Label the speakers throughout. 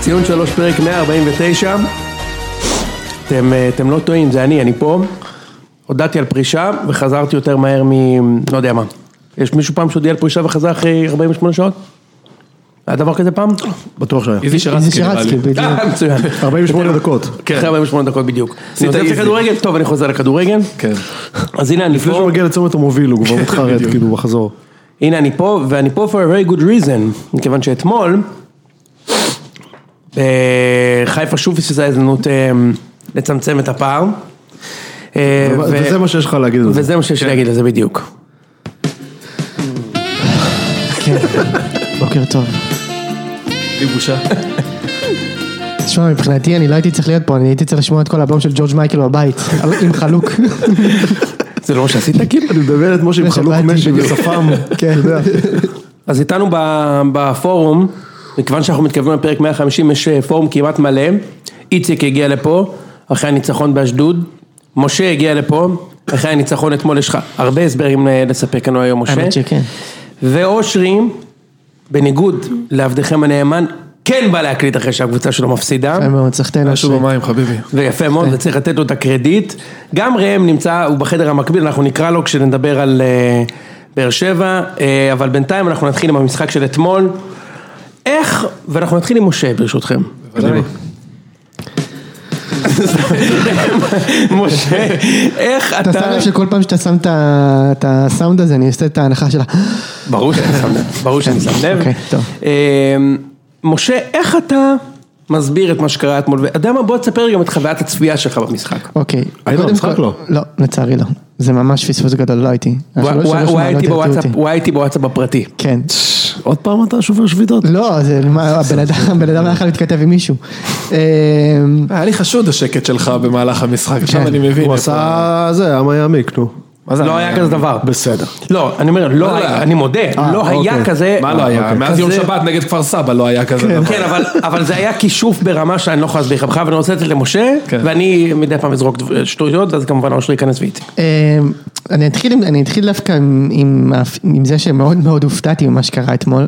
Speaker 1: ציון שלוש פרק 149. אתם, אה, אתם לא טועים, זה אני, אני פה. הודעתי על פרישה וחזרתי יותר מהר מ... לא יודע מה. יש מישהו פעם שהודיע על פרישה וחזר אחרי 48 שעות? היה דבר כזה פעם?
Speaker 2: בטוח שהיה.
Speaker 3: איזי שרצקי נראה לי.
Speaker 4: שרצקי, בדיוק.
Speaker 1: אה, מצוין.
Speaker 2: 48 דקות.
Speaker 1: כן. אחרי 48 דקות בדיוק. אני
Speaker 3: עשית
Speaker 1: עוזב את
Speaker 3: איזי.
Speaker 1: הכדורגל? טוב, אני חוזר לכדורגל.
Speaker 3: כן.
Speaker 1: אז הנה אני
Speaker 2: לפני שהוא
Speaker 1: פה,
Speaker 2: מגיע לצומת המוביל הוא כבר מתחרט כאילו בחזור.
Speaker 1: הנה אני פה, ואני פה for a very good reason, מכיוון שאתמול, אה, חיפה שוב פספסה הזדמנות אה, לצמצם את הפער. אה, ו-
Speaker 2: וזה מה שיש לך להגיד על זה.
Speaker 1: וזה מה שיש לי להגיד על זה בדיוק.
Speaker 4: כן. בוקר טוב.
Speaker 3: בלי בושה.
Speaker 4: תשמע, מבחינתי אני לא הייתי צריך להיות פה, אני הייתי צריך לשמוע את כל הבום של ג'ורג' מייקל בבית, על- עם חלוק.
Speaker 1: זה לא מה שעשית כאילו?
Speaker 2: אני מדבר את משה עם חלוק
Speaker 4: שבאתי
Speaker 2: משי
Speaker 4: בדיוק.
Speaker 2: ושפם.
Speaker 4: כן.
Speaker 1: אז איתנו ב- בפורום, מכיוון שאנחנו מתכוונים לפרק 150, יש אה, פורום כמעט מלא. איציק הגיע לפה, אחרי הניצחון באשדוד. משה הגיע לפה, אחרי הניצחון אתמול, יש לך הרבה הסברים אה, לספק לנו היום, משה.
Speaker 4: האמת שכן.
Speaker 1: ואושרי, בניגוד לעבדכם הנאמן, כן בא להקליט אחרי שהקבוצה שלו מפסידה.
Speaker 4: יפה מאוד, סחטיין
Speaker 3: משהו
Speaker 4: אושרי.
Speaker 3: במים חביבי.
Speaker 1: ויפה מאוד, וצריך לתת לו את הקרדיט. גם ראם נמצא, הוא בחדר המקביל, אנחנו נקרא לו כשנדבר על אה, באר שבע, אה, אבל בינתיים אנחנו נתחיל עם המשחק של אתמול. איך, ואנחנו נתחיל עם משה ברשותכם. משה, איך
Speaker 4: אתה שם
Speaker 1: אתה...
Speaker 4: לב שכל פעם שאתה שם את ה- את הסאונד הזה, אני עושה את ההנחה שלה.
Speaker 1: ברור שאני שם לב, ברור שאני שם לב.
Speaker 4: אוקיי, טוב.
Speaker 1: אה, משה, איך אתה מסביר את מה שקרה אתמול? ואתה יודע מה, בוא תספר גם את חוויית הצפייה שלך במשחק.
Speaker 4: אוקיי.
Speaker 2: היית
Speaker 4: קודם
Speaker 2: במשחק?
Speaker 4: כל-
Speaker 2: לא.
Speaker 4: לא, לצערי לא. זה ממש פספוס גדול, לא הייתי.
Speaker 1: הוא
Speaker 4: שלוש-
Speaker 1: הוא-
Speaker 4: שלוש לא
Speaker 1: הוא היה
Speaker 4: מעלות
Speaker 1: איתי
Speaker 4: הרתיעו
Speaker 1: בוואטסאפ-
Speaker 4: אותי.
Speaker 1: הוא היה איתי בוואטסאפ הפרטי.
Speaker 4: כן.
Speaker 2: עוד פעם אתה שובר שביתות?
Speaker 4: לא, זה, מה, הבן אדם, הבן אדם היה יכול להתכתב עם מישהו. אמ,
Speaker 3: אה, היה לי חשוד השקט שלך במהלך המשחק, עכשיו
Speaker 4: כן.
Speaker 3: אני מבין.
Speaker 2: הוא עשה
Speaker 3: איפה-
Speaker 2: זה, היה יעמיק נו.
Speaker 3: מה זה
Speaker 1: לא היה כזה דבר.
Speaker 2: בסדר.
Speaker 1: לא, אני אומר, לא היה, אני מודה, לא היה
Speaker 2: אוקיי.
Speaker 1: כזה.
Speaker 3: מה לא היה?
Speaker 1: אוקיי.
Speaker 3: מאז יום
Speaker 1: כזה-
Speaker 3: שבת נגד כפר סבא לא היה כזה דבר.
Speaker 1: כן, אבל- אבל זה היה כישוף ברמה שאני לא יכול להסביר לך, בכלל, ואני רוצה לתת למשה,
Speaker 3: כן.
Speaker 1: ואני מדי פעם אזרוק דב- שטויות, ואז כמובן אושרי ייכנס ואיציק.
Speaker 4: אמ, אני אתחיל, עם- אני אתחיל דווקא עם, עם, ה- עם זה שמאוד מאוד הופתעתי ממה שקרה אתמול.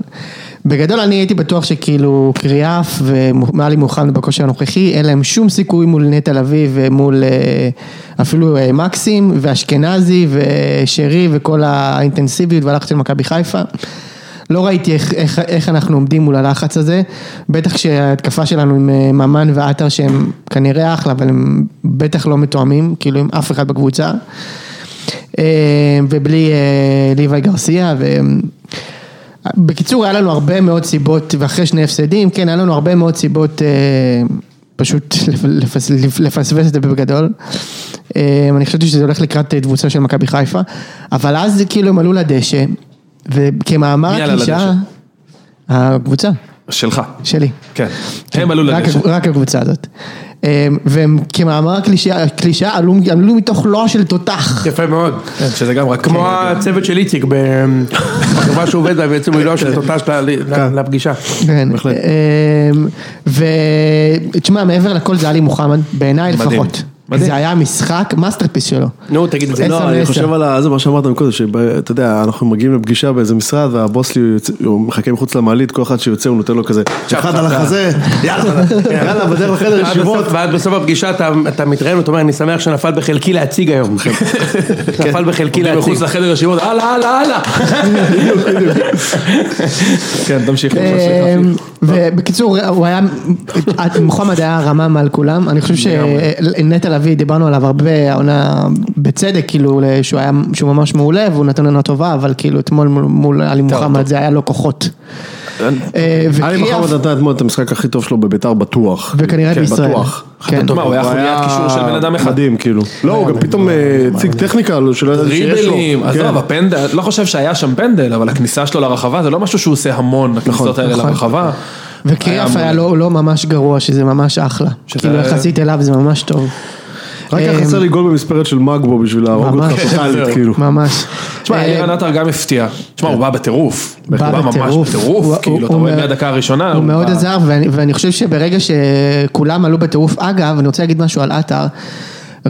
Speaker 4: בגדול אני הייתי בטוח שכאילו קריאף ומעלי מוחמד בכושר הנוכחי, אין להם שום סיכוי מול נטע לביא ומול אה, אפילו אה, מקסים ואשכנזי ושרי וכל האינטנסיביות והלחץ של מכבי חיפה. לא ראיתי איך, איך, איך אנחנו עומדים מול הלחץ הזה, בטח שההתקפה שלנו עם אה, ממן ועטר שהם כנראה אחלה, אבל הם בטח לא מתואמים, כאילו עם אף אחד בקבוצה. אה, ובלי אה, ליוואי גרסיה. ו... בקיצור, היה לנו הרבה מאוד סיבות, ואחרי שני הפסדים, כן, היה לנו הרבה מאוד סיבות אה, פשוט לפס, לפספס את זה בגדול. אה, אני חשבתי שזה הולך לקראת אה, תבוסה של מכבי חיפה, אבל אז כאילו הם עלו לדשא, וכמאמר
Speaker 3: מי עלה
Speaker 4: הקלישאה,
Speaker 3: לדשא?
Speaker 4: הקבוצה
Speaker 3: שלך.
Speaker 4: שלי.
Speaker 3: כן. הם עלו
Speaker 4: רק
Speaker 3: לדשא.
Speaker 4: הקב- רק הקבוצה הזאת. אה, והם כמאמר הקלישאה- הקלישאה עלו עלו מתוך לוע של תותח.
Speaker 1: יפה מאוד.
Speaker 3: כן, שזה גם רק...
Speaker 1: כמו הצוות של איציק ב- בחברה שהוא עובד בה, בעצם הוא לא של תותש לפגישה.
Speaker 4: כן, בהחלט. ותשמע, מעבר לכל זה עלי מוחמד, בעיניי
Speaker 3: מדהים.
Speaker 4: לפחות.
Speaker 3: מדהים.
Speaker 4: זה היה משחק, מאסטרפיס שלו.
Speaker 1: נו, תגיד את זה.
Speaker 4: עשר
Speaker 2: לא, אני
Speaker 4: מעשר.
Speaker 2: חושב על ה- זה מה שאמרת מקודם, שאתה יודע, אנחנו מגיעים לפגישה באיזה משרד והבוס שלי הוא יוצא- הוא מחכה מחוץ למעלית, כל אחד שיוצא הוא נותן לו כזה, אחד על החזה, יאללה, כן. יאללה, בדרך לחדר
Speaker 1: עד
Speaker 2: ישיבות.
Speaker 1: בסוף- ועד בסוף הפגישה אתה- אתה מתראיין, אתה אומר, אני שמח שנפל בחלקי להציג היום. נפל בחלקי
Speaker 3: כאילו
Speaker 1: להציג.
Speaker 3: מחוץ לחדר ישיבות, הלאה, הלאה, הלאה. כן, תמשיך.
Speaker 4: אה, ובקיצור, הוא היה, מוחמד היה רמה מעל כולם, אני חושב שנטע לביא, דיברנו עליו הרבה העונה, בצדק, כאילו, שהוא היה, שהוא ממש מעולה, והוא נתן לנו טובה, אבל כאילו אתמול מול- מול עלי מוחמד זה היה לו כוחות. אה,
Speaker 2: עלי
Speaker 4: וקריאף-
Speaker 2: מוחמד נתן אתמול את המשחק הכי טוב שלו בביתר בטוח.
Speaker 4: וכנראה
Speaker 2: כן,
Speaker 4: בישראל.
Speaker 2: בטוח.
Speaker 4: כן.
Speaker 3: מה, הוא היה חוליית קישור של בן אדם אחד.
Speaker 2: מדהים כאילו. לא, הוא גם פתאום אה, הציג טכניקה לא- שלא ידעתי שיש לו.
Speaker 3: ריבלים,
Speaker 2: כן.
Speaker 3: עזוב, הפנדל, לא חושב שהיה שם פנדל, אבל הכניסה שלו לרחבה זה לא משהו שהוא עושה המון, הכניסות האלה
Speaker 4: נכון.
Speaker 3: לרחבה.
Speaker 4: וקריאף
Speaker 3: היה
Speaker 4: היה לא לא ממש גרוע, שזה ממש אחלה.
Speaker 3: שזה-
Speaker 4: כאילו יחסית אליו זה ממש טוב.
Speaker 2: רק היה חסר לי גול במספרת של מאגבו בשביל להרוג
Speaker 4: אה, ממש.
Speaker 2: אותך טוטאלית כאילו.
Speaker 4: ממש.
Speaker 3: תשמע,
Speaker 4: אה, כן.
Speaker 3: אלירן עטר גם הפתיע. תשמע, הוא בא בטירוף. הוא בא ממש
Speaker 4: בטירוף. הוא-
Speaker 3: בטירוף, כאילו,
Speaker 4: הוא-
Speaker 3: אתה
Speaker 4: הוא
Speaker 3: רואה
Speaker 4: מאוד-
Speaker 3: מהדקה הראשונה.
Speaker 4: הוא מאוד
Speaker 3: בא-
Speaker 4: עזר, ואני- ואני חושב שברגע שכולם עלו בטירוף, אגב, אני רוצה להגיד משהו על עטר.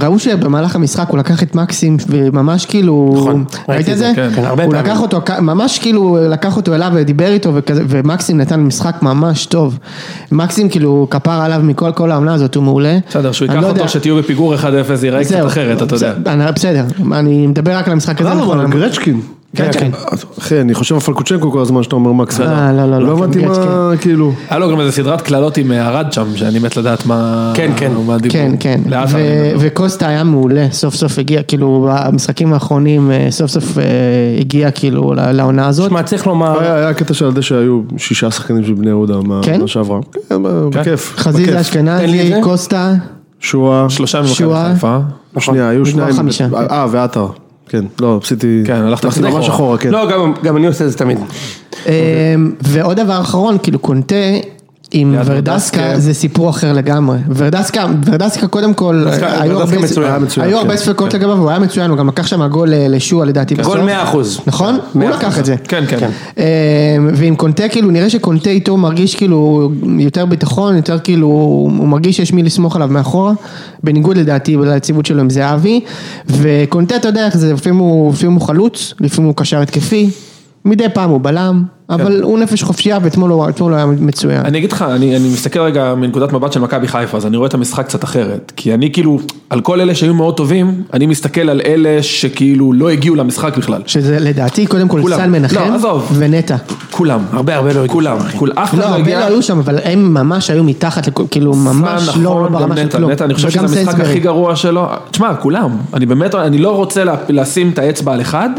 Speaker 4: ראו שבמהלך המשחק הוא לקח את מקסים וממש כאילו,
Speaker 1: נכון,
Speaker 4: ראית
Speaker 1: ראיתי
Speaker 4: את
Speaker 1: את
Speaker 4: זה?
Speaker 1: זה, כן. כן, הרבה
Speaker 4: הוא
Speaker 1: פעמים.
Speaker 4: לקח אותו, כ- ממש כאילו לקח אותו אליו ודיבר איתו וכזה, ומקסים נתן משחק ממש טוב. מקסים כאילו כפר עליו מכל כל העונה הזאת, הוא מעולה.
Speaker 3: בסדר, שהוא
Speaker 4: אני
Speaker 3: ייקח
Speaker 4: לא יודע.
Speaker 3: אותו, שתהיו בפיגור 1-0, זה ייראה קצת
Speaker 4: זהו.
Speaker 3: אחרת, אתה יודע. לא,
Speaker 4: אני- בסדר, אני מדבר רק על המשחק הזה.
Speaker 2: למה
Speaker 4: נכון, כן,
Speaker 2: אבל
Speaker 4: אבל-
Speaker 2: גרצ'קין.
Speaker 4: גרצ'קין.
Speaker 2: אחי, אני חושב על פלקוצ'נקו כל הזמן שאתה אומר מקס.
Speaker 4: אה, לא, לא, לא,
Speaker 2: לא
Speaker 4: כן,
Speaker 2: הבנתי מה,
Speaker 4: גרצ'קין.
Speaker 2: כאילו.
Speaker 3: היה לו גם איזה סדרת קללות עם אה, ארד שם, שאני מת לדעת מה...
Speaker 1: כן, כן.
Speaker 3: מה הדיבור.
Speaker 4: כן, כן,
Speaker 3: לאט
Speaker 4: ו-
Speaker 3: לאט.
Speaker 4: וקוסטה היה מעולה, סוף סוף הגיע, כאילו, במשחקים האחרונים אה, סוף סוף אה, הגיע כאילו ל- לעונה הזאת.
Speaker 1: שמע, צריך לומר,
Speaker 2: היה היה קטע שעל דשא היו שישה שחקנים של בני יהודה
Speaker 4: כן?
Speaker 2: מהעונה שעברה. כן, בכיף.
Speaker 4: חזיזה
Speaker 2: בכיף.
Speaker 1: תן לי את
Speaker 4: אשכנזי,
Speaker 1: זה.
Speaker 4: קוסטה,
Speaker 2: שואה. נכון.
Speaker 3: שלושה ממכבי
Speaker 4: שועה.
Speaker 3: חיפה.
Speaker 2: שנייה, היו
Speaker 4: נגמר
Speaker 2: שניים.
Speaker 4: חמישה.
Speaker 2: אה, ועטר. כן, לא, עשיתי...
Speaker 3: כן, הלכת
Speaker 2: הלכתי
Speaker 3: קצת
Speaker 2: ממש
Speaker 3: אחורה.
Speaker 2: אחורה, כן.
Speaker 1: לא, גם- גם אני עושה את זה תמיד.
Speaker 4: אה, ועוד דבר אחרון, כאילו קונטה. עם
Speaker 3: ליד
Speaker 4: ורדסקה
Speaker 3: ורדסקה.
Speaker 4: זה סיפור אחר לגמרי. ורדסקה, ורדסקה קודם כל, אה,
Speaker 1: ורדסקה-
Speaker 4: היו
Speaker 1: ורדסקה
Speaker 4: הרבה-
Speaker 1: מצוין, היה
Speaker 2: מצוין,
Speaker 4: היו
Speaker 2: כן.
Speaker 4: הרבה ספקות לגביו, הוא היה מצוין, הוא גם לקח שם גול אה, לשועה לדעתי בסוף.
Speaker 1: גול 100%.
Speaker 4: נכון? הוא
Speaker 1: 100%.
Speaker 4: לקח את זה.
Speaker 3: כן, כן.
Speaker 4: אמ, ועם קונטה כאילו נראה שקונטה איתו מרגיש כאילו יותר ביטחון, יותר כאילו הוא מרגיש שיש מי לסמוך עליו מאחורה, בניגוד לדעתי ליציבות שלו עם זהבי, וקונטה אתה יודע איך זה, לפעמים הוא, לפעמים הוא חלוץ, לפעמים הוא קשר התקפי, מדי פעם הוא בלם, אבל הוא נפש חופשייה ואתמול הוא אתמול הוא היה מצוין.
Speaker 3: כן. אני אגיד לך, אני, אני מסתכל רגע מנקודת מבט של מכבי חיפה, אז אני רואה את המשחק קצת אחרת. כי אני כאילו, על כל אלה שהיו מאוד טובים, אני מסתכל על אלה שכאילו לא הגיעו למשחק בכלל.
Speaker 4: שזה לדעתי קודם כל
Speaker 3: כולם.
Speaker 4: סל מנחם
Speaker 3: לא, עזוב.
Speaker 4: ונטע.
Speaker 3: כולם.
Speaker 1: הרבה הרבה לא הגיעו.
Speaker 3: כולם. כול- אף אחד
Speaker 4: לא,
Speaker 3: לא
Speaker 4: הרבה לא
Speaker 3: הגיע.
Speaker 4: היו שם, אבל הם ממש היו מתחת, לכל- כאילו ממש
Speaker 3: נכון,
Speaker 4: לא לא
Speaker 3: גם
Speaker 4: ברמה של
Speaker 3: נטע,
Speaker 4: כלום.
Speaker 3: נטע, אני חושב שזה
Speaker 4: וגם
Speaker 3: המשחק
Speaker 4: סנסברי.
Speaker 3: הכי גרוע שלו. תשמע, כולם. אני באמת, אני לא רוצה לה- לשים את האצבע על אחד,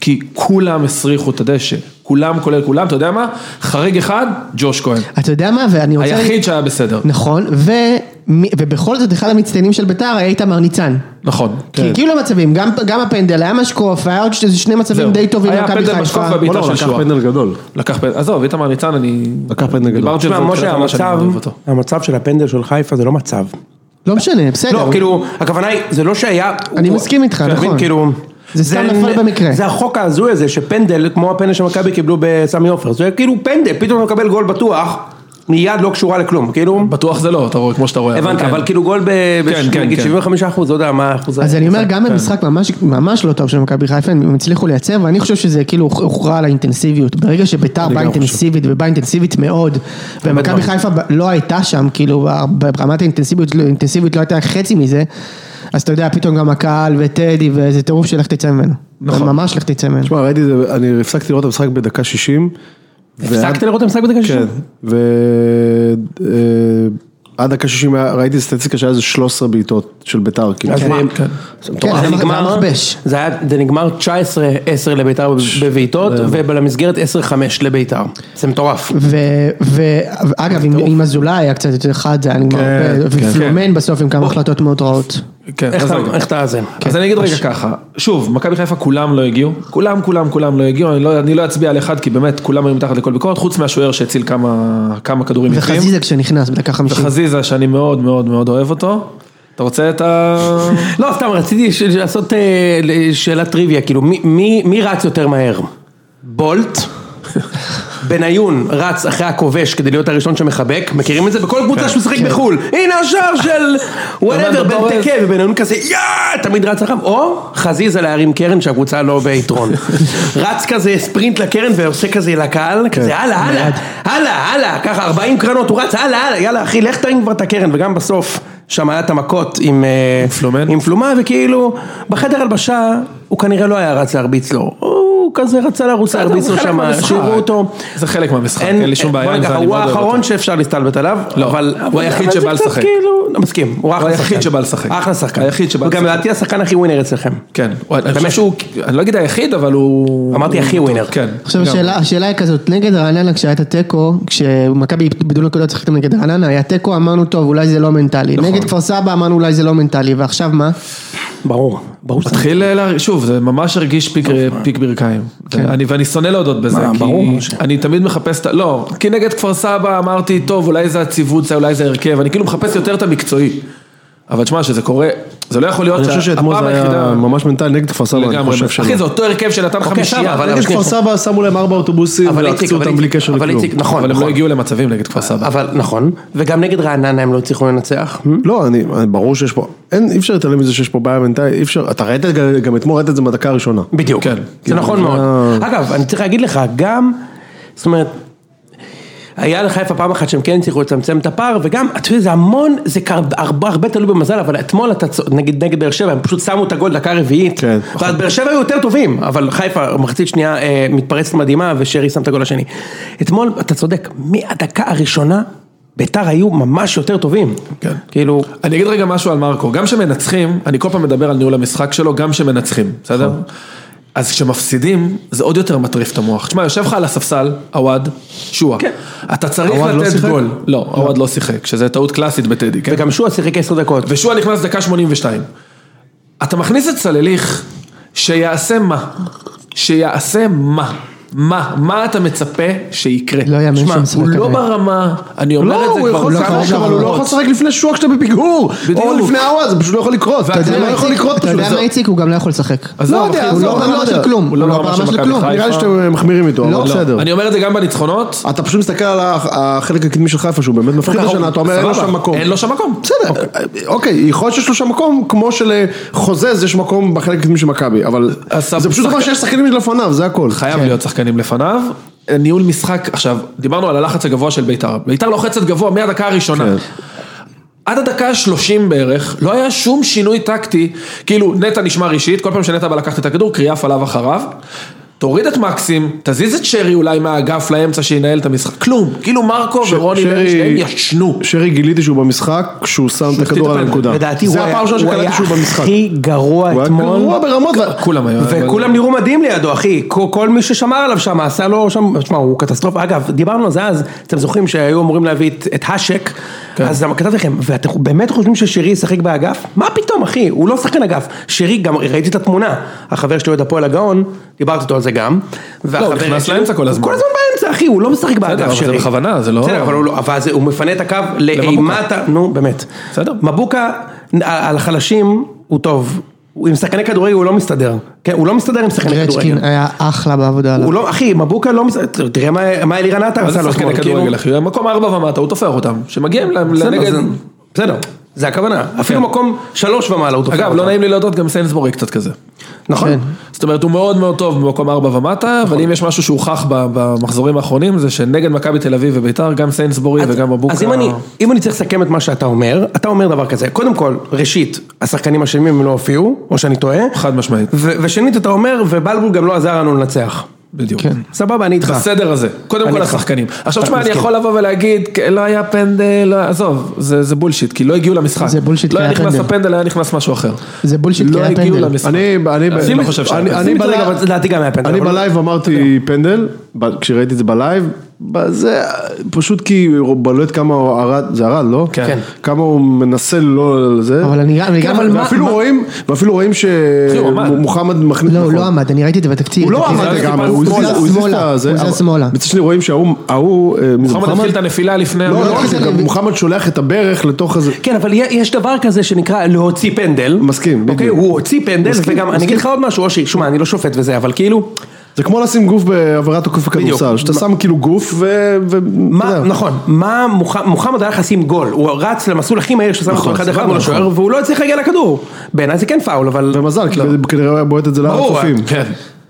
Speaker 3: כי כולם הסריחו את הדשא. כולם כולל כולם, אתה יודע מה? חריג אחד, ג'וש כהן.
Speaker 4: אתה יודע מה, ואני רוצה...
Speaker 3: היחיד שהיה בסדר.
Speaker 4: נכון, ומי- ובכל זאת אחד המצטיינים של ביתר היה איתמר ניצן.
Speaker 3: נכון.
Speaker 4: כי הגיעו למצבים, גם- גם הפנדל, היה משקוף, היה עוד איזה שני מצבים
Speaker 3: זהו.
Speaker 4: די טובים
Speaker 3: היה
Speaker 4: למכבי
Speaker 3: פנדל משקוף
Speaker 4: חיפה.
Speaker 2: לא,
Speaker 3: בבעיטה
Speaker 2: לא,
Speaker 3: של
Speaker 2: לקח
Speaker 3: שועה.
Speaker 2: פנדל גדול.
Speaker 3: לקח פנדל, עזוב, איתמר ניצן, אני...
Speaker 2: לקח פנדל גדול.
Speaker 3: דיברתי על
Speaker 1: תשמע,
Speaker 3: זה בתחילת
Speaker 1: משה,
Speaker 3: העונה שאני
Speaker 1: המצב,
Speaker 3: אוהב אותו.
Speaker 1: המצב של הפנדל של חיפה זה לא מצב.
Speaker 4: לא משנה, בסדר.
Speaker 1: לא, כאילו, הכוונה היא, זה לא שהיה...
Speaker 4: אני
Speaker 1: הוא-
Speaker 4: מסכים איתך,
Speaker 1: אתה מבין?
Speaker 4: נכון.
Speaker 1: כאילו...
Speaker 4: זה סתם נפל במקרה.
Speaker 1: זה החוק ההזוי הזה, שפנדל, כמו הפנדל שמכבי קיבלו בסמי עופר, זה כאילו פנדל, פתאום אתה מקבל גול בטוח, מיד לא קשורה לכלום, כאילו...
Speaker 3: בטוח זה לא, אתה רואה, כמו שאתה רואה.
Speaker 1: הבנת,
Speaker 3: כן.
Speaker 1: אבל כאילו גול ב...
Speaker 3: כן,
Speaker 1: ב-
Speaker 3: כן,
Speaker 1: נגיד
Speaker 3: כן.
Speaker 1: 75 אחוז, לא יודע מה אחוז...
Speaker 4: אז אני אומר, גם במשחק ממש- ממש לא טוב של מכבי חיפה, הם הצליחו לייצר, ואני חושב שזה כאילו הוכרע על האינטנסיביות. ברגע שביתר באה אינטנסיבית, ובאה אינטנסיבית מאוד, ומכבי חיפה ב- לא הייתה שם, כאילו, ברמת האינטנסיביות לא- האינטנסיביות לא הייתה חצי מזה, אז אתה יודע, פתאום גם הקהל וטדי, ואיזה טירוף שלך תצא ממנו. נכון. ממש לך תצא ממנו.
Speaker 2: תשמע, ראיתי את זה, אני הפסקתי לראות את המשחק בדקה 60.
Speaker 1: הפסקת לראות את המשחק בדקה
Speaker 2: כן,
Speaker 1: שישים?
Speaker 2: ועד דקה 60 היה- ראיתי סטטיסטיקה שהיה איזה 13 בעיטות של ביתר, כאילו.
Speaker 1: אז מה?
Speaker 3: כן.
Speaker 2: זה
Speaker 1: כן,
Speaker 2: מטורף.
Speaker 1: זה
Speaker 4: זה
Speaker 1: נגמר-
Speaker 4: היה מכבש.
Speaker 1: זה היה- זה נגמר 19-10 לביתר בבעיטות, ובמסגרת 10-5 לביתר. זה מטורף.
Speaker 4: ואגב, עם אזולאי היה קצת יותר חד, זה היה נגמר,
Speaker 2: כן,
Speaker 4: הרבה,
Speaker 2: כן.
Speaker 4: ופלומן בסוף עם כמה החלטות מאוד רעות.
Speaker 3: כן,
Speaker 1: איך
Speaker 3: אז
Speaker 1: אתה-
Speaker 3: רגע.
Speaker 1: איך אתה זה?
Speaker 3: אז אני אגיד רגע ככה, שוב, מכבי חיפה כולם לא הגיעו, כולם כולם כולם לא הגיעו, אני לא- אני לא אצביע על אחד כי באמת כולם היו מתחת לכל ביקורת, חוץ מהשוער שהציל כמה כמה כדורים יפים,
Speaker 4: וחזיזה כשנכנס בדקה חמישים.
Speaker 3: וחזיזה שאני מאוד מאוד מאוד אוהב אותו, אתה רוצה את ה...
Speaker 1: לא, סתם רציתי ש- לעשות אה, ל- שאלת טריוויה, כאילו, מי- מי מי רץ יותר מהר? בולט? בניון רץ אחרי הכובש כדי להיות הראשון שמחבק, מכירים את זה? בכל קבוצה שמשחק בחו"ל, הנה השער של וואטאבר,
Speaker 3: רומנדו
Speaker 1: בן
Speaker 3: טורס.
Speaker 1: תקה, ובניון כן, כזה, יאה, תמיד רץ אחריו, או חזיזה להרים קרן שהקבוצה לא ביתרון. רץ כזה ספרינט לקרן ועושה כזה לקהל,
Speaker 3: כן.
Speaker 1: כזה הלאה, הלאה, הלאה, הלאה, ככה 40 קרנות, הוא רץ, הלאה, הלאה, יאללה אחי, לך תרים כבר את הקרן, וגם בסוף. שם היה את המכות עם אה,
Speaker 3: פלומן.
Speaker 1: עם פלומה, וכאילו, בחדר הלבשה, הוא כנראה לא היה רץ להרביץ לו. הוא כזה רצה לרוץ להרביץ לו
Speaker 3: זה חלק
Speaker 1: שם,
Speaker 3: מהמשחק.
Speaker 1: שיראו אותו.
Speaker 3: זה חלק מהמשחק, אין לי שום בעיה עם
Speaker 1: אה, בוא
Speaker 3: זה,
Speaker 1: נגיד,
Speaker 3: אני
Speaker 1: הוא
Speaker 3: מאוד אוהב
Speaker 1: האחרון
Speaker 3: אותו.
Speaker 1: שאפשר להסתלבט עליו,
Speaker 3: לא,
Speaker 1: אבל...
Speaker 3: הוא היחיד
Speaker 1: אבל זה
Speaker 3: שבא
Speaker 1: קצת
Speaker 3: לשחק.
Speaker 1: כאילו, לא מסכים, הוא אחלה
Speaker 3: הוא
Speaker 1: שחקן.
Speaker 3: היחיד שבא לשחק.
Speaker 1: אחלה שחקן.
Speaker 3: היחיד שבא
Speaker 1: הוא גם
Speaker 3: לשחק.
Speaker 1: לדעתי השחקן הכי ווינר אצלכם.
Speaker 3: כן, אני חושב
Speaker 1: באמת.
Speaker 3: שהוא, אני לא אגיד היחיד אבל הוא,
Speaker 1: אמרתי הכי ווינר.
Speaker 3: כן,
Speaker 4: עכשיו
Speaker 3: גם.
Speaker 4: השאלה, השאלה היא כזאת, נגד רעננה כשהיה את התיקו, כשמכבי איבדו נקודות שחקתם נגד רעננה, היה תיקו, אמרנו טוב, אולי זה לא מנטלי,
Speaker 2: נכון.
Speaker 4: נגד כפר סבא אמרנו אולי זה לא מנטלי, ועכשיו מה?
Speaker 1: ברור. ברור שאתה...
Speaker 3: מתחיל, אה, לה- שוב, זה ממש הרגיש פיק- אה, פיק ברכיים.
Speaker 2: כן.
Speaker 3: אני- ואני שונא להודות בזה,
Speaker 1: מה,
Speaker 3: כי
Speaker 1: ברור, משה.
Speaker 3: אני תמיד מחפש, את ה- לא, כי נגד כפר סבא אמרתי, טוב, אולי זה הציוות, זה אולי זה הרכב, אני כאילו מחפש יותר את המקצועי. אבל תשמע, שזה קורה, זה לא יכול להיות
Speaker 2: אני חושב שאתמול זה היה ממש מנטלי נגד כפר סבא, אני
Speaker 3: לגמרי,
Speaker 2: חושב שלא. אוקיי,
Speaker 3: אחי זה אותו הרכב שנתן חמישייה,
Speaker 1: אבל-
Speaker 3: אבל
Speaker 2: נגד
Speaker 1: כן,
Speaker 2: כפר סבא שמו להם ארבע אוטובוסים
Speaker 1: אבל איציק,
Speaker 2: ולחצו
Speaker 1: אבל
Speaker 2: אותם בלי
Speaker 1: איציק,
Speaker 2: קשר
Speaker 1: אבל
Speaker 2: לכלום.
Speaker 1: איציק, נכון,
Speaker 3: אבל הם לא
Speaker 1: נכון.
Speaker 3: הגיעו למצבים נגד כפר סבא.
Speaker 1: אבל נכון, וגם נגד רעננה הם לא הצליחו לנצח.
Speaker 2: לא, אני, אני- ברור שיש פה, אין, אי אפשר להתעלם מזה שיש פה בעיה מנטלית, אי אפשר, אתה ראית, גם- גם אתמול ראית את זה מהדקה הראשונה.
Speaker 1: בדיוק,
Speaker 3: כן.
Speaker 1: זה נכון
Speaker 2: כאילו, זה-
Speaker 1: מאוד. אגב, אני צריך להגיד לך, גם, זאת אומרת, היה לחיפה פעם אחת שהם כן הצליחו לצמצם את הפער, וגם, אתה יודע, זה המון, זה קר- הרבה, הרבה תלוי במזל, אבל אתמול אתה, צו- נגיד נגד באר שבע, הם פשוט שמו את הגול דקה רביעית,
Speaker 2: כן.
Speaker 1: ואז באר שבע היו יותר טובים, אבל חיפה, מחצית שנייה אה, מתפרצת מדהימה, ושרי שם את הגול השני. אתמול, אתה צודק, מהדקה הראשונה, ביתר היו ממש יותר טובים.
Speaker 3: כן.
Speaker 1: כאילו,
Speaker 3: אני אגיד רגע משהו על מרקו, גם כשמנצחים, אני כל פעם מדבר על ניהול המשחק שלו, גם כשמנצחים, בסדר?
Speaker 4: נכון.
Speaker 3: אז כשמפסידים, זה עוד יותר מטריף את המוח. תשמע, יושב לך על הספסל, עווד, שועה.
Speaker 1: כן.
Speaker 3: אתה צריך
Speaker 2: עווד לא
Speaker 3: לתת
Speaker 2: שיחק?
Speaker 3: גול. לא, עווד לא שיחק, שזה טעות קלאסית בטדי, כן?
Speaker 1: וגם שועה שיחק עשר דקות.
Speaker 3: ושועה נכנס דקה 82. אתה מכניס את סלליך, שיעשה מה? שיעשה מה? מה? מה אתה מצפה שיקרה?
Speaker 4: לא יאמן שהוא משחק
Speaker 3: הוא לא
Speaker 4: כדורגל. ברמה,
Speaker 3: ברמה, אני אומר את זה כבר
Speaker 4: לשחק,
Speaker 3: כמה
Speaker 4: אבל הוא לא
Speaker 3: שבועות.
Speaker 2: לשחק לפני שואה כשאתה בפיגור,
Speaker 3: בדיוק.
Speaker 2: הוואט, זה פשוט לא יכול לקרות,
Speaker 3: אתה יודע
Speaker 2: זה
Speaker 4: מה, איציק? אתה יודע
Speaker 2: זה-
Speaker 4: מה איציק? הוא גם לא יכול לשחק.
Speaker 3: עזוב,
Speaker 2: לא יודע,
Speaker 3: אחי,
Speaker 4: הוא
Speaker 2: עזוב,
Speaker 4: לא
Speaker 2: אני
Speaker 4: ברמה של כלום,
Speaker 3: הוא לא ברמה של מכבי חיפה.
Speaker 2: נראה לי שאתם אה, מחמירים איתו, אבל לא, בסדר.
Speaker 3: לא. אני אומר את זה גם בניצחונות.
Speaker 2: אתה פשוט מסתכל על הח- החלק הקדמי של חיפה שהוא באמת מפחיד השנה, אה, אתה אומר אין לו
Speaker 3: אוקיי, סבבה,
Speaker 2: שם מקום.
Speaker 3: אין לו שם מקום.
Speaker 2: בסדר, אוקיי, יכול להיות שיש לו שם מקום, כמו שלחוזז יש מקום בחלק הקדמי של מכבי, אבל
Speaker 3: אז
Speaker 2: זה פשוט
Speaker 3: שחק-
Speaker 2: דבר שיש שחקנים לפניו, זה הכל.
Speaker 3: חייב להיות שחקנים לפניו. ניהול משחק, עכשיו, דיברנו על הלחץ הגבוה של ביתר. ביתר לוחצת גבוה מהדקה הראשונה.
Speaker 2: כן.
Speaker 3: עד הדקה ה-30 בערך, לא היה שום שינוי טקטי, כאילו נטע נשמע ראשית, כל פעם שנטע בא לקחת את הכדור, קריאף עליו אחריו, תוריד את מקסים, תזיז את שרי אולי מהאגף לאמצע שינהל את המשחק, כלום, כאילו מרקו
Speaker 2: ש-
Speaker 3: ורוני
Speaker 2: שרי-
Speaker 3: לוי, שניהם ישנו.
Speaker 2: שרי גיליתי שהוא במשחק, כשהוא שם את הכדור על
Speaker 3: טיפל.
Speaker 2: הנקודה.
Speaker 1: לדעתי
Speaker 2: זה
Speaker 1: הוא
Speaker 2: הפעם
Speaker 1: היה-
Speaker 2: הראשונה
Speaker 1: הוא
Speaker 2: שקלטתי
Speaker 1: היה
Speaker 2: שהוא במשחק.
Speaker 1: הכי גרוע
Speaker 2: הוא היה
Speaker 1: אתמול.
Speaker 2: גרוע ברמות, ו-
Speaker 3: כולם היו...
Speaker 1: וכולם נראו מדהים לידו, אחי. כל, כל מי ששמר עליו שם, עשה לו שם, תשמע, הוא קטסטרופה. אגב, דיברנו על זה אז, אתם זוכרים שהיו אמורים להביא את, את השק, כן. אז גם כתבתי לכם, ואתם באמת חושבים ששירי ישחק באגף? מה פתאום, אחי? הוא לא שחקן אגף. שירי, גם ראיתי את התמונה, החבר שלי אוהד הפועל הגאון, דיברתי איתו על זה גם. והחבר
Speaker 3: לא, הוא נכנס
Speaker 1: שלי-
Speaker 3: לאמצע כל הזמן.
Speaker 1: הוא כל הזמן באמצע, אחי, הוא לא משחק
Speaker 3: בסדר,
Speaker 1: באגף
Speaker 3: אבל
Speaker 1: שירי.
Speaker 3: זה בכוונה, זה לא...
Speaker 1: בסדר, אבל הוא לא, אבל זה- הוא מפנה את הקו לאימת, ה- נו באמת.
Speaker 3: בסדר.
Speaker 1: מבוקה, נ- על החלשים, הוא טוב. הוא- עם שחקני כדורגל הוא לא מסתדר. כן, הוא לא מסתדר עם שחקני
Speaker 4: גרצ'קין אה,
Speaker 1: כדורגל.
Speaker 4: היה אחלה בעבודה עליו.
Speaker 1: הוא לא, אחי, מבוקה לא מסתדר, תראה מה- מה אלירן עטר
Speaker 3: מה
Speaker 1: עשה
Speaker 3: זה
Speaker 1: לו
Speaker 3: שחקני
Speaker 1: אתמול, כאילו.
Speaker 3: כדורגל, אחי? מקום ארבע ומטה, הוא תופר אותם. שמגיעים להם
Speaker 1: בסדר,
Speaker 3: לנגד...
Speaker 1: זה- בסדר, זה הכוונה. אפילו מקום שלוש ומעלה הוא תופס.
Speaker 3: כן. אגב, לא נעים לי להודות, גם סיינסבורג קצת כזה.
Speaker 1: נכון.
Speaker 4: כן.
Speaker 3: זאת אומרת, הוא מאוד מאוד טוב במקום ארבע ומטה, אבל אם יש משהו שהוכח ב- במחזורים האחרונים, זה שנגד מכבי תל אביב וביתר, גם סיינסבורי
Speaker 1: אז-
Speaker 3: וגם אבוקה...
Speaker 1: אז אם אני, אם אני צריך לסכם את מה שאתה אומר, אתה אומר דבר כזה, קודם כל, ראשית, השחקנים אשמים הם לא הופיעו, או שאני טועה,
Speaker 3: חד משמעית,
Speaker 1: ו- ושנית אתה אומר, ובלבול גם לא עזר לנו לנצח.
Speaker 3: בדיוק.
Speaker 4: כן.
Speaker 1: סבבה, אני איתך.
Speaker 3: בסדר הזה, קודם
Speaker 1: אני
Speaker 3: כל
Speaker 1: איתך.
Speaker 3: השחקנים. עכשיו
Speaker 1: אתה
Speaker 3: תשמע, אני
Speaker 1: מסכים.
Speaker 3: יכול לבוא ולהגיד, "כן, לא היה פנדל, לא- עזוב, זה זה בולשיט, כי לא הגיעו למשחק.
Speaker 4: זה בולשיט,
Speaker 3: לא
Speaker 4: כי
Speaker 3: היה
Speaker 4: היה
Speaker 3: נכנס
Speaker 4: פנדל.
Speaker 3: הפנדל, היה נכנס משהו אחר.
Speaker 4: זה בולשיט, כי
Speaker 3: לא
Speaker 4: היה
Speaker 3: הגיעו
Speaker 4: פנדל.
Speaker 3: למשחק.
Speaker 2: אני, אני,
Speaker 3: שים את- חושב שהיה
Speaker 2: אני-
Speaker 3: פנדל.
Speaker 2: אני
Speaker 1: שים את זה,
Speaker 2: בלייב-
Speaker 1: אבל לדעתי גם היה פנדל,
Speaker 2: אני
Speaker 1: אבל-
Speaker 2: בלייב אמרתי פנדל, ב- כשראיתי את זה בלייב, ב- זה פשוט כי הוא בלט כמה הוא ערד, זה ערד, לא?
Speaker 1: כן.
Speaker 2: כמה הוא מנסה לא זה.
Speaker 4: אבל אני
Speaker 2: כן,
Speaker 4: גם...
Speaker 2: ואפילו רואים, ואפילו רואים
Speaker 3: הוא עמד.
Speaker 2: שמוחמד מכניס...
Speaker 4: לא, הוא לא
Speaker 2: נכון.
Speaker 4: עמד, אני ראיתי את זה בתקציב.
Speaker 2: הוא לא
Speaker 4: בתקציב.
Speaker 2: עמד
Speaker 3: זז
Speaker 2: לגמרי,
Speaker 3: טיפה
Speaker 2: הוא
Speaker 4: שמאלה,
Speaker 2: זיז- הוא זיז את
Speaker 4: שמאלה,
Speaker 2: הזה.
Speaker 4: הוא זז
Speaker 2: אבל-
Speaker 4: שמאלה.
Speaker 2: מצד שני רואים שההוא, ההוא, אה, מי זה,
Speaker 3: מוחמד התחיל את הנפילה לפני...
Speaker 2: לא,
Speaker 4: לא,
Speaker 2: לא, רק זה,
Speaker 4: זה-
Speaker 2: גם מוחמד שולח את הברך לתוך איזה...
Speaker 1: כן, אבל יה- יש דבר כזה שנקרא להוציא פנדל.
Speaker 2: מסכים,
Speaker 1: אוקיי,
Speaker 2: בדיוק.
Speaker 1: הוא הוציא פנדל, וגם, אני אגיד לך עוד משהו, אושי, שמע, אני לא שופט וזה, אבל כאילו,
Speaker 2: זה כמו לשים גוף בעבירת תוקף בכדורסל, שאתה שם כאילו גוף ו... ו- אתה
Speaker 1: מה,
Speaker 2: יודע.
Speaker 1: נכון, מה מוח- מוחמד הלך לשים גול, הוא רץ למסלול הכי מהיר ששם אותו
Speaker 2: נכון,
Speaker 1: אחד אחד
Speaker 2: סבבה,
Speaker 1: מול
Speaker 2: נכון.
Speaker 1: השוער, והוא לא הצליח להגיע לכדור. בעיניי זה כן פאול, אבל...
Speaker 2: ומזל, כי כנראה הוא היה בועט את זה להר
Speaker 1: ברור, אה,
Speaker 2: הצופים.
Speaker 3: כן.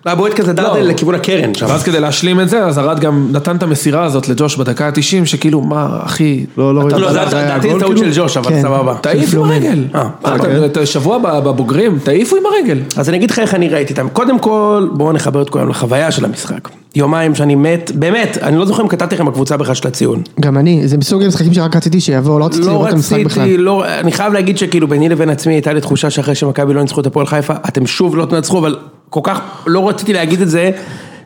Speaker 1: היה בועט כזה דרדל
Speaker 3: לא.
Speaker 1: לכיוון הקרן שם.
Speaker 3: ואז כדי להשלים את זה, אז ארד גם נתן את המסירה הזאת לג'וש בדקה ה-90, שכאילו, מה, אחי...
Speaker 2: לא, לא
Speaker 3: אתה-
Speaker 2: ראיתי.
Speaker 1: לא, זה
Speaker 2: זה היה
Speaker 1: לדעתי
Speaker 2: גול,
Speaker 1: זה טעות של
Speaker 2: כאילו?
Speaker 1: ג'וש, אבל
Speaker 4: כן.
Speaker 1: סבבה.
Speaker 3: תעיף עם הרגל.
Speaker 1: אה,
Speaker 3: מה, אתה- אתה שבוע ב- בבוגרים, תעיפו עם הרגל.
Speaker 1: אז אני אגיד לך איך אני ראיתי אותם. קודם כל, בואו נחבר את כולם לחוויה של המשחק. יומיים שאני מת, באמת, אני לא זוכר אם כתבתי לכם בקבוצה בכלל של הציון.
Speaker 4: גם אני, זה מסוג המשחקים שרק רציתי שיבואו, לא רציתי
Speaker 1: לא
Speaker 4: לראות את המשחק בכלל.
Speaker 1: רציתי, לא, אני חייב להגיד שכאילו ביני לבין עצמי הייתה לי תחושה שאחרי שמכבי לא ניצחו את הפועל חיפה, אתם שוב לא תנצחו, אבל כל כך לא רציתי להגיד את זה.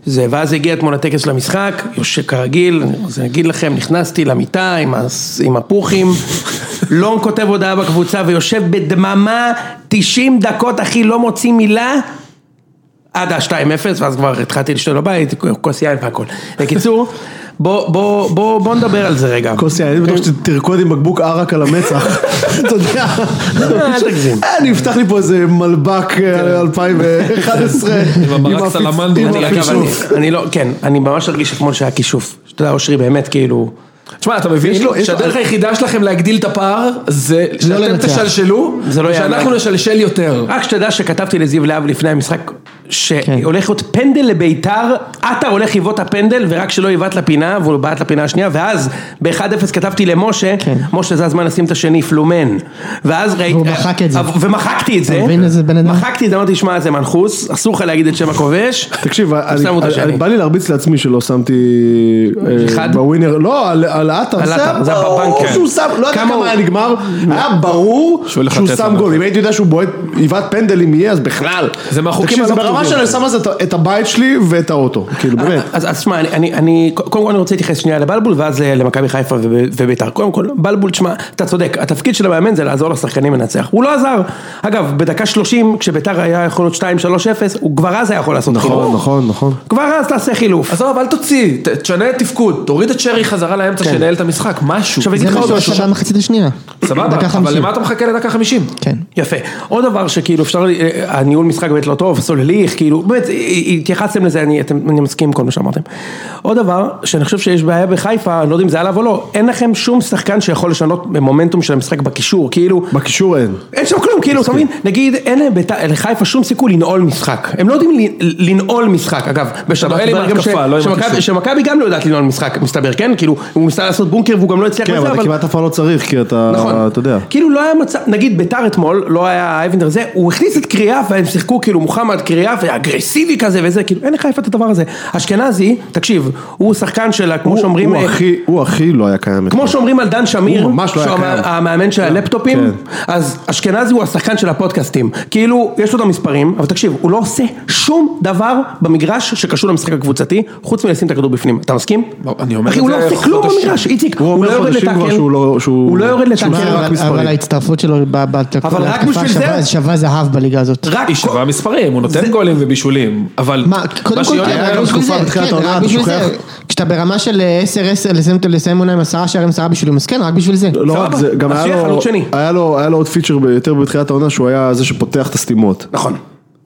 Speaker 1: זה, ואז הגיע אתמול הטקס של המשחק, יושב כרגיל, אז אני אגיד לכם, נכנסתי למיטה עם, הס, עם הפוכים, לון כותב הודעה בקבוצה ויושב בדממה 90 דקות, אחי, לא מוציא מילה, עד ה-2-0, ואז כבר התחלתי לשתות בבית, כוס יין והכל. בקיצור, בוא, בוא, בוא, בוא נדבר על זה רגע.
Speaker 2: קוסי, אני
Speaker 1: כן.
Speaker 2: בטוח שתרקוד עם בקבוק ערק על המצח, אתה יודע.
Speaker 1: אל תגזים.
Speaker 2: אה, אני אפתח לי פה איזה מלבק
Speaker 1: כן.
Speaker 2: אה, 2011.
Speaker 3: עם הברק
Speaker 2: הפיצ-
Speaker 3: סלמנדו.
Speaker 2: עם
Speaker 3: אני-
Speaker 1: אני- אגב,
Speaker 2: הכישוף.
Speaker 1: אני- אני לא, כן, אני ממש הרגיש אתמול שהיה כישוף. שאתה יודע, אושרי באמת כאילו...
Speaker 3: תשמע, אתה מבין
Speaker 2: לו- יש לו-
Speaker 3: שהדרך היחידה שלכם להגדיל את הפער זה שאתם
Speaker 4: לנצח.
Speaker 3: תשלשלו,
Speaker 1: זה לא יעלה.
Speaker 3: ושאנחנו נשלשל יותר.
Speaker 1: רק שתדע שכתבתי לזיו להב לפני המשחק,
Speaker 4: כן.
Speaker 1: שהולך להיות פנדל לביתר, עטר הולך לבעוט את הפנדל, ורק שלא יבעט לפינה, והוא לא בעט לפינה השנייה, ואז ב-1-0 כתבתי למשה,
Speaker 4: כן.
Speaker 1: משה זה הזמן לשים את השני, פלומן. ואז ראיתי...
Speaker 4: והוא מחק את זה.
Speaker 1: ומחקתי את זה.
Speaker 4: מבין איזה בן אדם?
Speaker 1: מחקתי את זה, אמרתי, שמע, זה מנחוס, אסור לך להגיד את שם הכובש.
Speaker 2: תקשיב, אני-
Speaker 1: שמו את
Speaker 2: אני-
Speaker 1: השני.
Speaker 2: בא לי להרביץ לעצמי שלא שמתי אה,
Speaker 1: אחד?
Speaker 2: בווינר, לא, על- על עטר,
Speaker 1: על עטר, זה היה
Speaker 2: ברור
Speaker 1: בבנקר.
Speaker 2: שהוא שם, לא יודע
Speaker 1: כמה הוא-
Speaker 2: כמה היה נגמר, היה ברור
Speaker 3: שהוא הולך
Speaker 2: שהוא
Speaker 3: לתת
Speaker 2: שם
Speaker 3: לנו.
Speaker 2: גול, אם הייתי יודע שהוא בועט, יבעט פנדל אם יהיה, אז בכלל.
Speaker 3: זה מהחוקים
Speaker 2: תקשיב, זה
Speaker 3: הלא
Speaker 2: ברמה
Speaker 3: כתובים.
Speaker 2: שאני שם על זה את- את הבית שלי ואת האוטו, כאילו באמת.
Speaker 1: אז אז שמע, אני- אני, אני, קודם כל אני רוצה להתייחס שנייה לבלבול ואז אה, למכבי חיפה וב- וביתר. קודם כל, בלבול, תשמע, אתה צודק, התפקיד של המאמן זה לעזור לשחקנים לנצח. הוא לא עזר. אגב, בדקה 30, כשביתר היה יכול להיות 2-3-0, הוא כבר אז היה יכול לעשות
Speaker 2: נכון,
Speaker 1: חילוף.
Speaker 2: נכון, נכון.
Speaker 1: כבר אז תעשה חילוף.
Speaker 3: עזוב, אל תוציא, ת- תשנה את תפקוד, תוריד את שרי חזרה לאמצע שינהל את המשחק, משהו.
Speaker 1: עכשיו, אני
Speaker 4: זה
Speaker 1: אגיד לך
Speaker 4: מה
Speaker 1: עוד משהו.
Speaker 4: שעשה במחצית השנייה.
Speaker 3: סבבה,
Speaker 4: דקה
Speaker 3: אבל
Speaker 4: חמישים.
Speaker 3: למה אתה מחכה לדקה חמישים?
Speaker 4: כן.
Speaker 1: יפה. עוד דבר שכאילו אפשר, אה, הניהול משחק באמת לא טוב, סולליך, כאילו, באמת, אה, אה, התייחסתם לזה, אני, אתם, אני מסכים עם כל מה שאמרתם. עוד דבר, שאני חושב שיש בעיה בחיפה, אני לא יודע אם זה עליו או לא, אין לכם שום שחקן שיכול לשנות במומנטום של המשחק בקישור, כאילו,
Speaker 2: בקישור אין.
Speaker 1: אין שם כלום, כאילו, אתה מבין? נגיד, אין להם בית"ר- לחיפה שום סיכוי לנעול משחק. הם לא יודעים ל- לנעול משחק, אגב, בשבת.
Speaker 3: לא, אין לי
Speaker 1: התברר גם
Speaker 3: מהתקפה, לא עם
Speaker 1: שמכבי-
Speaker 3: הקישור.
Speaker 1: שמכבי גם לא יודעת לנעול משחק, מסתבר, כן? כאילו, הוא ניסה לעשות בונקר והוא גם לא הצליח
Speaker 2: כן,
Speaker 1: לזה,
Speaker 2: אבל אתה כמעט אף פעם לא צריך, כי אתה,
Speaker 1: נכון.
Speaker 2: אתה יודע.
Speaker 1: כאילו לא היה מצב, נגיד ביתר אתמול, לא היה אייבנדר זה, הוא הכניס את קריאף והם שיחקו כאילו מוחמד קריאף ואגרסיבי כזה וזה, כאילו אין לחיפה את הדבר הזה. אשכנזי, תקשיב, הוא שחקן שלה, כמו
Speaker 2: הוא-
Speaker 1: שאומרים...
Speaker 2: הוא
Speaker 1: אה,
Speaker 2: הכי, הוא הכי לא היה קיים.
Speaker 1: כמו שאומרים על דן שמיר,
Speaker 2: הוא ממש לא היה
Speaker 1: שהוא
Speaker 2: קיים. כן.
Speaker 1: המאמן של הלפטופים, אז אשכנזי הוא השחקן של הפודקאסטים. כאילו, יש לו את המספרים, אבל תקשיב, הוא לא עושה שום דבר במגרש שקשור למשחק הקבוצתי, חוץ מלשים את הכדור בפנים. אתה מסכים?
Speaker 3: אני אומר
Speaker 1: אחי,
Speaker 3: את
Speaker 1: הוא
Speaker 3: זה
Speaker 1: לא עושה כלום
Speaker 3: חודשים.
Speaker 1: במגרש, איציק.
Speaker 2: הוא אומר
Speaker 1: לא יורד
Speaker 2: חודשים כבר
Speaker 1: לטאקל,
Speaker 2: שהוא לא- שהוא-
Speaker 1: הוא לא יורד
Speaker 2: שהוא
Speaker 1: לטאקל.
Speaker 2: שומע רק
Speaker 4: אבל-
Speaker 2: מספרים.
Speaker 4: אבל ההצטרפות שלו ב- בהתקפה
Speaker 1: אבל רק
Speaker 4: בהתקפה
Speaker 1: בשביל
Speaker 4: שווה-
Speaker 1: זה-
Speaker 4: שווה זהב בליגה הזאת.
Speaker 1: רק
Speaker 3: היא שווה מספרים, הוא נותן גולים ובישולים, אבל...
Speaker 4: מה, קודם כל,
Speaker 3: שיוני
Speaker 4: כן,
Speaker 3: היה
Speaker 4: רק
Speaker 3: גם
Speaker 4: בשביל
Speaker 2: תקופה
Speaker 4: זה,
Speaker 2: בתחילת
Speaker 4: כן,
Speaker 2: העונה,
Speaker 4: רק
Speaker 2: אתה
Speaker 4: בשביל זה.
Speaker 2: שוכח.
Speaker 4: כשאתה ברמה של אה, 10-10, לסיים- לסיים עונה עם עשרה שערים, עשרה בישולים, אז כן, רק בשביל זה.
Speaker 2: לא רק
Speaker 1: סבבה,
Speaker 2: זה, גם
Speaker 1: אז
Speaker 2: היה
Speaker 1: שיהיה
Speaker 2: לו,
Speaker 1: חלוץ שני.
Speaker 2: היה לו, היה לו עוד פיצ'ר ב- יותר בתחילת העונה שהוא היה זה שפותח את הסתימות.
Speaker 1: נכון.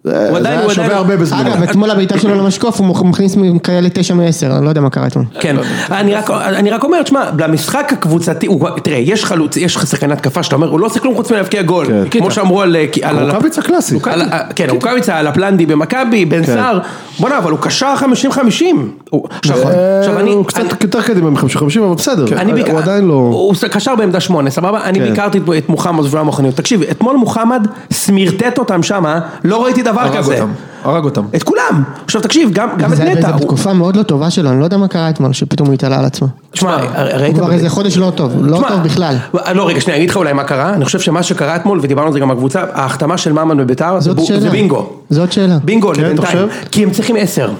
Speaker 2: אה, זה
Speaker 1: עדיין-
Speaker 2: היה
Speaker 1: הוא
Speaker 2: שווה
Speaker 1: עדיין-
Speaker 2: הרבה בזמנו.
Speaker 4: אגב, אתמול הבעיטה שלו למשקוף, הוא מוכ- מכניס מ- כאלה 9 מ-10, אני לא יודע מה קרה אתמול.
Speaker 1: כן,
Speaker 2: לא.
Speaker 1: אני רק, אני רק אומר, תשמע, למשחק הקבוצתי, הוא, תראה, יש חלוץ, יש לך שחקן התקפה שאתה אומר, הוא לא עושה כלום חוץ מלהבקיע גול,
Speaker 2: כן.
Speaker 1: כמו שאמרו על... על- על-
Speaker 2: רוקאביץ הקלאסי.
Speaker 1: על- כן, רוקאביצה, על הפלנדי במכבי, בן
Speaker 2: כן.
Speaker 1: סער, בואנה, אבל הוא קשר 50-50. הוא- עכשיו, עכשיו אני...
Speaker 2: אה, הוא קצת
Speaker 1: אני- כן,
Speaker 2: יותר קדימה מ-50-50 אבל בסדר,
Speaker 1: אני
Speaker 2: הוא
Speaker 1: ביקר-
Speaker 2: עדיין לא...
Speaker 1: הוא קשר בעמדה שמונה, סבבה? אני
Speaker 2: כן.
Speaker 1: ביקרתי את- את מוחמד והמוכניות. תקשיב, אתמול מוחמד סמירטט אותם שמה, לא ראיתי דבר
Speaker 3: הרג
Speaker 1: כזה.
Speaker 3: אותם, הרג אותם.
Speaker 1: את כולם. עכשיו תקשיב, גם גם את
Speaker 4: זה
Speaker 1: נטע.
Speaker 4: זה
Speaker 1: הוא-
Speaker 4: בתקופה מאוד לא טובה שלו, אני לא יודע מה קרה אתמול, שפתאום הוא התעלה על עצמו.
Speaker 1: תשמע, ראית...
Speaker 4: הוא כבר איזה חודש לא טוב, לא
Speaker 1: כן, תשמע,
Speaker 4: טוב בכלל.
Speaker 1: לא, רגע, שנייה, אני אגיד לך אולי מה קרה. אני חושב שמה שקרה אתמול, ודיברנו על זה גם בקבוצה, ההחתמה של ממן בביתר, זה
Speaker 4: זאת
Speaker 1: בו-
Speaker 4: שאלה.
Speaker 1: זה בינגו.
Speaker 4: זאת שאלה.
Speaker 1: בינגו
Speaker 2: כן, אתה
Speaker 1: לבינתיים.
Speaker 2: חושב?
Speaker 1: כי הם צריכים עשר.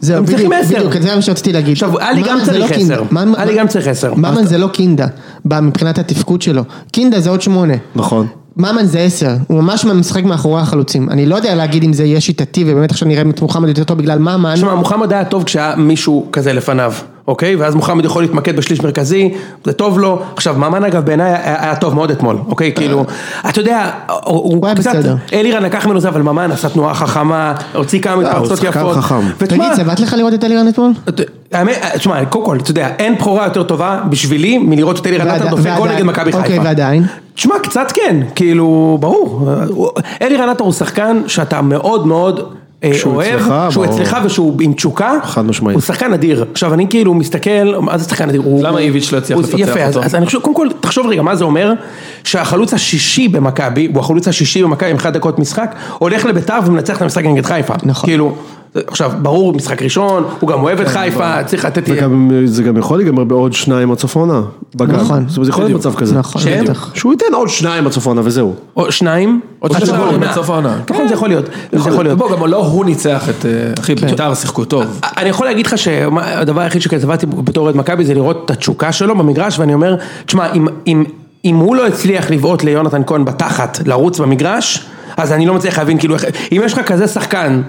Speaker 4: זהו,
Speaker 1: הם צריכים
Speaker 4: בדיוק,
Speaker 1: עשר.
Speaker 4: בדיוק, כן, זה מה שרציתי להגיד.
Speaker 1: עכשיו, אלי
Speaker 4: ממן
Speaker 1: גם
Speaker 4: זה
Speaker 1: צריך
Speaker 4: לא
Speaker 1: עשר.
Speaker 4: קינדה. ממן-
Speaker 1: אלי גם צריך עשר.
Speaker 4: ממן זה לא קינדה, ב- מבחינת התפקוד שלו. קינדה זה עוד שמונה.
Speaker 2: נכון.
Speaker 1: כן.
Speaker 4: ממן זה עשר, הוא ממש משחק מאחורי החלוצים. אני לא יודע להגיד אם זה יהיה שיטתי, ובאמת עכשיו נראה את מוחמד יותר טוב בגלל ממן.
Speaker 1: תשמע, מוחמד היה טוב כשהיה מישהו כזה לפניו, אוקיי? ואז מוחמד יכול להתמקד בשליש מרכזי, זה טוב לו. עכשיו, ממן אגב בעיניי היה היה טוב מאוד אתמול, אוקיי? כאילו, אתה יודע, הוא
Speaker 4: הוא היה
Speaker 1: קצת...
Speaker 4: בסדר.
Speaker 1: אלירן לקח ממנו זה, אבל ממן עשה תנועה חכמה, הוציא כמה
Speaker 2: אה, הוא
Speaker 1: מתפרצות
Speaker 2: שחקן
Speaker 1: יפות.
Speaker 2: חכם.
Speaker 1: ותשמע,
Speaker 4: תגיד, צבט לך לראות את אלירן אתמול?
Speaker 1: אה, האמת, תשמע, קודם כל, אתה יודע, אין בכורה יותר טובה בשבילי מלראות את אלירן עטר
Speaker 4: ועדי-
Speaker 1: דופק גול
Speaker 4: ועדיין-
Speaker 1: נגד מכבי חיפה.
Speaker 4: אוקיי, ועדיין?
Speaker 1: תשמע, קצת כן, כאילו, ברור. הוא- אלירן עטר הוא שחקן שאתה מאוד מאוד אה,
Speaker 2: שהוא
Speaker 1: אוהב,
Speaker 2: אצלך,
Speaker 1: שהוא
Speaker 2: ברור.
Speaker 1: אצלך ושהוא עם תשוקה.
Speaker 2: חד משמעית.
Speaker 1: הוא שחקן אדיר. עכשיו, אני כאילו מסתכל, מה זה שחקן אדיר? הוא-
Speaker 3: למה
Speaker 1: הוא-
Speaker 3: איביץ' לא הצליח
Speaker 1: הוא-
Speaker 3: לפצח
Speaker 1: יפה, אז-
Speaker 3: אותו?
Speaker 1: אז אני חושב, קודם כל, תחשוב רגע, מה זה אומר? שהחלוץ השישי במכבי, הוא החלוץ השישי במכבי עם 1 דקות משחק, הולך לביתר ומנצח את המשחק נגד חיפה.
Speaker 4: נכון.
Speaker 1: כאילו, עכשיו, ברור, משחק ראשון, הוא גם אוהב את חיפה, צריך לתת...
Speaker 2: וגם זה גם יכול להיגמר בעוד שניים עד סוף העונה. בגג.
Speaker 4: נכון.
Speaker 2: זאת אומרת, יכול להיות מצב כזה.
Speaker 4: נכון,
Speaker 1: כן. שהם?
Speaker 4: בטח.
Speaker 2: שהוא ייתן עוד שניים עד סוף העונה וזהו.
Speaker 1: או שניים,
Speaker 3: עוד
Speaker 1: עד
Speaker 3: שלושה
Speaker 1: סוף
Speaker 3: גולים
Speaker 1: העונה.
Speaker 3: עד סוף העונה.
Speaker 1: נכון, זה יכול להיות, זה יכול להיות. כן.
Speaker 3: בוא, גם לא הוא ניצח את... אה, אחי, בית"ר שיחקו טוב.
Speaker 1: אני יכול להגיד לך שהדבר היחיד שכתבתי בתור אוהד מכבי זה לראות את התשוקה שלו במגרש, ואני אומר, תשמע, אם, אם, אם הוא לא הצליח לבעוט ליונתן כהן בתחת, לרוץ במגרש, אז אני לא מצליח להבין, כאילו, איך- אם יש לך כזה שחקן...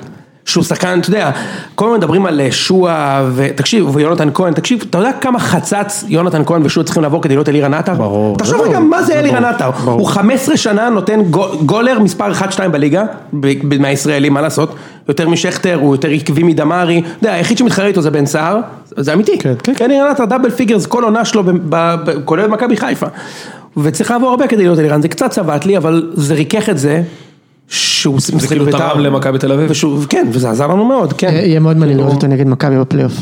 Speaker 1: שהוא שחקן, אתה יודע, כל הזמן מדברים על אה, שועה, ותקשיב, ויונתן כהן, תקשיב, אתה יודע כמה חצץ יונתן כהן ושועה צריכים לעבור כדי להיות אלירן עטר?
Speaker 2: ברור.
Speaker 1: תחשוב
Speaker 2: ברור.
Speaker 1: רגע, מה זה
Speaker 2: ברור.
Speaker 1: אלירן עטר?
Speaker 2: ברור.
Speaker 1: הוא 15 שנה נותן גו- גולר מספר 1-2 בליגה, ב- ב- מהישראלים, מה לעשות? יותר משכטר, הוא יותר עקבי מדמרי, אתה יודע, היחיד שמתחרה איתו זה בן סער, זה אמיתי.
Speaker 2: כן, כן.
Speaker 1: אלירן עטר דאבל פיגרס כל עונה שלו, ב- ב- ב- כולל במכבי חיפה. וצריך לעבור הרבה כדי להיות אלירן, זה קצת צבט לי, אבל זה ריכך את זה. שהוא משחק
Speaker 3: כאילו
Speaker 1: בבית"ר.
Speaker 3: תרם למכבי אה, תל אביב?
Speaker 1: ושוב, כן, וזה עזר לנו מאוד, כן.
Speaker 4: יהיה מאוד מעניין לראות אותו נגד מכבי בפלייאוף.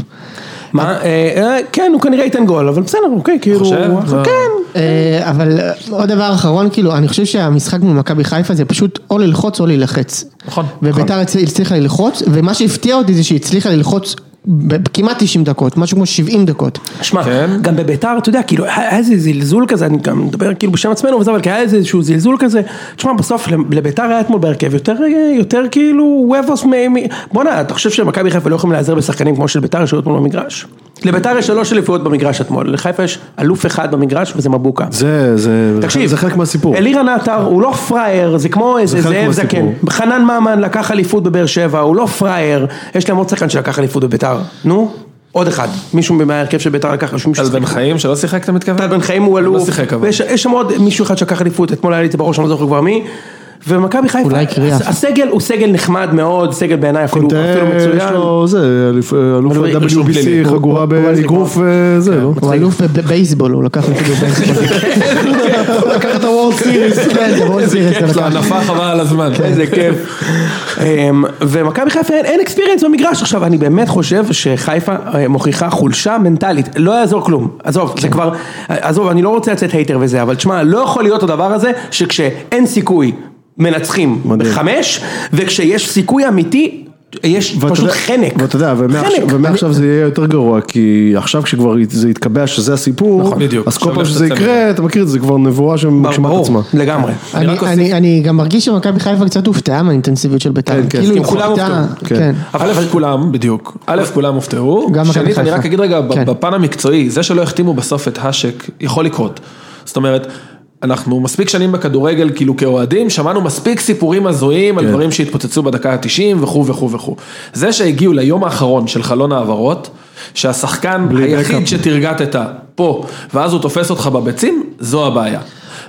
Speaker 1: מה, אה, אה, כן, הוא כנראה ייתן גול, אבל בסדר, אוקיי, כאילו...
Speaker 3: חושב?
Speaker 1: הוא-
Speaker 3: לא.
Speaker 1: כן.
Speaker 4: אה, אבל אה, עוד דבר אחרון, כאילו, אני חושב שהמשחק מול מכבי חיפה זה פשוט או ללחוץ או להילחץ.
Speaker 3: נכון,
Speaker 4: וביתר הצ- הצליחה ללחוץ, ומה שהפתיע אותי זה שהיא הצליחה ללחוץ ב- כמעט 90 דקות, משהו כמו 70 דקות.
Speaker 1: שמע,
Speaker 3: כן.
Speaker 1: גם בביתר, אתה יודע, כאילו, היה היה איזה זלזול כזה, אני גם מדבר כאילו בשם עצמנו וזה, אבל כי היה איזשהו זלזול כזה, תשמע, בסוף לביתר היה אתמול בהרכב יותר, יותר כאילו, וובוס מ... מ- בואנה, אתה חושב שמכבי חיפה לא יכולים להיעזר בשחקנים כמו של ביתר, שהיו אתמול במגרש? לביתר יש שלוש אליפויות במגרש אתמול, לחיפה יש אלוף אחד במגרש וזה מבוקה.
Speaker 2: זה, זה,
Speaker 1: תקשיב,
Speaker 2: זה חלק מהסיפור.
Speaker 1: אלירן עטר הוא לא פראייר, זה כמו איזה
Speaker 2: זה חלק
Speaker 1: זאב זקן.
Speaker 2: מהסיפור.
Speaker 1: חנן ממן לקח אליפות בבאר שבע, הוא לא פראייר, יש להם עוד שחקן שלקח אליפות בביתר. נו, עוד אחד. מישהו מההרכב של ביתר לקח, מישהו
Speaker 3: טל בן חיים שלא שיחק אתה מתכוון?
Speaker 1: טל בן חיים
Speaker 2: לא
Speaker 1: הוא אלוף.
Speaker 3: שיחק, אבל.
Speaker 1: ויש יש שם עוד מישהו אחד שלקח אליפות, אתמול היה לי את זה בראש, אני לא זוכר כבר מי. ומכבי חיפה,
Speaker 4: אולי קריאף.
Speaker 1: הס- הסגל הוא סגל נחמד מאוד, סגל בעיניי אפילו
Speaker 2: קונטה,
Speaker 1: אפילו
Speaker 2: יש
Speaker 1: מצוין.
Speaker 2: לו זה, אלוף- אלוף
Speaker 1: אלוף- רישום פלילי.
Speaker 2: ה-WBC, חגורה
Speaker 1: הוא- כן. הוא- הוא-
Speaker 2: באגרוף אה, זה, לא?
Speaker 4: הוא אלוף בב- בבייסבול, הוא לקח אפילו בייסבול. הוא לקח את הוורד סיריס. כן, זה וורד סיריס. הוא
Speaker 3: יש לו
Speaker 4: לקח.
Speaker 3: הנפה חבל לא, על הזמן.
Speaker 1: איזה כיף. אמ, ומכבי חיפה אין- אין אקספיריאנס במגרש עכשיו, אני באמת חושב שחיפה אה, מוכיחה חולשה מנטלית, לא יעזור כלום, עזוב, זה כבר, עזוב, אני לא רוצה לצאת הייטר וזה, אבל תשמע, לא יכול להיות הדבר הזה שכשאין סיכוי מנצחים
Speaker 2: מדהים.
Speaker 1: בחמש, וכשיש סיכוי אמיתי, יש
Speaker 2: ואתה
Speaker 1: פשוט
Speaker 2: יודע-
Speaker 1: חנק.
Speaker 2: ואתה יודע, ומעכשיו-
Speaker 1: חנק.
Speaker 2: ומעכשיו זה יהיה יותר גרוע, כי עכשיו כשכבר זה יתקבע שזה
Speaker 1: נכון.
Speaker 2: הסיפור,
Speaker 3: בדיוק.
Speaker 2: אז כל
Speaker 3: עכשיו
Speaker 2: פעם שזה
Speaker 3: לפצל.
Speaker 2: יקרה, אתה מכיר את זה, זה כבר נבואה שמגשימה את
Speaker 1: ברור,
Speaker 2: עצמה.
Speaker 1: לגמרי.
Speaker 3: אני
Speaker 4: אני-
Speaker 3: רק אוסיף-
Speaker 4: אני- אני גם מרגיש שמכבי חיפה קצת הופתעה מהאינטנסיביות של ביתר.
Speaker 2: כן, כן.
Speaker 4: כאילו,
Speaker 2: כי
Speaker 4: היא
Speaker 1: כולם
Speaker 4: הופתעה,
Speaker 1: הופתעו.
Speaker 2: כן.
Speaker 4: כן.
Speaker 3: א', כולם, בדיוק, א', כולם הופתעו,
Speaker 4: גם מכבי
Speaker 3: שנית, אני
Speaker 4: חיפה.
Speaker 3: רק אגיד רגע, ב-
Speaker 4: כן.
Speaker 3: בפן המקצועי, זה שלא החתימו בסוף את האשק, יכול לקרות. זאת אומרת, אנחנו מספיק שנים בכדורגל, כאילו כאוהדים, שמענו מספיק סיפורים הזויים
Speaker 4: כן.
Speaker 3: על דברים שהתפוצצו בדקה ה-90 וכו' וכו' וכו'. זה שהגיעו ליום האחרון של חלון העברות, שהשחקן היחיד שתרגטת פה, ואז הוא תופס אותך בביצים, זו הבעיה.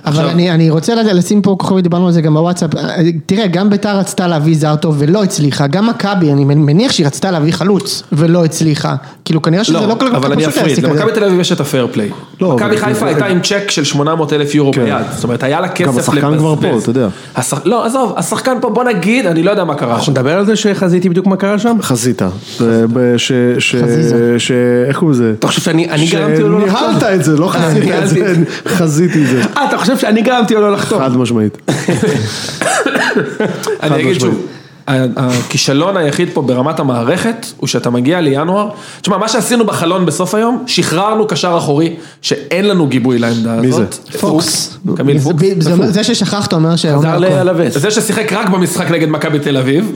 Speaker 4: אבל אני, אני רוצה לדע- לשים פה כוכבי, דיברנו על זה גם בוואטסאפ, אה, תראה, גם ביתר רצתה להביא זר טוב ולא הצליחה, גם מכבי, אני מניח שהיא רצתה להביא חלוץ ולא הצליחה, כאילו כנראה שזה לא, כל כך
Speaker 3: אבל אני
Speaker 4: פשוט
Speaker 3: אפריד,
Speaker 4: להעסיק את זה.
Speaker 3: למכבי תל אביב יש את הפייר פליי.
Speaker 2: לא,
Speaker 3: מכבי
Speaker 2: אבל- כן.
Speaker 3: חיפה הייתה עם צ'ק של 800 אלף יורו ביד, זאת אומרת היה לה כסף לבזבז.
Speaker 2: השחקן כבר פה, אתה יודע.
Speaker 3: השח- לא, עזוב, השחקן פה, בוא נגיד, אני לא יודע מה קרה
Speaker 2: נכון,
Speaker 3: שם.
Speaker 1: נדבר על זה שחזיתי בדיוק מה קרה שם?
Speaker 2: חזיתה. זה ב- ש... ש...
Speaker 4: חזיזה.
Speaker 2: ש... איך קוראים לזה?
Speaker 1: אתה חושב שאני אני גרמתי לו לא לחתום?
Speaker 2: שניהלת את זה, לא חזית את
Speaker 1: ניהלתי
Speaker 2: זה,
Speaker 1: את
Speaker 2: חזיתי את זה,
Speaker 1: אה, אתה חושב שאני גרמתי לו לא לחתום?
Speaker 2: חד משמעית.
Speaker 3: אני אגיד
Speaker 2: משמעית.
Speaker 3: שוב. ה- הכישלון היחיד פה ברמת המערכת הוא שאתה מגיע לינואר, תשמע מה שעשינו בחלון בסוף היום, שחררנו קשר אחורי שאין לנו גיבוי לעמדה
Speaker 2: מי
Speaker 3: הזאת.
Speaker 2: זה?
Speaker 4: פוקס.
Speaker 3: קמיל
Speaker 4: זה-
Speaker 3: פוקס.
Speaker 4: זה- זה ששכחת אומר שהיום
Speaker 1: חזר
Speaker 4: הכל.
Speaker 1: לאלווס.
Speaker 3: זה ששיחק רק במשחק נגד מכבי תל אביב,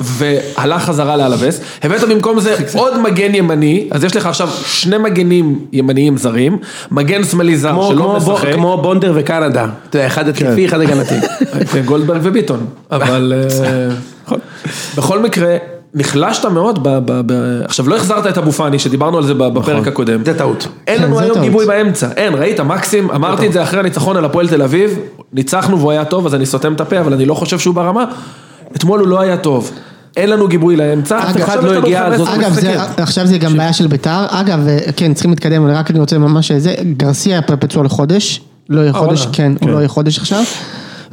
Speaker 3: והלך חזרה לאלווס, הבאת במקום זה עוד מגן ימני, אז יש לך עכשיו שני מגנים ימניים זרים, מגן שמאלי זר
Speaker 1: כמו,
Speaker 3: שלא
Speaker 1: כמו, בו,
Speaker 3: משחק,
Speaker 1: כמו בונדר וקנדה, אתה יודע, אחד
Speaker 2: כן.
Speaker 1: התקפי, אחד הגנתי.
Speaker 3: אה, גולדברג וביטון, אבל אה,
Speaker 1: נכון.
Speaker 3: בכל מקרה, נחלשת מאוד, ב, ב, ב... עכשיו לא החזרת את אבו פאני שדיברנו על זה ב- בפרק הקודם,
Speaker 1: נכון. זה טעות.
Speaker 3: אין לנו
Speaker 4: כן, זה
Speaker 3: היום
Speaker 4: טעות.
Speaker 3: גיבוי באמצע, אין, ראית, מקסים, אמרתי את זה אחרי הניצחון על הפועל תל אביב, ניצחנו והוא היה טוב, אז אני סותם את הפה, אבל אני לא חושב שהוא ברמה, אתמול הוא לא היה טוב, אין לנו גיבוי לאמצע,
Speaker 1: אף אחד
Speaker 3: עכשיו
Speaker 1: לא
Speaker 3: יש לנו
Speaker 1: הגיע,
Speaker 3: 15
Speaker 1: זאת
Speaker 4: אגב, זה,
Speaker 3: משחקים.
Speaker 4: עכשיו זה גם בעיה של ביתר, אגב, אה, כן, צריכים להתקדם, אבל רק אני רוצה ממש זה, גרסיה פ- פצוע לחודש, לא יהיה חודש,
Speaker 3: וואלה.
Speaker 4: כן, הוא לא יהיה חודש עכשיו,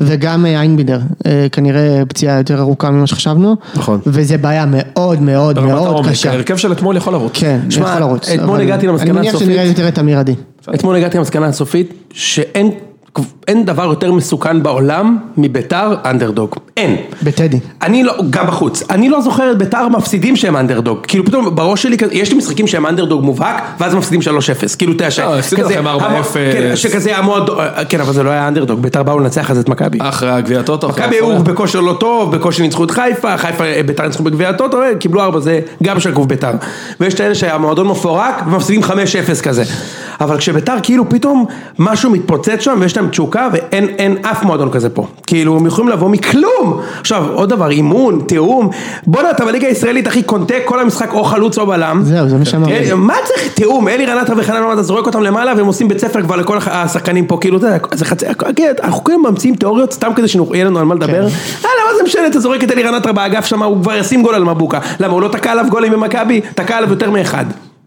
Speaker 4: וגם אה, איינבידר, אה, כנראה פציעה יותר ארוכה ממה שחשבנו,
Speaker 2: נכון.
Speaker 4: וזה בעיה מאוד מאוד
Speaker 3: ברמת
Speaker 4: מאוד
Speaker 3: העומק, כן.
Speaker 4: קשה.
Speaker 3: ההרכב של אתמול יכול לרוץ.
Speaker 4: כן,
Speaker 1: שמע,
Speaker 4: יכול לרוץ.
Speaker 1: אתמול
Speaker 4: אבל
Speaker 1: הגעתי למסקנה
Speaker 4: אני מניח
Speaker 1: הסופית.
Speaker 4: שנראה יותר את אמיר עדי.
Speaker 1: אתמול הגעתי למסקנה הסופית, שאין אין דבר יותר מסוכן בעולם מביתר אנדרדוג. אין.
Speaker 4: בטדי.
Speaker 1: אני לא, גם בחוץ, אני לא זוכר את ביתר מפסידים שהם אנדרדוג, כאילו פתאום בראש שלי, כזה- יש לי משחקים שהם אנדרדוג מובהק, ואז מפסידים 3-0, כאילו אתה יודע, ש-
Speaker 3: לא, הפסידו
Speaker 1: כזה-
Speaker 3: לכם 4-0.
Speaker 1: כן, שכזה המועד, כן אבל זה לא היה אנדרדוג, ביתר באו לנצח אז את מכבי,
Speaker 3: אחרי הגביע טוטו, אחרי
Speaker 1: מכבי
Speaker 3: הפועל.
Speaker 1: היו בכושר לא טוב, בכושר ניצחו את חיפה, חיפה אה, ביתר ניצחו בגביע הטוטו, אה, קיבלו ארבע, זה גם שקוף ביתר. ויש את האלה שהמועדון מפורק ומפסידים 5-0 כזה. אבל כשביתר כאילו פתאום משהו מתפוצץ שם ויש את להם תשוקה ואין אין אף מועדון כזה פה. כאילו, הם יכולים לבוא מכלום! עכשיו, עוד דבר, אימון, תיאום. בואנה, אתה בליגה הישראלית, אחי, קונטה כל המשחק או חלוץ או בלם.
Speaker 4: זהו, זה מה שאמרתי.
Speaker 3: כן.
Speaker 1: אלי- כן, מה צריך תיאום? אלי רנטה וחנן עמד, אתה זורק אותם למעלה והם עושים בית ספר כבר לכל הח- השחקנים פה, כאילו, אתה יודע, זה חצי, כן, אנחנו כאילו ממציאים תיאוריות סתם כדי שיהיה לנו על
Speaker 3: כן.
Speaker 1: מה לדבר. יאללה, מה זה משנה, אתה זורק את אלי רנטה באגף שם, הוא כבר ישים גול על מבוקה. למה, הוא לא תקע עליו גולים במכבי? תקע עליו יותר מאחד.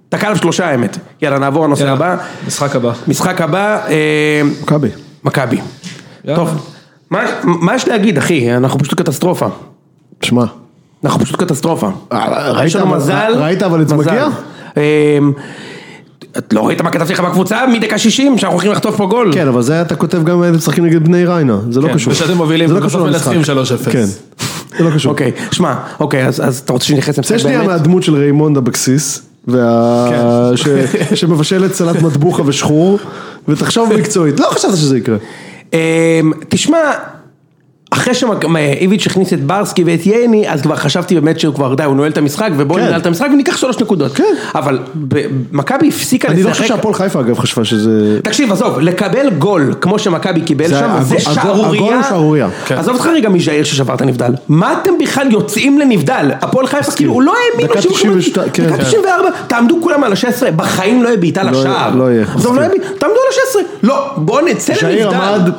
Speaker 1: תקע עליו שלושה האמת. יאללה, נעבור לנושא
Speaker 3: יאללה,
Speaker 1: הבא.
Speaker 3: משחק כן, הבא.
Speaker 1: משחק הבא, אה,
Speaker 2: מכבי.
Speaker 1: מכבי.
Speaker 3: יאללה.
Speaker 1: טוב, מה- מה יש להגיד, אחי? אנחנו פשוט קטסטרופה.
Speaker 2: שמע,
Speaker 1: אנחנו פשוט קטסטרופה.
Speaker 2: אה, ראית
Speaker 1: אה, יש לנו
Speaker 2: אבל-
Speaker 1: מזל.
Speaker 2: ראית אבל את
Speaker 1: מזל.
Speaker 2: מגיע?
Speaker 1: אמ, את לא ראית מה כתבתי לך בקבוצה מדקה 60 שאנחנו הולכים לחטוף פה גול?
Speaker 2: כן, אבל זה אתה כותב גם אם משחקים נגד בני ריינה, זה לא
Speaker 1: כן,
Speaker 2: קשור.
Speaker 3: ושאתם מובילים,
Speaker 2: זה לא
Speaker 3: ובסוף
Speaker 2: קשור למשחק.
Speaker 3: מנצחים 3-0.
Speaker 2: כן, זה לא קשור.
Speaker 1: אוקיי, שמע, אוקיי, אז אז אתה רוצה שנתייחס
Speaker 2: זה
Speaker 1: למשחק
Speaker 2: שנייה
Speaker 1: באמת?
Speaker 2: מהדמות של ריימונד אבקסיס, וה- ש- שמבשלת סלט מטבוחה ושחור, ותחשוב מקצועית, לא חשבת שזה יקרה.
Speaker 1: אמ, תשמע, אחרי שאיביץ' הכניס את ברסקי ואת ייני, אז כבר חשבתי באמת שהוא כבר, די, הוא נועל את המשחק, ובואו
Speaker 2: כן.
Speaker 1: ננהל את המשחק וניקח שלוש נקודות.
Speaker 2: כן.
Speaker 1: אבל ב- מכבי הפסיקה
Speaker 2: אני לא חושב שהפועל חיפה אגב חשבה שזה...
Speaker 1: תקשיב, עזוב, לקבל גול כמו שמכבי קיבל
Speaker 2: זה
Speaker 1: שם,
Speaker 2: הגול-
Speaker 1: זה
Speaker 2: הגול-
Speaker 1: שערורייה.
Speaker 2: הגול הוא שערורייה.
Speaker 3: כן.
Speaker 1: עזוב אותך רגע מז'איר ששבר את הנבדל. מה אתם בכלל יוצאים לנבדל? הפועל חיפה, כאילו, הוא לא
Speaker 2: דקה
Speaker 1: האמין שהוא...
Speaker 2: 92, כן.
Speaker 1: דקה
Speaker 2: כן.
Speaker 1: 94, תעמדו כולם על ה-16, בחיים לא יהיה בעיטה לשער.
Speaker 2: לא יהיה,
Speaker 1: עזוב,
Speaker 2: מסכים.
Speaker 1: לא יהיה בעיטה, תעמדו על ה-16. לא, בואו נצא
Speaker 2: שהעיר
Speaker 1: לנבדל.
Speaker 2: עמד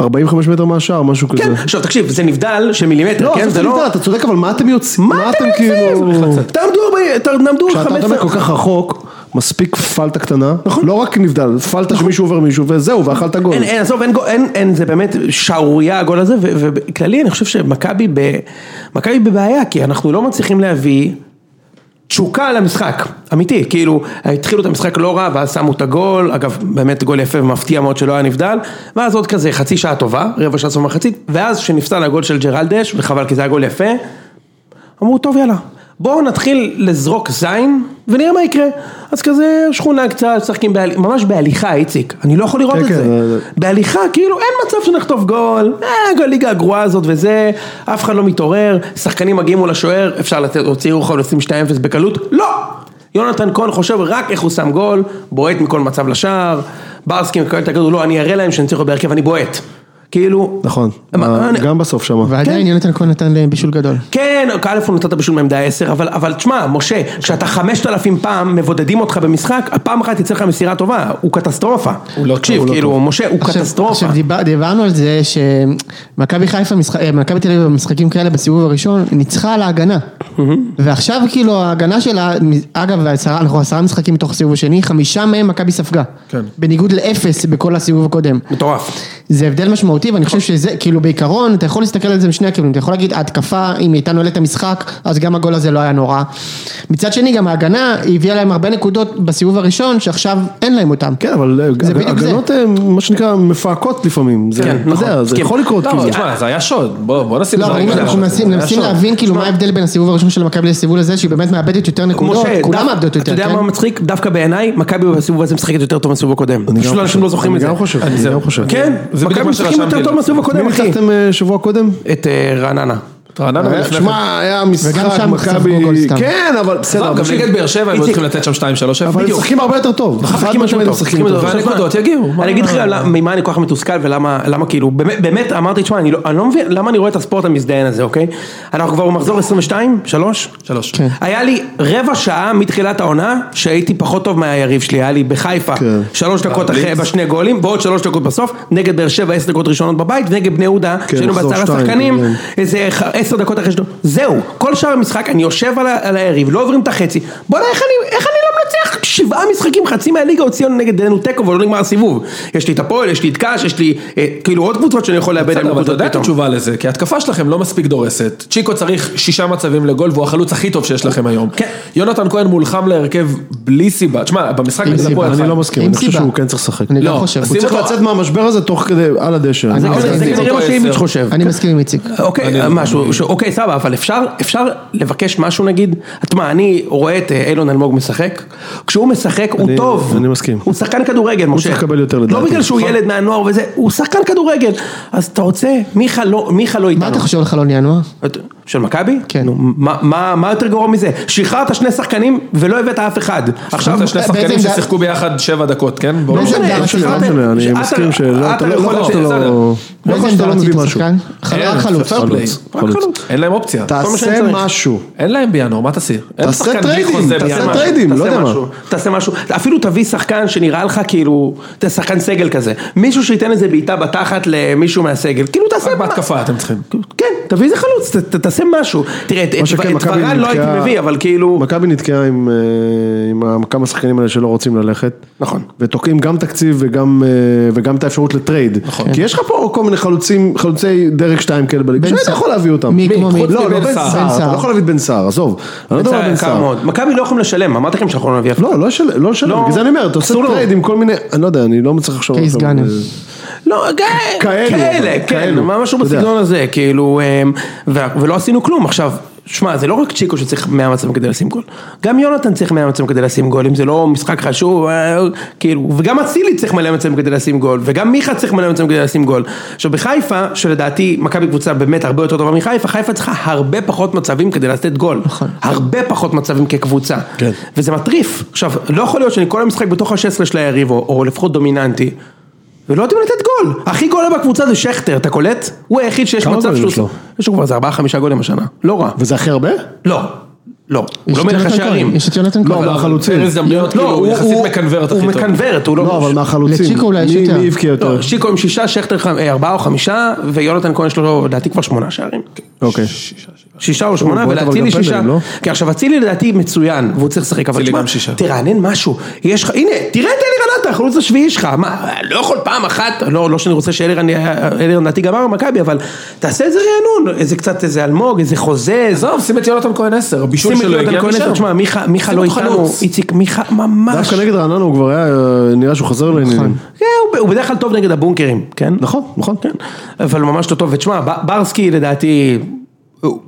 Speaker 2: 45 מטר מהשער, משהו כזה.
Speaker 1: כן, עכשיו תקשיב, זה נבדל של מילימטר,
Speaker 2: לא,
Speaker 1: כן?
Speaker 2: עזוב
Speaker 1: זה
Speaker 2: את
Speaker 1: לא...
Speaker 2: הנבדל, אתה צודק, אבל מה אתם כאילו- יוצאים?
Speaker 1: מה אתם יוצאים? תעמדו 40, תעמדו
Speaker 2: כשאתה
Speaker 1: 15.
Speaker 2: עומד כל כך רחוק, מספיק פלטה קטנה, לא רק נבדל, פלטה שמישהו עובר מישהו, וזהו, ואכלת גול.
Speaker 1: אין, אין, עזוב, אין, גו- אין, אין, זה באמת שערורייה הגול הזה, ו- ובכללי אני חושב שמכבי ב- מכבי בבעיה, כי אנחנו לא מצליחים להביא תשוקה למשחק, אמיתי, כאילו, התחילו את המשחק לא רע, ואז שמו את הגול, אגב, באמת גול יפה ומפתיע מאוד שלא היה נבדל, ואז עוד כזה חצי שעה טובה, רבע שעה סוף מחצית, ואז כשנפסל הגול של ג'רלדש, וחבל כי זה היה גול יפה, אמרו, טוב, יאללה. בואו נתחיל לזרוק זין ונראה מה יקרה. אז כזה שכונה קצת, משחקים בהל... ממש בהליכה, איציק. אני לא יכול לראות
Speaker 2: כן,
Speaker 1: את
Speaker 2: כן,
Speaker 1: זה.
Speaker 2: זה-
Speaker 1: בהליכה, כאילו אין מצב שנחטוף גול. אה, הליגה הגרועה הזאת וזה, אף אחד לא מתעורר, שחקנים מגיעים מול השוער, אפשר לתת, להוציא רוחב, לשים 2-0 בקלות. לא! יונתן כהן חושב רק איך הוא שם גול, בועט מכל מצב לשער, ברסקי מקבל את הכדור, לא, אני אראה להם שאני צריך להיות בהרכב, אני בועט. כאילו...
Speaker 2: נכון,
Speaker 1: מה- אני-
Speaker 2: גם בסוף שמה.
Speaker 4: ועדיין יונתן כהן נתן להם בישול גדול.
Speaker 1: כן, א' הוא נתת בישול מעמדה 10, אבל, אבל תשמע, משה, כשאתה 5,000 פעם מבודדים אותך במשחק, הפעם אחת תצא לך מסירה טובה, הוא קטסטרופה. הוא
Speaker 3: לא
Speaker 1: תקשיב,
Speaker 3: טוב, הוא לא
Speaker 1: כאילו, משה, הוא קטסטרופה.
Speaker 4: עכשיו דיבר, דיברנו על זה שמכבי חיפה, משח- אה, מכבי תל אביב במשחקים כאלה בסיבוב הראשון, ניצחה על ההגנה. ועכשיו כאילו ההגנה שלה, מ- אגב, עשרה- אנחנו עשרה משחקים מתוך הסיבוב השני, חמישה מהם מכבי ספגה.
Speaker 3: כן.
Speaker 4: בניגוד לאפס בכל הסיבוב הקודם.
Speaker 1: מטורף.
Speaker 4: זה הבדל משמעותי ואני חושב שזה, כאילו בעיקרון, אתה יכול להסתכל על זה משני הכיוונים, אתה יכול להגיד ההתקפה, אם היא הייתה נועלת את המשחק, אז גם הגול הזה לא היה נורא. מצד שני גם ההגנה היא הביאה להם הרבה נקודות בסיבוב הראשון, שעכשיו אין להם אותן.
Speaker 2: כן, אבל אה,
Speaker 4: זה בדיוק זה.
Speaker 2: הגנות הן מה שנקרא מפהקות לפעמים, זה,
Speaker 1: כן,
Speaker 2: אתה
Speaker 1: נכון.
Speaker 2: יודע, זה
Speaker 1: כן.
Speaker 2: יכול לקרות,
Speaker 3: לא,
Speaker 2: כאילו.
Speaker 3: אבל תשמע, זה היה שוד, בוא בוא נשים את
Speaker 4: לא,
Speaker 3: זה
Speaker 4: אבל אם
Speaker 3: רגע.
Speaker 4: אנחנו מנסים
Speaker 2: לא.
Speaker 4: מנסים להבין כאילו מה ההבדל בין הסיבוב הראשון של מכבי לסיבוב הזה, שהיא באמת מאבדת יותר
Speaker 2: לא,
Speaker 4: נקודות,
Speaker 1: משה,
Speaker 4: כולם
Speaker 1: דו-
Speaker 4: מאבדות
Speaker 1: אתה
Speaker 4: יותר,
Speaker 1: יודע
Speaker 4: כן?
Speaker 1: מה מצחיק? דווקא בעיניי, מכבי בסיבוב הזה משחקת יותר טוב מהסיבוב הקודם.
Speaker 2: אני גם
Speaker 1: פשוט אנשים
Speaker 2: חושב.
Speaker 1: לא זוכרים את זה.
Speaker 2: אני גם חושב, אני גם חושב.
Speaker 1: כן,
Speaker 3: זה בדיוק
Speaker 1: מכבי
Speaker 3: מה
Speaker 1: משחקים
Speaker 3: שרשמתי
Speaker 1: יותר טוב
Speaker 3: לי.
Speaker 1: מהסיבוב
Speaker 2: מי
Speaker 1: הקודם, אחי.
Speaker 2: ניצחתם אה, שבוע קודם?
Speaker 1: את אה, רעננה.
Speaker 3: רעננה
Speaker 2: היה-
Speaker 3: לפני כן.
Speaker 2: שמע, היה משחק
Speaker 4: שם ספגו גול
Speaker 2: מכבי,
Speaker 4: סתם.
Speaker 2: כן, אבל בסדר,
Speaker 3: עזוב, לא, גם
Speaker 2: אבל-
Speaker 3: נגד באר שבע הם היו
Speaker 1: איציק.
Speaker 3: צריכים לתת שם 2-3-0.
Speaker 2: אבל הם
Speaker 4: כן.
Speaker 3: בדיוק.
Speaker 2: משחקים הרבה יותר טוב, חד
Speaker 1: משחקים יותר
Speaker 2: משמעית הם
Speaker 1: טוב,
Speaker 2: משחקים
Speaker 1: יותר
Speaker 2: יותר
Speaker 1: טוב.
Speaker 2: טוב.
Speaker 3: והנקודות יגיעו, מה-
Speaker 1: אני אגיד לך למה- ממה אני כל כך מתוסכל ולמה למה כאילו, באמת- באמת אמרתי, תשמע, אני לא- אני לא מבין, למה אני רואה את הספורט המזדיין הזה, אוקיי? אנחנו כבר במחזור 22, 3?
Speaker 3: שלוש.
Speaker 4: כן.
Speaker 1: היה לי רבע שעה מתחילת העונה שהייתי פחות טוב מהיריב שלי, היה לי בחיפה
Speaker 2: כן.
Speaker 1: שלוש דקות אחרי בשני גולים ועוד שלוש דקות בסוף, נגד באר שבע עשר דקות ראשונות בבית ונגד בני יהודה
Speaker 2: כן,
Speaker 1: שהיינו
Speaker 2: מחזור
Speaker 1: בעשרה
Speaker 2: שתיים,
Speaker 1: שחקנים,
Speaker 2: כן.
Speaker 1: איזה ח- עשר דקות אחרי שלו, זהו, כל שאר המשחק אני יושב על, ה- על היריב, לא עוברים את החצי, בוא'נה איך אני, איך אני לא מנצח שבעה משחקים, חצי מהליגה הוציאו נגד דננו תיקו ולא נגמר הסיבוב, יש לי את הפועל, יש לי את קאש, יש לי אה, כאילו עוד קבוצות שאני יכול לאבד,
Speaker 3: בסדר,
Speaker 1: עליהן
Speaker 3: אבל אתה יודע
Speaker 1: נקודות
Speaker 3: את
Speaker 1: פתאום.
Speaker 3: התשובה לזה, כי ההתקפה שלכם לא מספיק דורסת. צ'יקו צריך שישה מצבים לגול, והוא החלוץ הכי טוב שיש לכם היום.
Speaker 1: כן.
Speaker 3: יונתן כהן מולחם להרכב בלי סיבה. תשמע, במשחק
Speaker 4: עם
Speaker 3: נגד
Speaker 4: סיבה.
Speaker 3: הפועל
Speaker 2: אני
Speaker 3: חיפה-
Speaker 2: לא מסכים,
Speaker 4: עם
Speaker 2: אני חושב
Speaker 4: סיבה.
Speaker 2: שהוא כן צריך לשחק.
Speaker 4: אני
Speaker 3: לא,
Speaker 4: לא חושב.
Speaker 2: הוא
Speaker 3: עשינו
Speaker 2: צריך
Speaker 3: אותו-
Speaker 2: לצאת מהמשבר הזה תוך כדי, על הדשא.
Speaker 4: אני
Speaker 1: זה-
Speaker 4: מסכים.
Speaker 1: זה כנראה מה
Speaker 3: אותו
Speaker 1: שאיביץ'
Speaker 3: עשר.
Speaker 1: חושב.
Speaker 4: אני מסכים עם איציק.
Speaker 1: אוקיי, משהו, ש- אוקיי, סבבה, אבל אפשר, אפשר לבקש משהו נגיד? את מה, אני רואה את אה, אילון אלמוג משחק, כשהוא משחק הוא
Speaker 2: אני-
Speaker 1: טוב.
Speaker 2: אני מסכים.
Speaker 1: הוא שחקן כדורגל, משה.
Speaker 2: צריך לקבל יותר
Speaker 1: לא
Speaker 2: לדעתי. נכון.
Speaker 1: בגלל שהוא ילד מהנוער וזה, הוא שחקן כדורגל. אז אתה רוצה, מיכה לא, מיכה לא איתנו.
Speaker 4: מה אתה חושב על חלון ינואר? לא
Speaker 1: את- של מכבי?
Speaker 4: כן.
Speaker 1: נו, מה- מה מה יותר גרוע מזה? שחררת שני שחקנים ולא הבאת אף אחד. עכשיו...
Speaker 3: עכשיו, שני
Speaker 4: באיזה
Speaker 3: שחקנים
Speaker 4: עמדה-
Speaker 3: ששיחקו ביחד שבע דקות, כן? ברור.
Speaker 4: באיזה
Speaker 1: לא משנה,
Speaker 4: עמדה
Speaker 1: שחררת-
Speaker 4: רצית?
Speaker 2: לא משנה, אני
Speaker 1: שעטר-
Speaker 2: מסכים שלא
Speaker 1: עטר
Speaker 2: לא
Speaker 1: יכול
Speaker 2: יכול
Speaker 1: להיות
Speaker 2: שאתה
Speaker 1: בסדר.
Speaker 2: לא... לא יכול שאתה לא מביא משהו.
Speaker 3: אין,
Speaker 4: חלק חלוץ.
Speaker 3: fair play.
Speaker 2: חלוץ,
Speaker 3: רק
Speaker 2: חלוץ.
Speaker 3: כן, חלוץ. אין להם אופציה. כל מה שאני
Speaker 2: תעשה
Speaker 3: צריך.
Speaker 2: משהו.
Speaker 3: אין להם בינואר, מה תעשי? אין
Speaker 2: תעשה
Speaker 3: שחקן בלי
Speaker 2: טריידים,
Speaker 3: חוזה
Speaker 2: תעשה
Speaker 3: בינואר.
Speaker 2: טריידים.
Speaker 1: תעשה
Speaker 2: לא יודע מה.
Speaker 1: משהו, תעשה משהו, אפילו תביא שחקן שנראה לך כאילו, אתה שחקן סגל כזה, מישהו שייתן איזה בעיטה בתחת למישהו מהסגל, כאילו תעשה...
Speaker 3: רק
Speaker 1: מה-
Speaker 3: בהתקפה אתם צריכים.
Speaker 1: כן, תביא איזה חלוץ, ת- ת- תעשה משהו. תראה, את
Speaker 2: מה שכן,
Speaker 1: את
Speaker 2: מכבי
Speaker 1: ורן לא הייתי
Speaker 2: נתקעה-
Speaker 1: מביא, אבל כאילו...
Speaker 2: מכבי נתקעה עם, אה, עם ה- כמה שחקנים האלה שלא רוצים ללכת.
Speaker 1: נכון.
Speaker 2: ותוקעים גם תקציב וגם, אה, וגם את האפשרות לטרייד. נכון. כי יש לך פה כל מיני חלוצים, חלוצי דרג שתיים כאלה בליגה,
Speaker 4: בן
Speaker 2: שאתה
Speaker 4: סער.
Speaker 2: יכול להביא אותם.
Speaker 4: מי, כמו מי?
Speaker 2: חוץ לא,
Speaker 3: מבן
Speaker 2: לא בן
Speaker 3: סער.
Speaker 2: סער,
Speaker 4: בן
Speaker 2: אתה
Speaker 4: סער.
Speaker 2: לא יכול להביא את בן סער, עזוב. אני לא מדבר על בן
Speaker 1: יקר
Speaker 2: סער.
Speaker 1: מאוד. מכבי לא יכולים לשלם, אמרתי לכם שאנחנו לא נביא אף אחד.
Speaker 2: לא, לא שלם, לא שלם,
Speaker 1: לא.
Speaker 2: בגלל זה אני אומר, אתה עושה
Speaker 1: אסור לו.
Speaker 2: טרייד עם כל מיני, אני לא יודע, אני לא מצליח לחשוב.
Speaker 4: קייס
Speaker 2: עכשיו,
Speaker 4: גאנם.
Speaker 2: אה,
Speaker 1: לא, כ-
Speaker 2: כאלו,
Speaker 1: כאלה,
Speaker 2: אבל,
Speaker 1: כן,
Speaker 2: כאלו.
Speaker 1: משהו
Speaker 2: אתה יודע.
Speaker 1: בסגנון הזה, כאילו, אמ, ו- ולא עשינו כלום עכשיו. שמע, זה לא רק צ'יקו שצריך 100 מצבים כדי לשים גול, גם יונתן צריך 100 מצבים כדי לשים גול, אם זה לא משחק חשוב, אה, כאילו, וגם אצילי צריך מלא מצבים כדי לשים גול, וגם מיכה צריך מלא מצבים כדי לשים גול. עכשיו בחיפה, שלדעתי מכבי קבוצה באמת הרבה יותר טובה מחיפה, חיפה צריכה הרבה פחות מצבים כדי לתת גול. הרבה פחות מצבים כקבוצה.
Speaker 2: נכון. כן.
Speaker 1: וזה מטריף. עכשיו, לא יכול להיות שאני כל המשחק בתוך ה-16 של היריב, או, או לפחות דומיננטי, ולא יודעים לתת גול. הכי גולה בקבוצה זה שכטר, אתה קולט? הוא היחיד שיש
Speaker 2: כמה
Speaker 1: מצב
Speaker 2: גולים
Speaker 1: שהוא...
Speaker 2: יש לו?
Speaker 1: יש לו כבר איזה ארבעה חמישה גולים השנה. לא רע.
Speaker 2: וזה הכי הרבה?
Speaker 1: לא. לא. הוא
Speaker 4: יש
Speaker 1: לא
Speaker 4: את
Speaker 1: מלך
Speaker 4: יונתן
Speaker 1: השערים.
Speaker 4: כהן, יש את יונתן
Speaker 2: לא,
Speaker 4: כהן.
Speaker 2: אבל- החלוצים.
Speaker 3: אין הזדמנויות,
Speaker 1: לא,
Speaker 3: כאילו, הוא יחסית מקנברט
Speaker 1: הוא
Speaker 3: הכי טוב.
Speaker 1: מקנברט, הוא לא...
Speaker 2: לא, אבל מהחלוצים.
Speaker 4: לצ'יקו אולי יש
Speaker 2: מי-
Speaker 4: יותר.
Speaker 2: מי הבקיע יותר?
Speaker 1: לא, שיקו עם שישה, שכטר חמ- אה, ארבעה או חמישה, ויונתן כהן יש לו לדעתי כבר שמונה שערים.
Speaker 2: אוקיי.
Speaker 1: שישה או שמונה,
Speaker 2: בועט אבל
Speaker 1: ולאצילי
Speaker 2: גם פנדלים,
Speaker 1: שישה.
Speaker 2: לא?
Speaker 1: כן, עכשיו אצילי לדעתי מצוין, והוא צריך לשחק, אבל
Speaker 3: אצילי
Speaker 1: תשמע,
Speaker 3: גם שישה.
Speaker 1: תרענן משהו. יש לך, הנה, תראה את אלירן עטר, החלוץ השביעי שלך. מה, לא יכול פעם אחת, לא לא שאני רוצה שאלירן יהיה- אלירן עטי גמר במכבי, אבל תעשה איזה רענון, איזה קצת, איזה אלמוג, איזה חוזה, איזה...
Speaker 3: עזוב, שים את יונתן כהן עשר, הבישול
Speaker 1: שים את
Speaker 3: שלו
Speaker 1: יונתן
Speaker 3: לא, הגיע
Speaker 1: כהן,
Speaker 3: משם.
Speaker 1: תשמע, מיכה- מיכה
Speaker 3: שים
Speaker 1: לא
Speaker 3: אותו
Speaker 1: איתנו,
Speaker 3: חלוץ.
Speaker 1: איציק, מיכה ממש.
Speaker 2: דווקא נגד רעננה הוא כבר היה, אה, נראה שהוא חוזר לעניינים.
Speaker 1: כן, הוא- הוא בדרך כלל טוב נגד הבונקרים, כן? נכון, נכון, כן. אבל ממש לא טוב, ותשמע, ב- ברסקי לדעתי, הוא-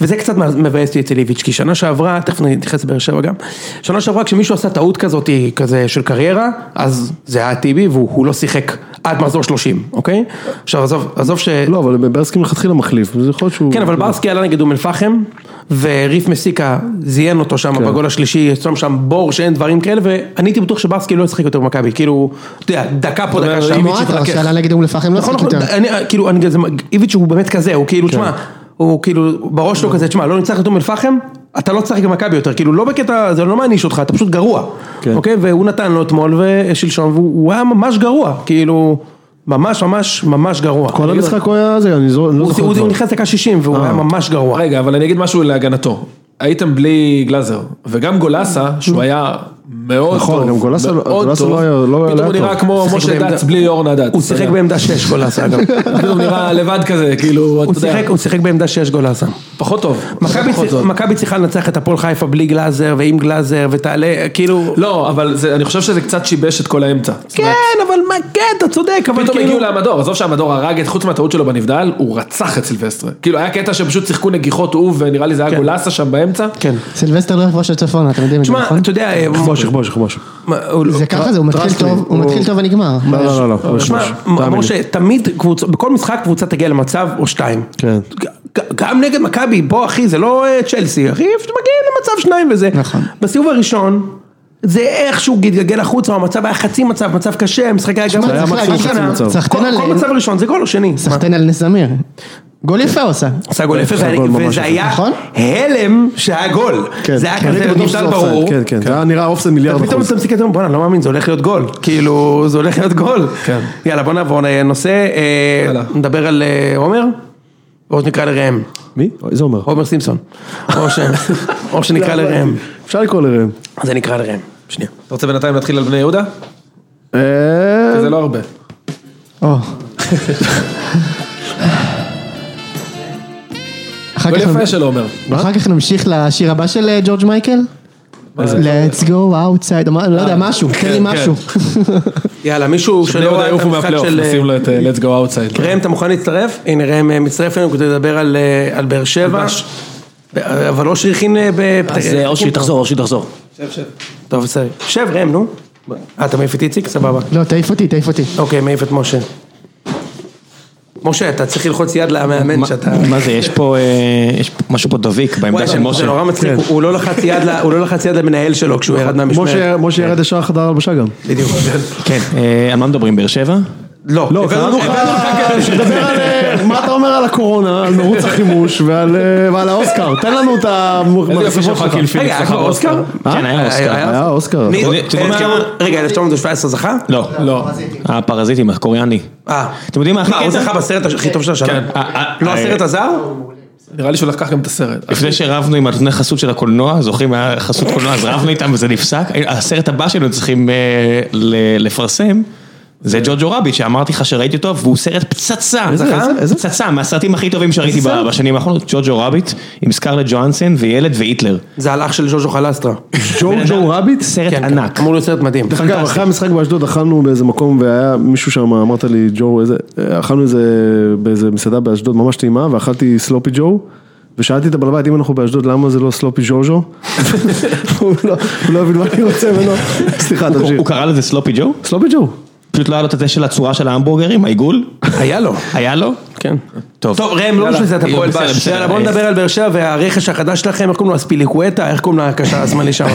Speaker 1: וזה קצת מבאס אותי אצל איביץ', כי שנה שעברה, תכף אני אתייחס לבאר שבע גם, שנה שעברה כשמישהו עשה טעות כזאת, כזה של קריירה, אז זה היה טיבי, והוא הוא לא שיחק עד מחזור 30, אוקיי? עכשיו עזוב, עזוב ש...
Speaker 2: לא, אבל ברסקי מלכתחילה מחליף, זה יכול להיות שהוא...
Speaker 1: כן, אבל ברסקי עלה נגד אום אל-פחם, וריף מסיקה זיין אותו שם
Speaker 2: כן.
Speaker 1: בגול השלישי, שם שם בור שאין דברים כאלה, ואני הייתי בטוח שברסקי לא ישחק יותר במכבי, כאילו, אתה יודע, דקה פה, דקה שם.
Speaker 4: מועטרה שעלה נגד אום לפחם לא
Speaker 1: נכון,
Speaker 4: שיחק
Speaker 1: נכון,
Speaker 4: יותר.
Speaker 1: אני, כאילו, אני, זה, איביץ' הוא באמת כזה, הוא
Speaker 2: כן.
Speaker 1: כאילו, תשמע, הוא כאילו, בראש שלו כזה, תשמע, לא ניצח את אום אל-פחם, אתה לא תשחק במכבי יותר, כאילו, לא בקטע, זה לא מעניש אותך, אתה פשוט גרוע,
Speaker 2: כן.
Speaker 1: אוקיי? והוא נתן לו אתמול ושלשום, והוא הוא היה ממש גרוע, כאילו, ממש ממש ממש גרוע.
Speaker 2: כל המשחק הוא היה זה, אני זו- אני לא
Speaker 1: הוא-
Speaker 2: זוכר
Speaker 1: הוא
Speaker 2: כבר. אה.
Speaker 1: הוא נכנס דקה 60 והוא היה ממש גרוע.
Speaker 3: רגע, אבל אני אגיד משהו להגנתו. הייתם בלי גלאזר, וגם גולסה, שהוא היה מאוד
Speaker 2: נכון,
Speaker 3: טוב,
Speaker 2: גם גולסה לא-
Speaker 3: מאוד
Speaker 2: גולסה
Speaker 3: טוב,
Speaker 2: לא היה- לא היה
Speaker 3: פתאום הוא
Speaker 2: טוב.
Speaker 3: נראה כמו
Speaker 1: שיחק
Speaker 3: משה
Speaker 1: בעמדה-
Speaker 3: דץ בלי אורנה דץ.
Speaker 1: הוא שיחק
Speaker 3: אתה יודע.
Speaker 1: בעמדה 6 גולסה אגב.
Speaker 3: פתאום נראה לבד כזה, כאילו,
Speaker 1: הוא
Speaker 3: אתה יודע,
Speaker 1: שיחק- הוא שיחק בעמדה 6 גולסה.
Speaker 3: פחות טוב.
Speaker 1: מכבי
Speaker 3: פחות
Speaker 1: צר-
Speaker 3: טוב.
Speaker 1: מכבי צריכה לנצח את הפועל חיפה בלי גלאזר ועם גלאזר ותעלה כאילו.
Speaker 3: לא, אבל זה- אני חושב שזה קצת שיבש את כל האמצע. כאילו,
Speaker 1: כן אבל מה כן אתה צודק אבל
Speaker 3: פתאום הגיעו
Speaker 1: כאילו.
Speaker 3: לעמדור, עזוב שהעמדור הרג את, חוץ מהטעות שלו בנבדל, הוא רצח את סילבסטרה. כאילו היה קטע שפשוט שיחקו נגיחות הוא, ונראה לי זה היה גולסה שם באמצע.
Speaker 1: כן.
Speaker 4: סילבסטר לא יכבוש את צפונה, אתם יודעים את זה,
Speaker 1: תשמע
Speaker 4: נכון?
Speaker 1: אתה יודע. אה,
Speaker 2: חבוש, חבוש, חבוש.
Speaker 1: מה, הוא לא-
Speaker 4: זה ככה זה, הוא מתחיל
Speaker 2: trust me,
Speaker 4: טוב, הוא מתחיל טוב ונגמר. מה
Speaker 2: לא,
Speaker 4: יש?
Speaker 2: לא, לא, לא.
Speaker 1: תשמע,
Speaker 2: תאמין לי.
Speaker 1: משה, תמיד קבוצה, בכל משחק קבוצה תגיע למצב או שתיים.
Speaker 2: כן.
Speaker 1: ג- ג- גם נגד מכבי, בוא אחי, זה לא אה, צ'לסי, אחי, מגיעים למצב שניים וזה.
Speaker 4: נכון.
Speaker 1: בסיבוב הראשון, זה איכשהו גלגל החוצה, המצב היה חצי מצב, מצב קשה, המשחק היה גם...
Speaker 4: תשמע,
Speaker 2: היה
Speaker 1: מצב
Speaker 2: מקסימום
Speaker 1: שנה.
Speaker 2: חצי מצב.
Speaker 1: כל-
Speaker 4: סחטיין
Speaker 1: כל
Speaker 4: עליהם.
Speaker 1: מצב ראשון זה גול או שני. מה?
Speaker 4: סחטיין על נס זמיר. גול יפה עושה.
Speaker 1: עשה גול יפה,
Speaker 2: עשה
Speaker 1: וזה-
Speaker 2: גול ממש
Speaker 1: וזה
Speaker 2: יפה.
Speaker 1: היה
Speaker 4: נכון?
Speaker 1: הלם שהיה גול.
Speaker 2: כן.
Speaker 1: זה היה
Speaker 2: אני הייתי
Speaker 1: כזה
Speaker 2: בטוח
Speaker 1: נבדל
Speaker 2: שזה אופסייד,
Speaker 1: ברור.
Speaker 2: כן, כן, זה היה נראה אופסייד מיליארד
Speaker 1: ופתאום
Speaker 2: אחוז.
Speaker 1: אתה מסתכל, אתה אומר, בואנה, אני לא מאמין, זה הולך להיות גול. כאילו, זה הולך להיות גול.
Speaker 3: כן.
Speaker 1: יאללה, בוא נעבור לנושא, אה,
Speaker 3: יאללה.
Speaker 1: נדבר על אה, עומר, ועוד נקרא לראם,
Speaker 2: מי? איזה אומר? לא,
Speaker 1: עומר סימפסון. או ש- או שנקרא לראם.
Speaker 2: אפשר לקרוא לראם.
Speaker 1: אז זה נקרא לראם. שנייה.
Speaker 3: אתה רוצה בינתיים להתחיל על בני יהודה?
Speaker 2: אה,
Speaker 3: זה לא הרבה.
Speaker 4: או. אחר
Speaker 1: לא
Speaker 3: גול
Speaker 4: כך-
Speaker 3: יפה שלא אומר.
Speaker 4: אחר כך נמשיך לשיר הבא של אה, ג'ורג' מייקל? Let's go outside, אמר- לא
Speaker 1: אה,
Speaker 4: יודע, משהו, תן לי
Speaker 3: כן.
Speaker 4: משהו.
Speaker 1: יאללה, מישהו
Speaker 3: בני
Speaker 1: שלא
Speaker 3: יהודה
Speaker 1: ראה את
Speaker 3: יעופו
Speaker 1: המשחק
Speaker 3: מהפלייאוף,
Speaker 1: של... אה,
Speaker 3: נשים לו את אה, Let's go outside.
Speaker 1: ראם, אתה מוכן להצטרף? הנה ראם אה, מצטרף אלינו כדי לדבר על, אה, על באר שבע.
Speaker 3: בש.
Speaker 1: אה, אבל אושרי הכין... אה, ב-
Speaker 5: אז אה, אושרי תחזור, אושרי תחזור.
Speaker 1: טוב, בסדר. שב ראם, נו. אה, אתה מעיף את איציק? סבבה.
Speaker 4: לא, תעיף אותי, תעיף אותי.
Speaker 1: אוקיי, מעיף את משה. משה, אתה צריך ללחוץ יד למאמן כן, שאתה...
Speaker 5: מה זה, יש פה אה, יש פה משהו פה דביק
Speaker 1: וואי,
Speaker 5: בעמדה של
Speaker 1: זה- זה
Speaker 5: משה.
Speaker 1: נורא מצחיק, הוא- הוא לא לחץ יד ל- הוא לא לחץ יד למנהל שלו כשהוא ירד מהמשמרת.
Speaker 2: משה- משה ירד ישר לחדר הלבשה גם.
Speaker 1: בדיוק.
Speaker 5: כן, אה, על מה מדברים, באר שבע?
Speaker 1: לא,
Speaker 2: לא,
Speaker 1: הבאנו-
Speaker 2: קראנו לך, דבר על אה, מה אתה אומר על הקורונה, על מרוץ החימוש ועל, אה, ועל האוסקר, תן לנו את
Speaker 3: איזה יופי
Speaker 2: המחשבות
Speaker 3: שלך,
Speaker 2: שלך.
Speaker 3: קיל פיליפס.
Speaker 1: רגע, היה כבר
Speaker 3: לחבר
Speaker 1: אוסקר?
Speaker 5: כן, היה אוסקר.
Speaker 1: היה
Speaker 2: היה אוסקר.
Speaker 1: מי-
Speaker 5: אתם יודעים מה-
Speaker 1: 1900 רגע, 1917 זכה?
Speaker 5: לא.
Speaker 3: לא.
Speaker 5: הפרזיטים, הקוריאני.
Speaker 1: אה.
Speaker 5: אתם יודעים מה הכי
Speaker 1: מה, הוא
Speaker 5: קטע?
Speaker 1: זכה בסרט הכי טוב של השנה?
Speaker 5: כן. אה, אה,
Speaker 1: לא
Speaker 5: אה,
Speaker 1: הסרט הזר?
Speaker 3: נראה לי שהוא לקח גם את הסרט.
Speaker 5: לפני שרבנו עם הנותני חסות של הקולנוע, זוכרים, היה חסות קולנוע, אז רבנו איתם וזה נפסק. הסרט הבא שהיינו צריכים אה, ל- לפרסם, זה ג'וג'ו רביט, שאמרתי לך שראיתי אותו, והוא סרט פצצה.
Speaker 1: זכה?
Speaker 5: פצצה, מהסרטים הכי טובים שראיתי ב- בשנים האחרונות, ג'וג'ו רביט, עם סקרלט ג'ואנסן וילד והיטלר.
Speaker 1: זה הלך של ז'וז'ו חלסטרה.
Speaker 2: ג'ו ג'ו רביט?
Speaker 5: סרט
Speaker 1: כן,
Speaker 5: ענק.
Speaker 1: אמור להיות סרט מדהים.
Speaker 2: דרך אגב, אחרי המשחק באשדוד אכלנו באיזה מקום והיה מישהו שם, אמרת לי ג'ו, איזה, אכלנו איזה, באיזה מסעדה באשדוד ממש טעימה ואכלתי סלופי ג'ו. ושאלתי את הבעל בית אם אנחנו באשדוד למה זה לא סלופי ג'וז'ו? הוא לא- הוא לא הבין מה אני רוצה ממנו. סליחה,
Speaker 5: הוא-
Speaker 2: תמשיך.
Speaker 5: הוא קרא לזה סלופי ג'ו?
Speaker 2: סלופי ג'ו.
Speaker 5: פשוט לא היה לו את זה של הצורה של ההמבורגרים, העיגול?
Speaker 1: היה לו.
Speaker 5: היה לו?
Speaker 1: כן.
Speaker 5: טוב.
Speaker 1: טוב ראם, לא
Speaker 5: יאללה.
Speaker 1: משנה את הפועל
Speaker 5: בסדר,
Speaker 1: בש.
Speaker 5: בסדר.
Speaker 1: יאללה בוא נדבר על באר שבע והרכש החדש שלכם, איך קוראים לו אספיליקווטה, איך קוראים לקשר השמאלי שם?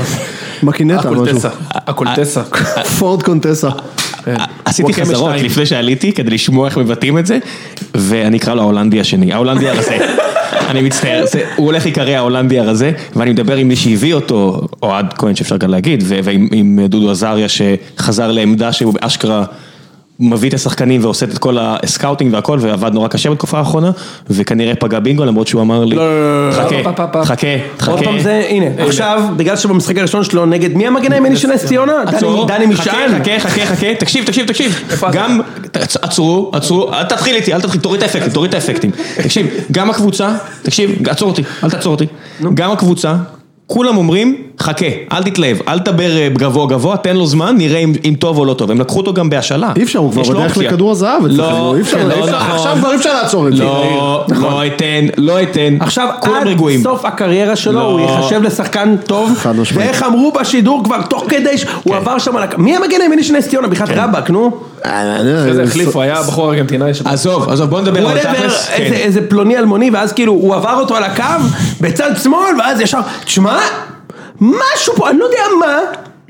Speaker 2: מקינטה, משהו.
Speaker 3: הקולטסה. אה, הקולטסה.
Speaker 2: אה, פורד קונטסה.
Speaker 5: עשיתי
Speaker 3: וואקמה
Speaker 5: חזרות
Speaker 3: שתיים.
Speaker 5: לפני שעליתי כדי לשמוע איך מבטאים את זה, ואני אקרא לו ההולנדי השני, ההולנדי הרזה. אני מצטער, זה- הוא הולך להיקרא ההולנדי הרזה, ואני מדבר עם מי שהביא אותו, אוהד כהן שאפשר גם להגיד, ו- ועם עם דודו עזריה שחזר לעמדה שהוא באשכרה מביא את השחקנים ועושה את כל הסקאוטינג והכל, ועבד נורא קשה בתקופה האחרונה, וכנראה פגע בינגו למרות שהוא אמר לי,
Speaker 3: לא, לא, לא,
Speaker 5: חכה,
Speaker 3: לא.
Speaker 5: חכה,
Speaker 1: עוד פעם
Speaker 5: חכה.
Speaker 1: זה, הנה, עכשיו, בגלל שבמשחק הראשון שלו נגד מי המגן הימני של נס ציונה? דני-
Speaker 5: עצור,
Speaker 1: דני משען.
Speaker 5: חכה, חכה, חכה, חכה, תקשיב, תקשיב, תקשיב.
Speaker 3: איפה אתה?
Speaker 5: גם, תעצ- עצרו, עצרו, אל תתחיל איתי, אל תתחיל, תוריד את האפקטים, תוריד את האפקטים. תקשיב, גם הקבוצה, תקשיב, עצור אותי, אל תעצור אותי. גם הקבוצה, כולם אומרים, חכה, אל תתלהב, אל תדבר אה, גבוה גבוה, תן לו זמן, נראה אם אם טוב או לא טוב. הם לקחו אותו גם בהשאלה.
Speaker 2: אי אפשר, הוא כבר
Speaker 5: יש לו
Speaker 2: בדרך
Speaker 5: אופציה.
Speaker 2: לכדור הזהב
Speaker 5: לא,
Speaker 2: אצלכם, אי אפשר,
Speaker 5: לא,
Speaker 2: אי אפשר-
Speaker 5: נכון.
Speaker 2: עכשיו כבר אי אפשר לעצור את זה.
Speaker 5: לא, לא אתן, לא אתן.
Speaker 1: נכון. עכשיו
Speaker 5: כולם
Speaker 1: עד
Speaker 5: רגועים.
Speaker 1: סוף הקריירה שלו
Speaker 5: לא.
Speaker 1: הוא ייחשב לשחקן טוב,
Speaker 2: חד משמעית.
Speaker 1: ואיך אמרו בשידור כבר תוך כדי, ש-
Speaker 5: כן.
Speaker 1: הוא עבר שם על הכ... מי המגן הימני של נס ציונה? בכלל רבאק, נו.
Speaker 2: אה,
Speaker 3: אחרי זה החליפו, היה בחור ארגנטינאי שם.
Speaker 5: עזוב, עזוב, בוא נדבר על
Speaker 1: וואטאבר,
Speaker 5: תכלס. כן.
Speaker 1: איזה- איזה פלוני אלמוני, ואז כאילו הוא עבר אותו על הקו, בצד שמאל, ואז ישר, תשמע, משהו פה, אני לא יודע מה,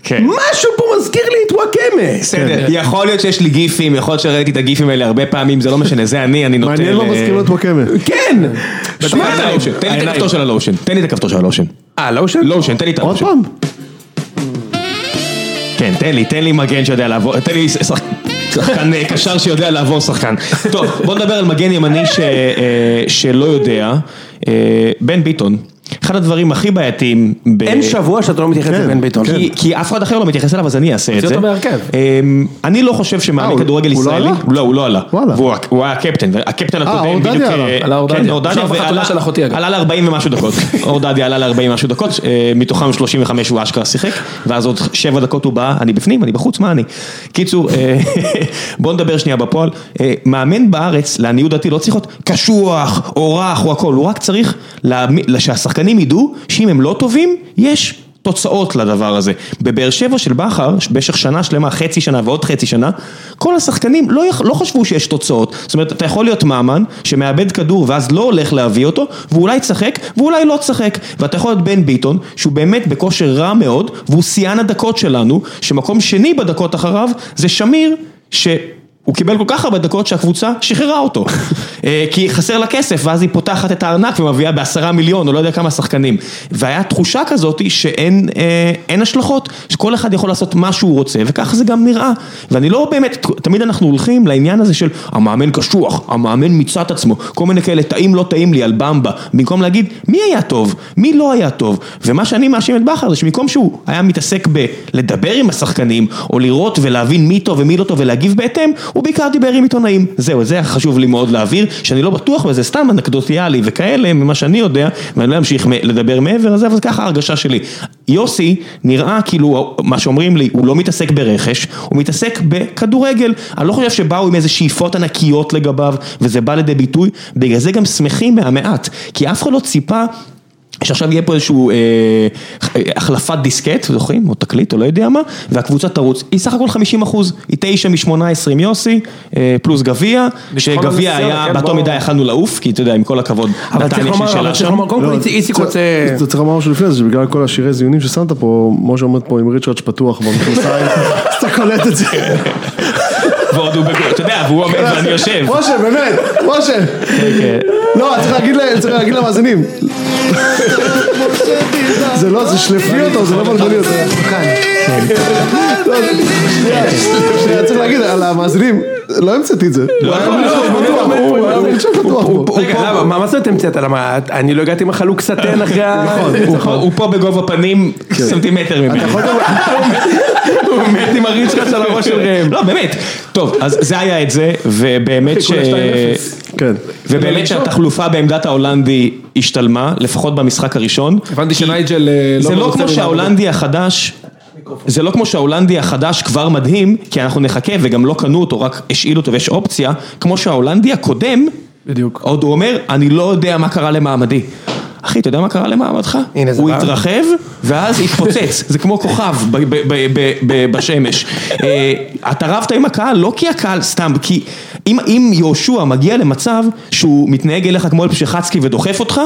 Speaker 5: כן.
Speaker 1: משהו פה מזכיר לי את וואקמה.
Speaker 5: בסדר,
Speaker 2: כן.
Speaker 5: יכול להיות שיש לי גיפים, יכול להיות שראיתי את הגיפים האלה הרבה פעמים, זה לא משנה, זה אני, אני נותן...
Speaker 2: מעניין לא
Speaker 5: אה,
Speaker 2: מזכיר לו את וואקמה.
Speaker 1: כן. לא,
Speaker 5: תן לי את הלושן, תן לי את הכפתור של הלושן, אה, תן לי את הכפתור של הלושן.
Speaker 1: אה, לא שם?
Speaker 5: לושן, תן לי את
Speaker 2: עוד
Speaker 5: הלושן.
Speaker 2: פעם?
Speaker 5: כן, תן לי, תן לי מגן שיודע לעבור, תן לי שחק- שחקן אה, קשר שיודע לעבור שחקן. טוב, בוא נדבר על מגן ימני ש- אה, שלא יודע, אה, בן ביטון. אחד הדברים הכי בעייתיים ב...
Speaker 1: אין שבוע שאתה לא מתייחס לבן ביטון.
Speaker 5: כי- כי אף אחד אחר לא מתייחס אליו, אז אני אעשה את זה.
Speaker 3: אותו מהרכב.
Speaker 5: אמ, אני לא חושב שמאמן
Speaker 2: הוא-
Speaker 5: כדורגל
Speaker 2: הוא לא
Speaker 5: ישראלי...
Speaker 2: עלה?
Speaker 5: לא, הוא לא עלה.
Speaker 2: וואלה.
Speaker 5: והוא ה- הוא היה הקפטן, והקפטן הקודם
Speaker 2: אורדדיה
Speaker 5: בדיוק...
Speaker 2: עלה.
Speaker 5: אה,
Speaker 3: עלה אורדדיה.
Speaker 5: כן, אורדדיה,
Speaker 3: עכשיו,
Speaker 5: ועלה-
Speaker 3: חתונה של אחותי, אגב.
Speaker 5: עלה ל-40 ומשהו דקות. אורדדיה עלה ל-40 ומשהו דקות, אה, מתוכם 35 הוא אשכרה שיחק, ואז עוד 7 דקות הוא בא, אני בפנים, אני בחוץ, מה אני? קיצור, אה, בוא נדבר שנייה בפועל. אה, מאמן בארץ, לעניות דעתי, לא צריך להיות קשוח, או רך, או הכל, הוא רק צריך להעמיד- שהשחקנים ידעו שאם הם לא טובים, יש... תוצאות לדבר הזה. בבאר שבע של בכר, במשך שנה שלמה, חצי שנה ועוד חצי שנה, כל השחקנים לא, יכ- לא חשבו שיש תוצאות. זאת אומרת, אתה יכול להיות מאמן שמאבד כדור ואז לא הולך להביא אותו, ואולי תשחק ואולי לא תשחק. ואתה יכול להיות בן ביטון, שהוא באמת בכושר רע מאוד, והוא שיאן הדקות שלנו, שמקום שני בדקות אחריו זה שמיר, ש... הוא קיבל כל כך הרבה דקות שהקבוצה שחררה אותו. אה, כי חסר לה כסף, ואז היא פותחת את הארנק ומביאה בעשרה מיליון, או לא יודע כמה שחקנים. והיה תחושה כזאת שאין אה, אין השלכות, שכל אחד יכול לעשות מה שהוא רוצה, וכך זה גם נראה. ואני לא באמת, תמיד אנחנו הולכים לעניין הזה של המאמן קשוח, המאמן מיצה את עצמו, כל מיני כאלה טעים לא טעים לי על במבה, במקום להגיד מי היה טוב, מי לא היה טוב. ומה שאני מאשים את בכר זה שבמקום שהוא היה מתעסק בלדבר עם השחקנים, או לראות ולהבין מי טוב ומי לא טוב ולהגיב בהתאם, הוא בעיקר דיבר עם עיתונאים. זהו, זה היה חשוב לי מאוד להבהיר, שאני לא בטוח בזה, סתם אנקדוטיאלי וכאלה, ממה שאני יודע, ואני לא אמשיך מ- לדבר מעבר לזה, אבל ככה ההרגשה שלי. יוסי נראה כאילו, מה שאומרים לי, הוא לא מתעסק ברכש, הוא מתעסק בכדורגל. אני לא חושב שבאו עם איזה שאיפות ענקיות לגביו, וזה בא לידי ביטוי, בגלל זה גם שמחים מהמעט, כי אף אחד לא ציפה... שעכשיו יהיה פה איזשהו אה, החלפת דיסקט, זוכרים? או תקליט, או לא יודע מה, והקבוצה תרוץ. היא סך הכל 50 אחוז, היא 9 מ-18 עם יוסי, אה, פלוס גביע,
Speaker 3: ניצחון על
Speaker 5: שגביע
Speaker 3: נס ציונה,
Speaker 5: היה,
Speaker 3: כן,
Speaker 5: באותו
Speaker 3: בוא.
Speaker 5: מידה יכלנו לעוף, כי אתה יודע, עם כל הכבוד,
Speaker 1: אבל צריך
Speaker 5: נתניה
Speaker 1: לומר,
Speaker 5: שלשלה
Speaker 1: אבל צריך
Speaker 5: שם.
Speaker 1: לומר, קודם כל איציק- איציק רוצה...
Speaker 2: צריך לומר משהו לפני זה, שבגלל כל השירי זיונים ששמת פה, משה עומד פה עם ריצ'רץ' פתוח במכנסיים, אז אתה קולט את זה.
Speaker 5: ועוד הוא, בגול, אתה יודע, והוא עומד ואני יושב.
Speaker 2: משה, באמת, משה. לא, צריך להגיד ל- צריך להגיד למאזינים. זה לא, זה שלפי אותו, זה לא בלבלי אותו. לא, שנייה, שנייה, צריך להגיד על המאזינים, לא המצאתי את זה. הוא היה בריצ'רץ' פתוח, הוא היה בריצ'רץ' פתוח פה.
Speaker 1: רגע, למה? מה מה זאת אומרת המצאת? למה? אני לא הגעתי עם החלוק סטן אחרי ה...
Speaker 5: הוא פה- הוא פה בגובה פנים סנטימטר ממני.
Speaker 2: יכול גם-
Speaker 5: הוא מת עם הריץ שלך על הראש של ראם. לא, באמת. טוב, אז זה היה את זה, ובאמת ש...
Speaker 3: כולה 2-0.
Speaker 2: כן.
Speaker 5: ובאמת שהתחלופה בעמדת ההולנדי השתלמה, לפחות במשחק הראשון.
Speaker 3: הבנתי שנייג'ל אה,
Speaker 5: זה לא
Speaker 3: מרוצה
Speaker 5: כמו
Speaker 3: ממנו.
Speaker 5: שההולנדי החדש, זה לא כמו שההולנדי החדש כבר מדהים, כי אנחנו נחכה וגם לא קנו אותו, רק השאילו אותו ויש אופציה, כמו שההולנדי הקודם,
Speaker 3: בדיוק.
Speaker 5: עוד הוא אומר, אני לא יודע מה קרה למעמדי. אחי, אתה יודע מה קרה למעמדך?
Speaker 1: הנה, זה
Speaker 5: הוא
Speaker 1: בא.
Speaker 5: התרחב, ואז התפוצץ, זה כמו כוכב ב- ב- ב- ב- ב- בשמש. אה, אתה רבת עם הקהל, לא כי הקהל סתם, כי אם- אם יהושע מגיע למצב שהוא מתנהג אליך כמו אל פשחצקי ודוחף אותך,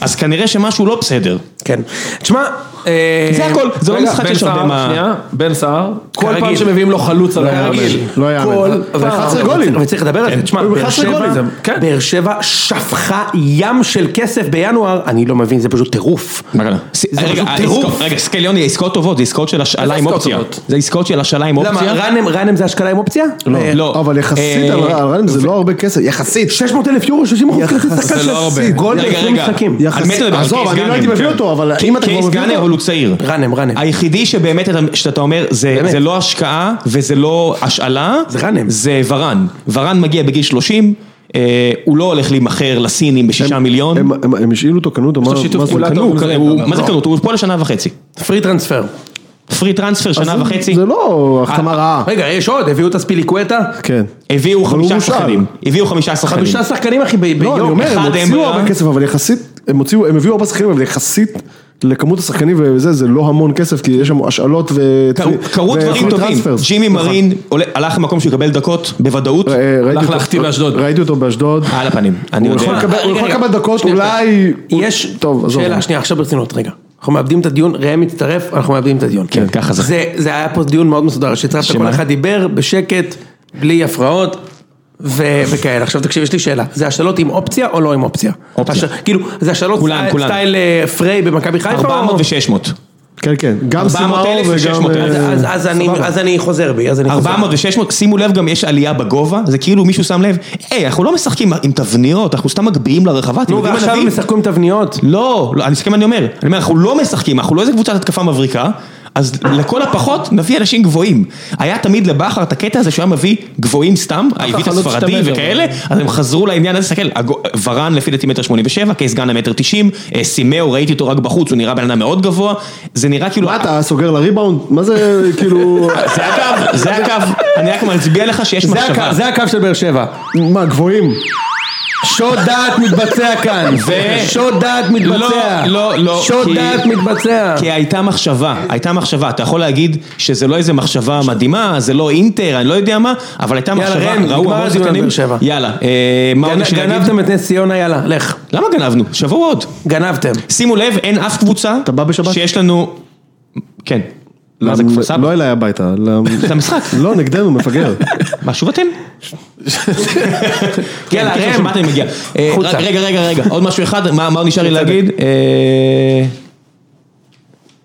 Speaker 5: אז כנראה שמשהו לא בסדר.
Speaker 1: כן. תשמע... אה,
Speaker 5: זה הכל, זה לא
Speaker 3: רגע,
Speaker 5: משחק
Speaker 3: בן
Speaker 5: שיש הרבה
Speaker 3: סער,
Speaker 5: מה-
Speaker 3: שנייה, בן סער, כל פעם
Speaker 1: כרגיל.
Speaker 3: שמביאים לו חלוץ על
Speaker 1: כרגיל.
Speaker 2: לא יאמן.
Speaker 1: כל
Speaker 2: ו-
Speaker 1: פעם.
Speaker 2: 11 גולים.
Speaker 1: וצריך לדבר על זה. תשמע,
Speaker 2: הוא עם
Speaker 1: באר
Speaker 2: 11
Speaker 1: שבע-
Speaker 2: גולים.
Speaker 3: כן.
Speaker 1: באר שבע שפכה ים של כסף בינואר, אני לא מבין, זה פשוט טירוף.
Speaker 5: מה קרה?
Speaker 1: זה
Speaker 5: רגע, אה,
Speaker 1: פשוט
Speaker 5: העסקאות-
Speaker 1: טירוף.
Speaker 5: רגע, סקליוני, עסקאות טובות, זה עסקאות של השאלה עם
Speaker 3: עסקאות
Speaker 5: אופציה.
Speaker 3: טובות?
Speaker 5: זה עסקאות של השאלה עם
Speaker 1: למה,
Speaker 5: אופציה.
Speaker 1: רנם- רנם זה השקלה עם אופציה? אה,
Speaker 5: לא.
Speaker 2: אבל יחסית,
Speaker 5: אה,
Speaker 2: אבל על רנים זה לא הרבה כסף, יחסית.
Speaker 1: 600 אלף יורו, 30 אחוז כרטיס שחקן
Speaker 3: זה
Speaker 1: של
Speaker 3: לא הרבה.
Speaker 1: גול
Speaker 5: רגע,
Speaker 1: ב-20
Speaker 5: רגע.
Speaker 1: משחקים.
Speaker 5: על מי אתה מדבר?
Speaker 2: עזוב,
Speaker 5: קייס
Speaker 2: אני לא
Speaker 5: גאנם,
Speaker 2: הייתי מביא
Speaker 5: כן.
Speaker 2: אותו, אבל
Speaker 5: קי-
Speaker 2: אם אתה כבר
Speaker 5: קייס
Speaker 2: מביא
Speaker 5: גאנם,
Speaker 2: אותו-
Speaker 5: אבל הוא צעיר.
Speaker 1: רנם, רנם.
Speaker 5: היחידי שבאמת אתה- שאתה אומר, זה-
Speaker 1: באמת.
Speaker 5: זה לא השקעה וזה לא השאלה.
Speaker 1: זה גאנם.
Speaker 5: זה ורן. ורן מגיע בגיל 30, אה, הוא לא הולך להימכר לסינים בשישה מיליון.
Speaker 2: הם- הם- הם השאילו אותו, קנו אותו, מה
Speaker 3: שיתוף
Speaker 2: מה זה?
Speaker 3: פעולה.
Speaker 5: קנו,
Speaker 3: טוב,
Speaker 5: הוא-
Speaker 3: זה-
Speaker 2: לא.
Speaker 5: מה זה קנו? אותו? הוא פה לשנה וחצי.
Speaker 1: פרי טרנספר.
Speaker 5: פרי טרנספר
Speaker 2: אז
Speaker 5: שנה
Speaker 2: זה-
Speaker 5: וחצי.
Speaker 2: זה לא החתמה
Speaker 5: אה,
Speaker 2: רעה.
Speaker 1: רגע, יש עוד, הביאו את הספיליקווטה.
Speaker 2: כן.
Speaker 5: הביאו
Speaker 2: הוא
Speaker 5: חמישה
Speaker 2: מושאל.
Speaker 5: שחקנים. הביאו חמישה שחקנים.
Speaker 1: חמישה שחקנים אחי ב-
Speaker 2: לא, אני
Speaker 1: ביום.
Speaker 2: אומר,
Speaker 5: אחד
Speaker 2: הם הוציאו
Speaker 5: אמרה.
Speaker 2: הרבה כסף, אבל יחסית, הם הוציאו, הם הביאו הרבה שחקנים, אבל יחסית לכמות השחקנים וזה, זה לא המון כסף, כי יש שם השאלות ו...
Speaker 5: קרו- קרו דברים
Speaker 2: ויכולת
Speaker 5: טובים,
Speaker 2: טרנספרס.
Speaker 5: ג'ימי
Speaker 2: נכון.
Speaker 5: מרין עולה- הלך למקום שהוא יקבל דקות בוודאות,
Speaker 2: אה, ראיתי
Speaker 3: הלך
Speaker 2: אותו-
Speaker 3: להחתים באשדוד.
Speaker 2: ראיתי אותו באשדוד,
Speaker 5: על הפנים, אה, אני
Speaker 2: הוא יכול
Speaker 5: יודע,
Speaker 2: לקבל- הוא
Speaker 1: רגע,
Speaker 2: יכול
Speaker 1: רגע.
Speaker 2: לקבל דקות,
Speaker 1: שנייה,
Speaker 2: אולי...
Speaker 1: יש,
Speaker 2: טוב, עזוב.
Speaker 1: שאלה שנייה עכשיו ברצינות רגע, אנחנו מאבדים את הדיון, ראם מצטרף, אנחנו מאבדים את הדיון,
Speaker 5: כן, ככה זה.
Speaker 1: זה, זה היה פה דיון מאוד מסודר, שהצטרפת, כל
Speaker 5: שמה?
Speaker 1: אחד דיבר בשקט, בלי הפרעות ו- וכאלה, עכשיו תקשיב יש לי שאלה, זה השאלות עם אופציה או לא עם אופציה?
Speaker 5: אופציה.
Speaker 1: הש- כאילו, זה השאלות
Speaker 5: כולם,
Speaker 1: סטייל-
Speaker 5: כולם.
Speaker 1: סטייל אה, פריי במכבי חיפה? או-
Speaker 5: 400 ו-600,
Speaker 2: כן, כן, גם
Speaker 5: 400,000
Speaker 2: סימאו וגם...
Speaker 5: ו-600,000.
Speaker 2: אה,
Speaker 1: אז- אז- אז אני- אז אני חוזר בי, אז אני חוזר.
Speaker 5: 400 ו-600, שימו לב גם יש עלייה בגובה, זה כאילו מישהו שם לב, היי אנחנו לא משחקים עם תבניות, אנחנו סתם מגביהים לרחבה, אתם
Speaker 1: נו,
Speaker 5: יודעים מה
Speaker 1: ועכשיו הם
Speaker 5: נביא?
Speaker 1: ישחקו עם תבניות?
Speaker 5: לא, לא, אני מסכים מה אני אומר, אני אומר אנחנו לא משחקים, אנחנו לא איזה קבוצת התקפה מבריקה, אז לכל הפחות נביא אנשים גבוהים, היה תמיד לבכר את הקטע הזה שהוא היה מביא גבוהים סתם, העברית
Speaker 3: החלוץ
Speaker 5: הספרדי
Speaker 3: שאתה מבין.
Speaker 5: וכאלה, אז הם חזרו לעניין הזה, תסתכל, הגו- ורן לפי דעתי מטר שמונים ושבע, קייס גאנה מטר תשעים, אה, סימאו ראיתי אותו רק בחוץ, הוא נראה בן אדם מאוד גבוה, זה נראה כאילו...
Speaker 2: מה אתה סוגר לריבאונד? מה זה כאילו...
Speaker 5: זה הקו, זה הקו, אני רק מצביע לך שיש
Speaker 1: זה הקו-
Speaker 5: מחשבה.
Speaker 1: זה הקו של באר שבע.
Speaker 2: מה, גבוהים?
Speaker 1: שוד דעת מתבצע כאן,
Speaker 5: ו-
Speaker 1: שוד דעת מתבצע,
Speaker 5: לא, לא, לא,
Speaker 1: שוד
Speaker 5: כי-
Speaker 1: דעת מתבצע.
Speaker 5: כי הייתה מחשבה, הייתה מחשבה, אתה יכול להגיד שזה לא איזה מחשבה מדהימה, זה לא אינטר, אני לא יודע מה, אבל הייתה
Speaker 1: יאללה,
Speaker 5: מחשבה,
Speaker 1: ראם,
Speaker 5: ראו
Speaker 1: נגמר
Speaker 5: המון
Speaker 1: הדיון על
Speaker 5: שחקנים,
Speaker 1: באר שבע.
Speaker 5: יאללה, אה, מה עוד
Speaker 1: גנ-
Speaker 5: יש לי להגיד?
Speaker 1: גנבתם את נס ציונה, יאללה, לך.
Speaker 5: למה גנבנו? שבוע עוד.
Speaker 1: גנבתם.
Speaker 5: שימו לב, אין אף קבוצה, אתה
Speaker 2: בא בשבת?
Speaker 5: שיש לנו, כן, מה זה כפר סבא?
Speaker 2: לא אליי הביתה.
Speaker 5: זה המשחק,
Speaker 2: לא, נגדנו, מפגר.
Speaker 5: מה שוב אתם? כן,
Speaker 1: יאללה,
Speaker 5: יאללה, ראם.
Speaker 1: ראם.
Speaker 5: שמעת אני מגיע. כן, אה,
Speaker 1: החוצה.
Speaker 5: רק- רגע, רגע, רגע, עוד משהו אחד, מה מה עוד נשאר לי להגיד? אה,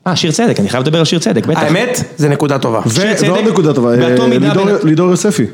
Speaker 5: אה, שיר צדק, אני חייב לדבר על שיר צדק, בטח.
Speaker 1: האמת, זה נקודה טובה.
Speaker 5: שיר צדק,
Speaker 2: ועוד נקודה טובה, אה,
Speaker 5: באותו מידה
Speaker 2: לידור-
Speaker 5: בין-
Speaker 2: לידור יוספי.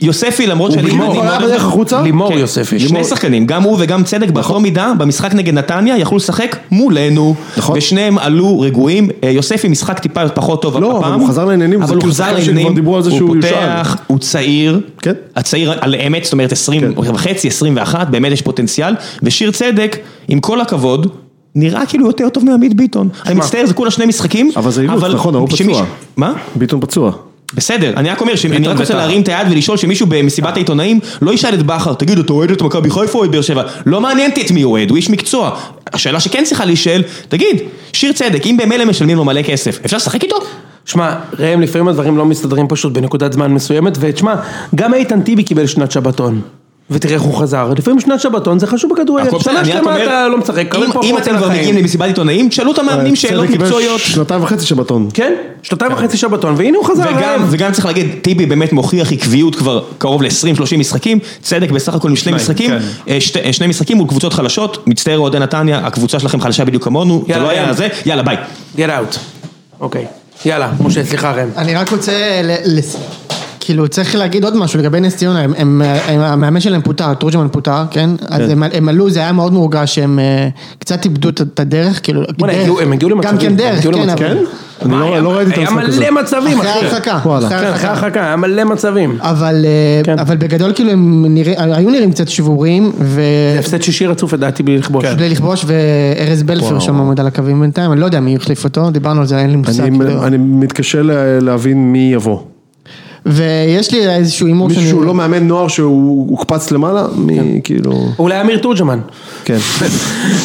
Speaker 5: יוספי, למרות שאני...
Speaker 2: לימור, הוא היה בדרך החוצה?
Speaker 1: לימור
Speaker 5: כן.
Speaker 1: יוספי.
Speaker 5: שני שחקנים, גם הוא וגם צדק באותו מידה, במשחק נגד נתניה, יכלו לשחק מולנו.
Speaker 2: נכון.
Speaker 5: ושניהם עלו רגועים. אה, יוספי משחק טיפה פחות טוב
Speaker 2: לא,
Speaker 5: הפעם.
Speaker 2: אבל הוא חזר לעניינים, זה
Speaker 5: אבל הוא
Speaker 2: כאילו
Speaker 5: חזר
Speaker 2: שחקן שכבר
Speaker 5: לעניינים,
Speaker 2: דיברו על זה שהוא
Speaker 5: הוא
Speaker 2: יושל.
Speaker 5: פותח, הוא צעיר.
Speaker 2: כן.
Speaker 5: הצעיר על אמת, זאת אומרת 20 וחצי, 21, באמת יש פוטנציאל. ושיר צדק, עם כל הכבוד, נראה כאילו יותר טוב מעמית ביטון. אני מצטער, זה כולה שני משחקים.
Speaker 2: אבל זה אילוץ, נכון, הוא
Speaker 5: שמיש-
Speaker 2: פצוע.
Speaker 5: מה?
Speaker 2: ביטון פצוע.
Speaker 5: בסדר, אני רק אומר, שאני אני
Speaker 1: בית"ר,
Speaker 5: רק רוצה
Speaker 1: בית"ר.
Speaker 5: להרים את היד ולשאול שמישהו
Speaker 1: אה.
Speaker 5: במסיבת העיתונאים לא ישאל את בכר, תגיד, אתה אוהד את מכבי חיפה או את באר שבע? לא מעניין אותי את מי הוא אוהד, הוא איש מקצוע. השאלה שכן צריכה להישאל, תגיד, שיר צדק, אם במילא משלמים לו מלא כסף, אפשר לשחק איתו?
Speaker 1: שמע, ראם, לפעמים הדברים לא מסתדרים פשוט בנקודת זמן מסוימת, ותשמע, גם איתן טיבי קיבל שנת שבתון. ותראה איך הוא חזר, לפעמים שנת שבתון זה חשוב
Speaker 5: הכל
Speaker 1: בכדורגל,
Speaker 5: בסדר,
Speaker 1: שנה
Speaker 5: אני רק
Speaker 1: שלמה
Speaker 5: אומר,
Speaker 1: אתה לא משחק,
Speaker 5: אם-
Speaker 1: קבל פה
Speaker 5: אם
Speaker 1: פרופורציה
Speaker 5: אתם כבר
Speaker 1: לחיים.
Speaker 5: מגיעים למסיבת עיתונאים, תשאלו את המאמנים שאלות
Speaker 2: אה, צדק קיבל
Speaker 5: מקצועיות.
Speaker 2: שנתיים וחצי שבתון.
Speaker 1: כן, שנתיים וחצי שבתון, והנה הוא חזר,
Speaker 5: וגם,
Speaker 1: ראם.
Speaker 5: וגם צריך להגיד, טיבי באמת מוכיח עקביות כבר קרוב ל-20-30 משחקים, צדק בסך הכל עם שני משחקים,
Speaker 1: כן.
Speaker 5: אה, שתי- אה, שני משחקים מול קבוצות חלשות, מצטער אוהדי נתניה, הקבוצה שלכם חלשה בדיוק כמונו, זה
Speaker 1: יאללה,
Speaker 5: לא היה
Speaker 1: יאללה.
Speaker 5: זה, יאללה ביי.
Speaker 1: get out. אוקיי, יאללה, משה, סליחה ראם.
Speaker 4: אני רק רוצה, ל- לס- כאילו צריך להגיד עוד משהו לגבי נס ציונה, הם- הם- הם- המאמן שלהם פוטר, תורג'מן פוטר, כן? אז הם- הם עלו, זה היה מאוד מורגש שהם אה, קצת איבדו את- את הדרך, כאילו, דרך.
Speaker 1: הגיעו- הם הגיעו
Speaker 4: גם
Speaker 1: למצבים,
Speaker 4: כן
Speaker 1: הם
Speaker 4: דרך,
Speaker 1: הגיעו
Speaker 4: כן,
Speaker 1: למצבים.
Speaker 4: אבל-
Speaker 2: אני לא- לא ראיתי את
Speaker 1: היה
Speaker 2: המשחק הזה.
Speaker 1: מלא מצבים,
Speaker 4: אחרי
Speaker 1: אחי.
Speaker 4: ההרחקה,
Speaker 2: וואלה.
Speaker 1: כן, אחרי ההרחקה, היה מלא מצבים.
Speaker 4: אבל, אה,
Speaker 1: כן.
Speaker 4: אבל בגדול כאילו הם נראה, היו נראים קצת שבורים, ו...
Speaker 2: כן.
Speaker 1: הפסד שישי רצוף לדעתי בלי לכבוש.
Speaker 4: בלי לכבוש, וארז בלפר שם עומד על הקווים בינתיים, אני לא יודע מי יחליף אותו, דיברנו על זה, אין לי מושג.
Speaker 2: אני-
Speaker 4: כאילו.
Speaker 2: אני מתקשה לה- להבין מי יבוא.
Speaker 4: ויש לי איזשהו הימור
Speaker 2: מישהו שהוא לא מאמן נוער שהוא הוקפץ למעלה, מי כאילו...
Speaker 1: אולי אמיר תורג'מן.
Speaker 2: כן.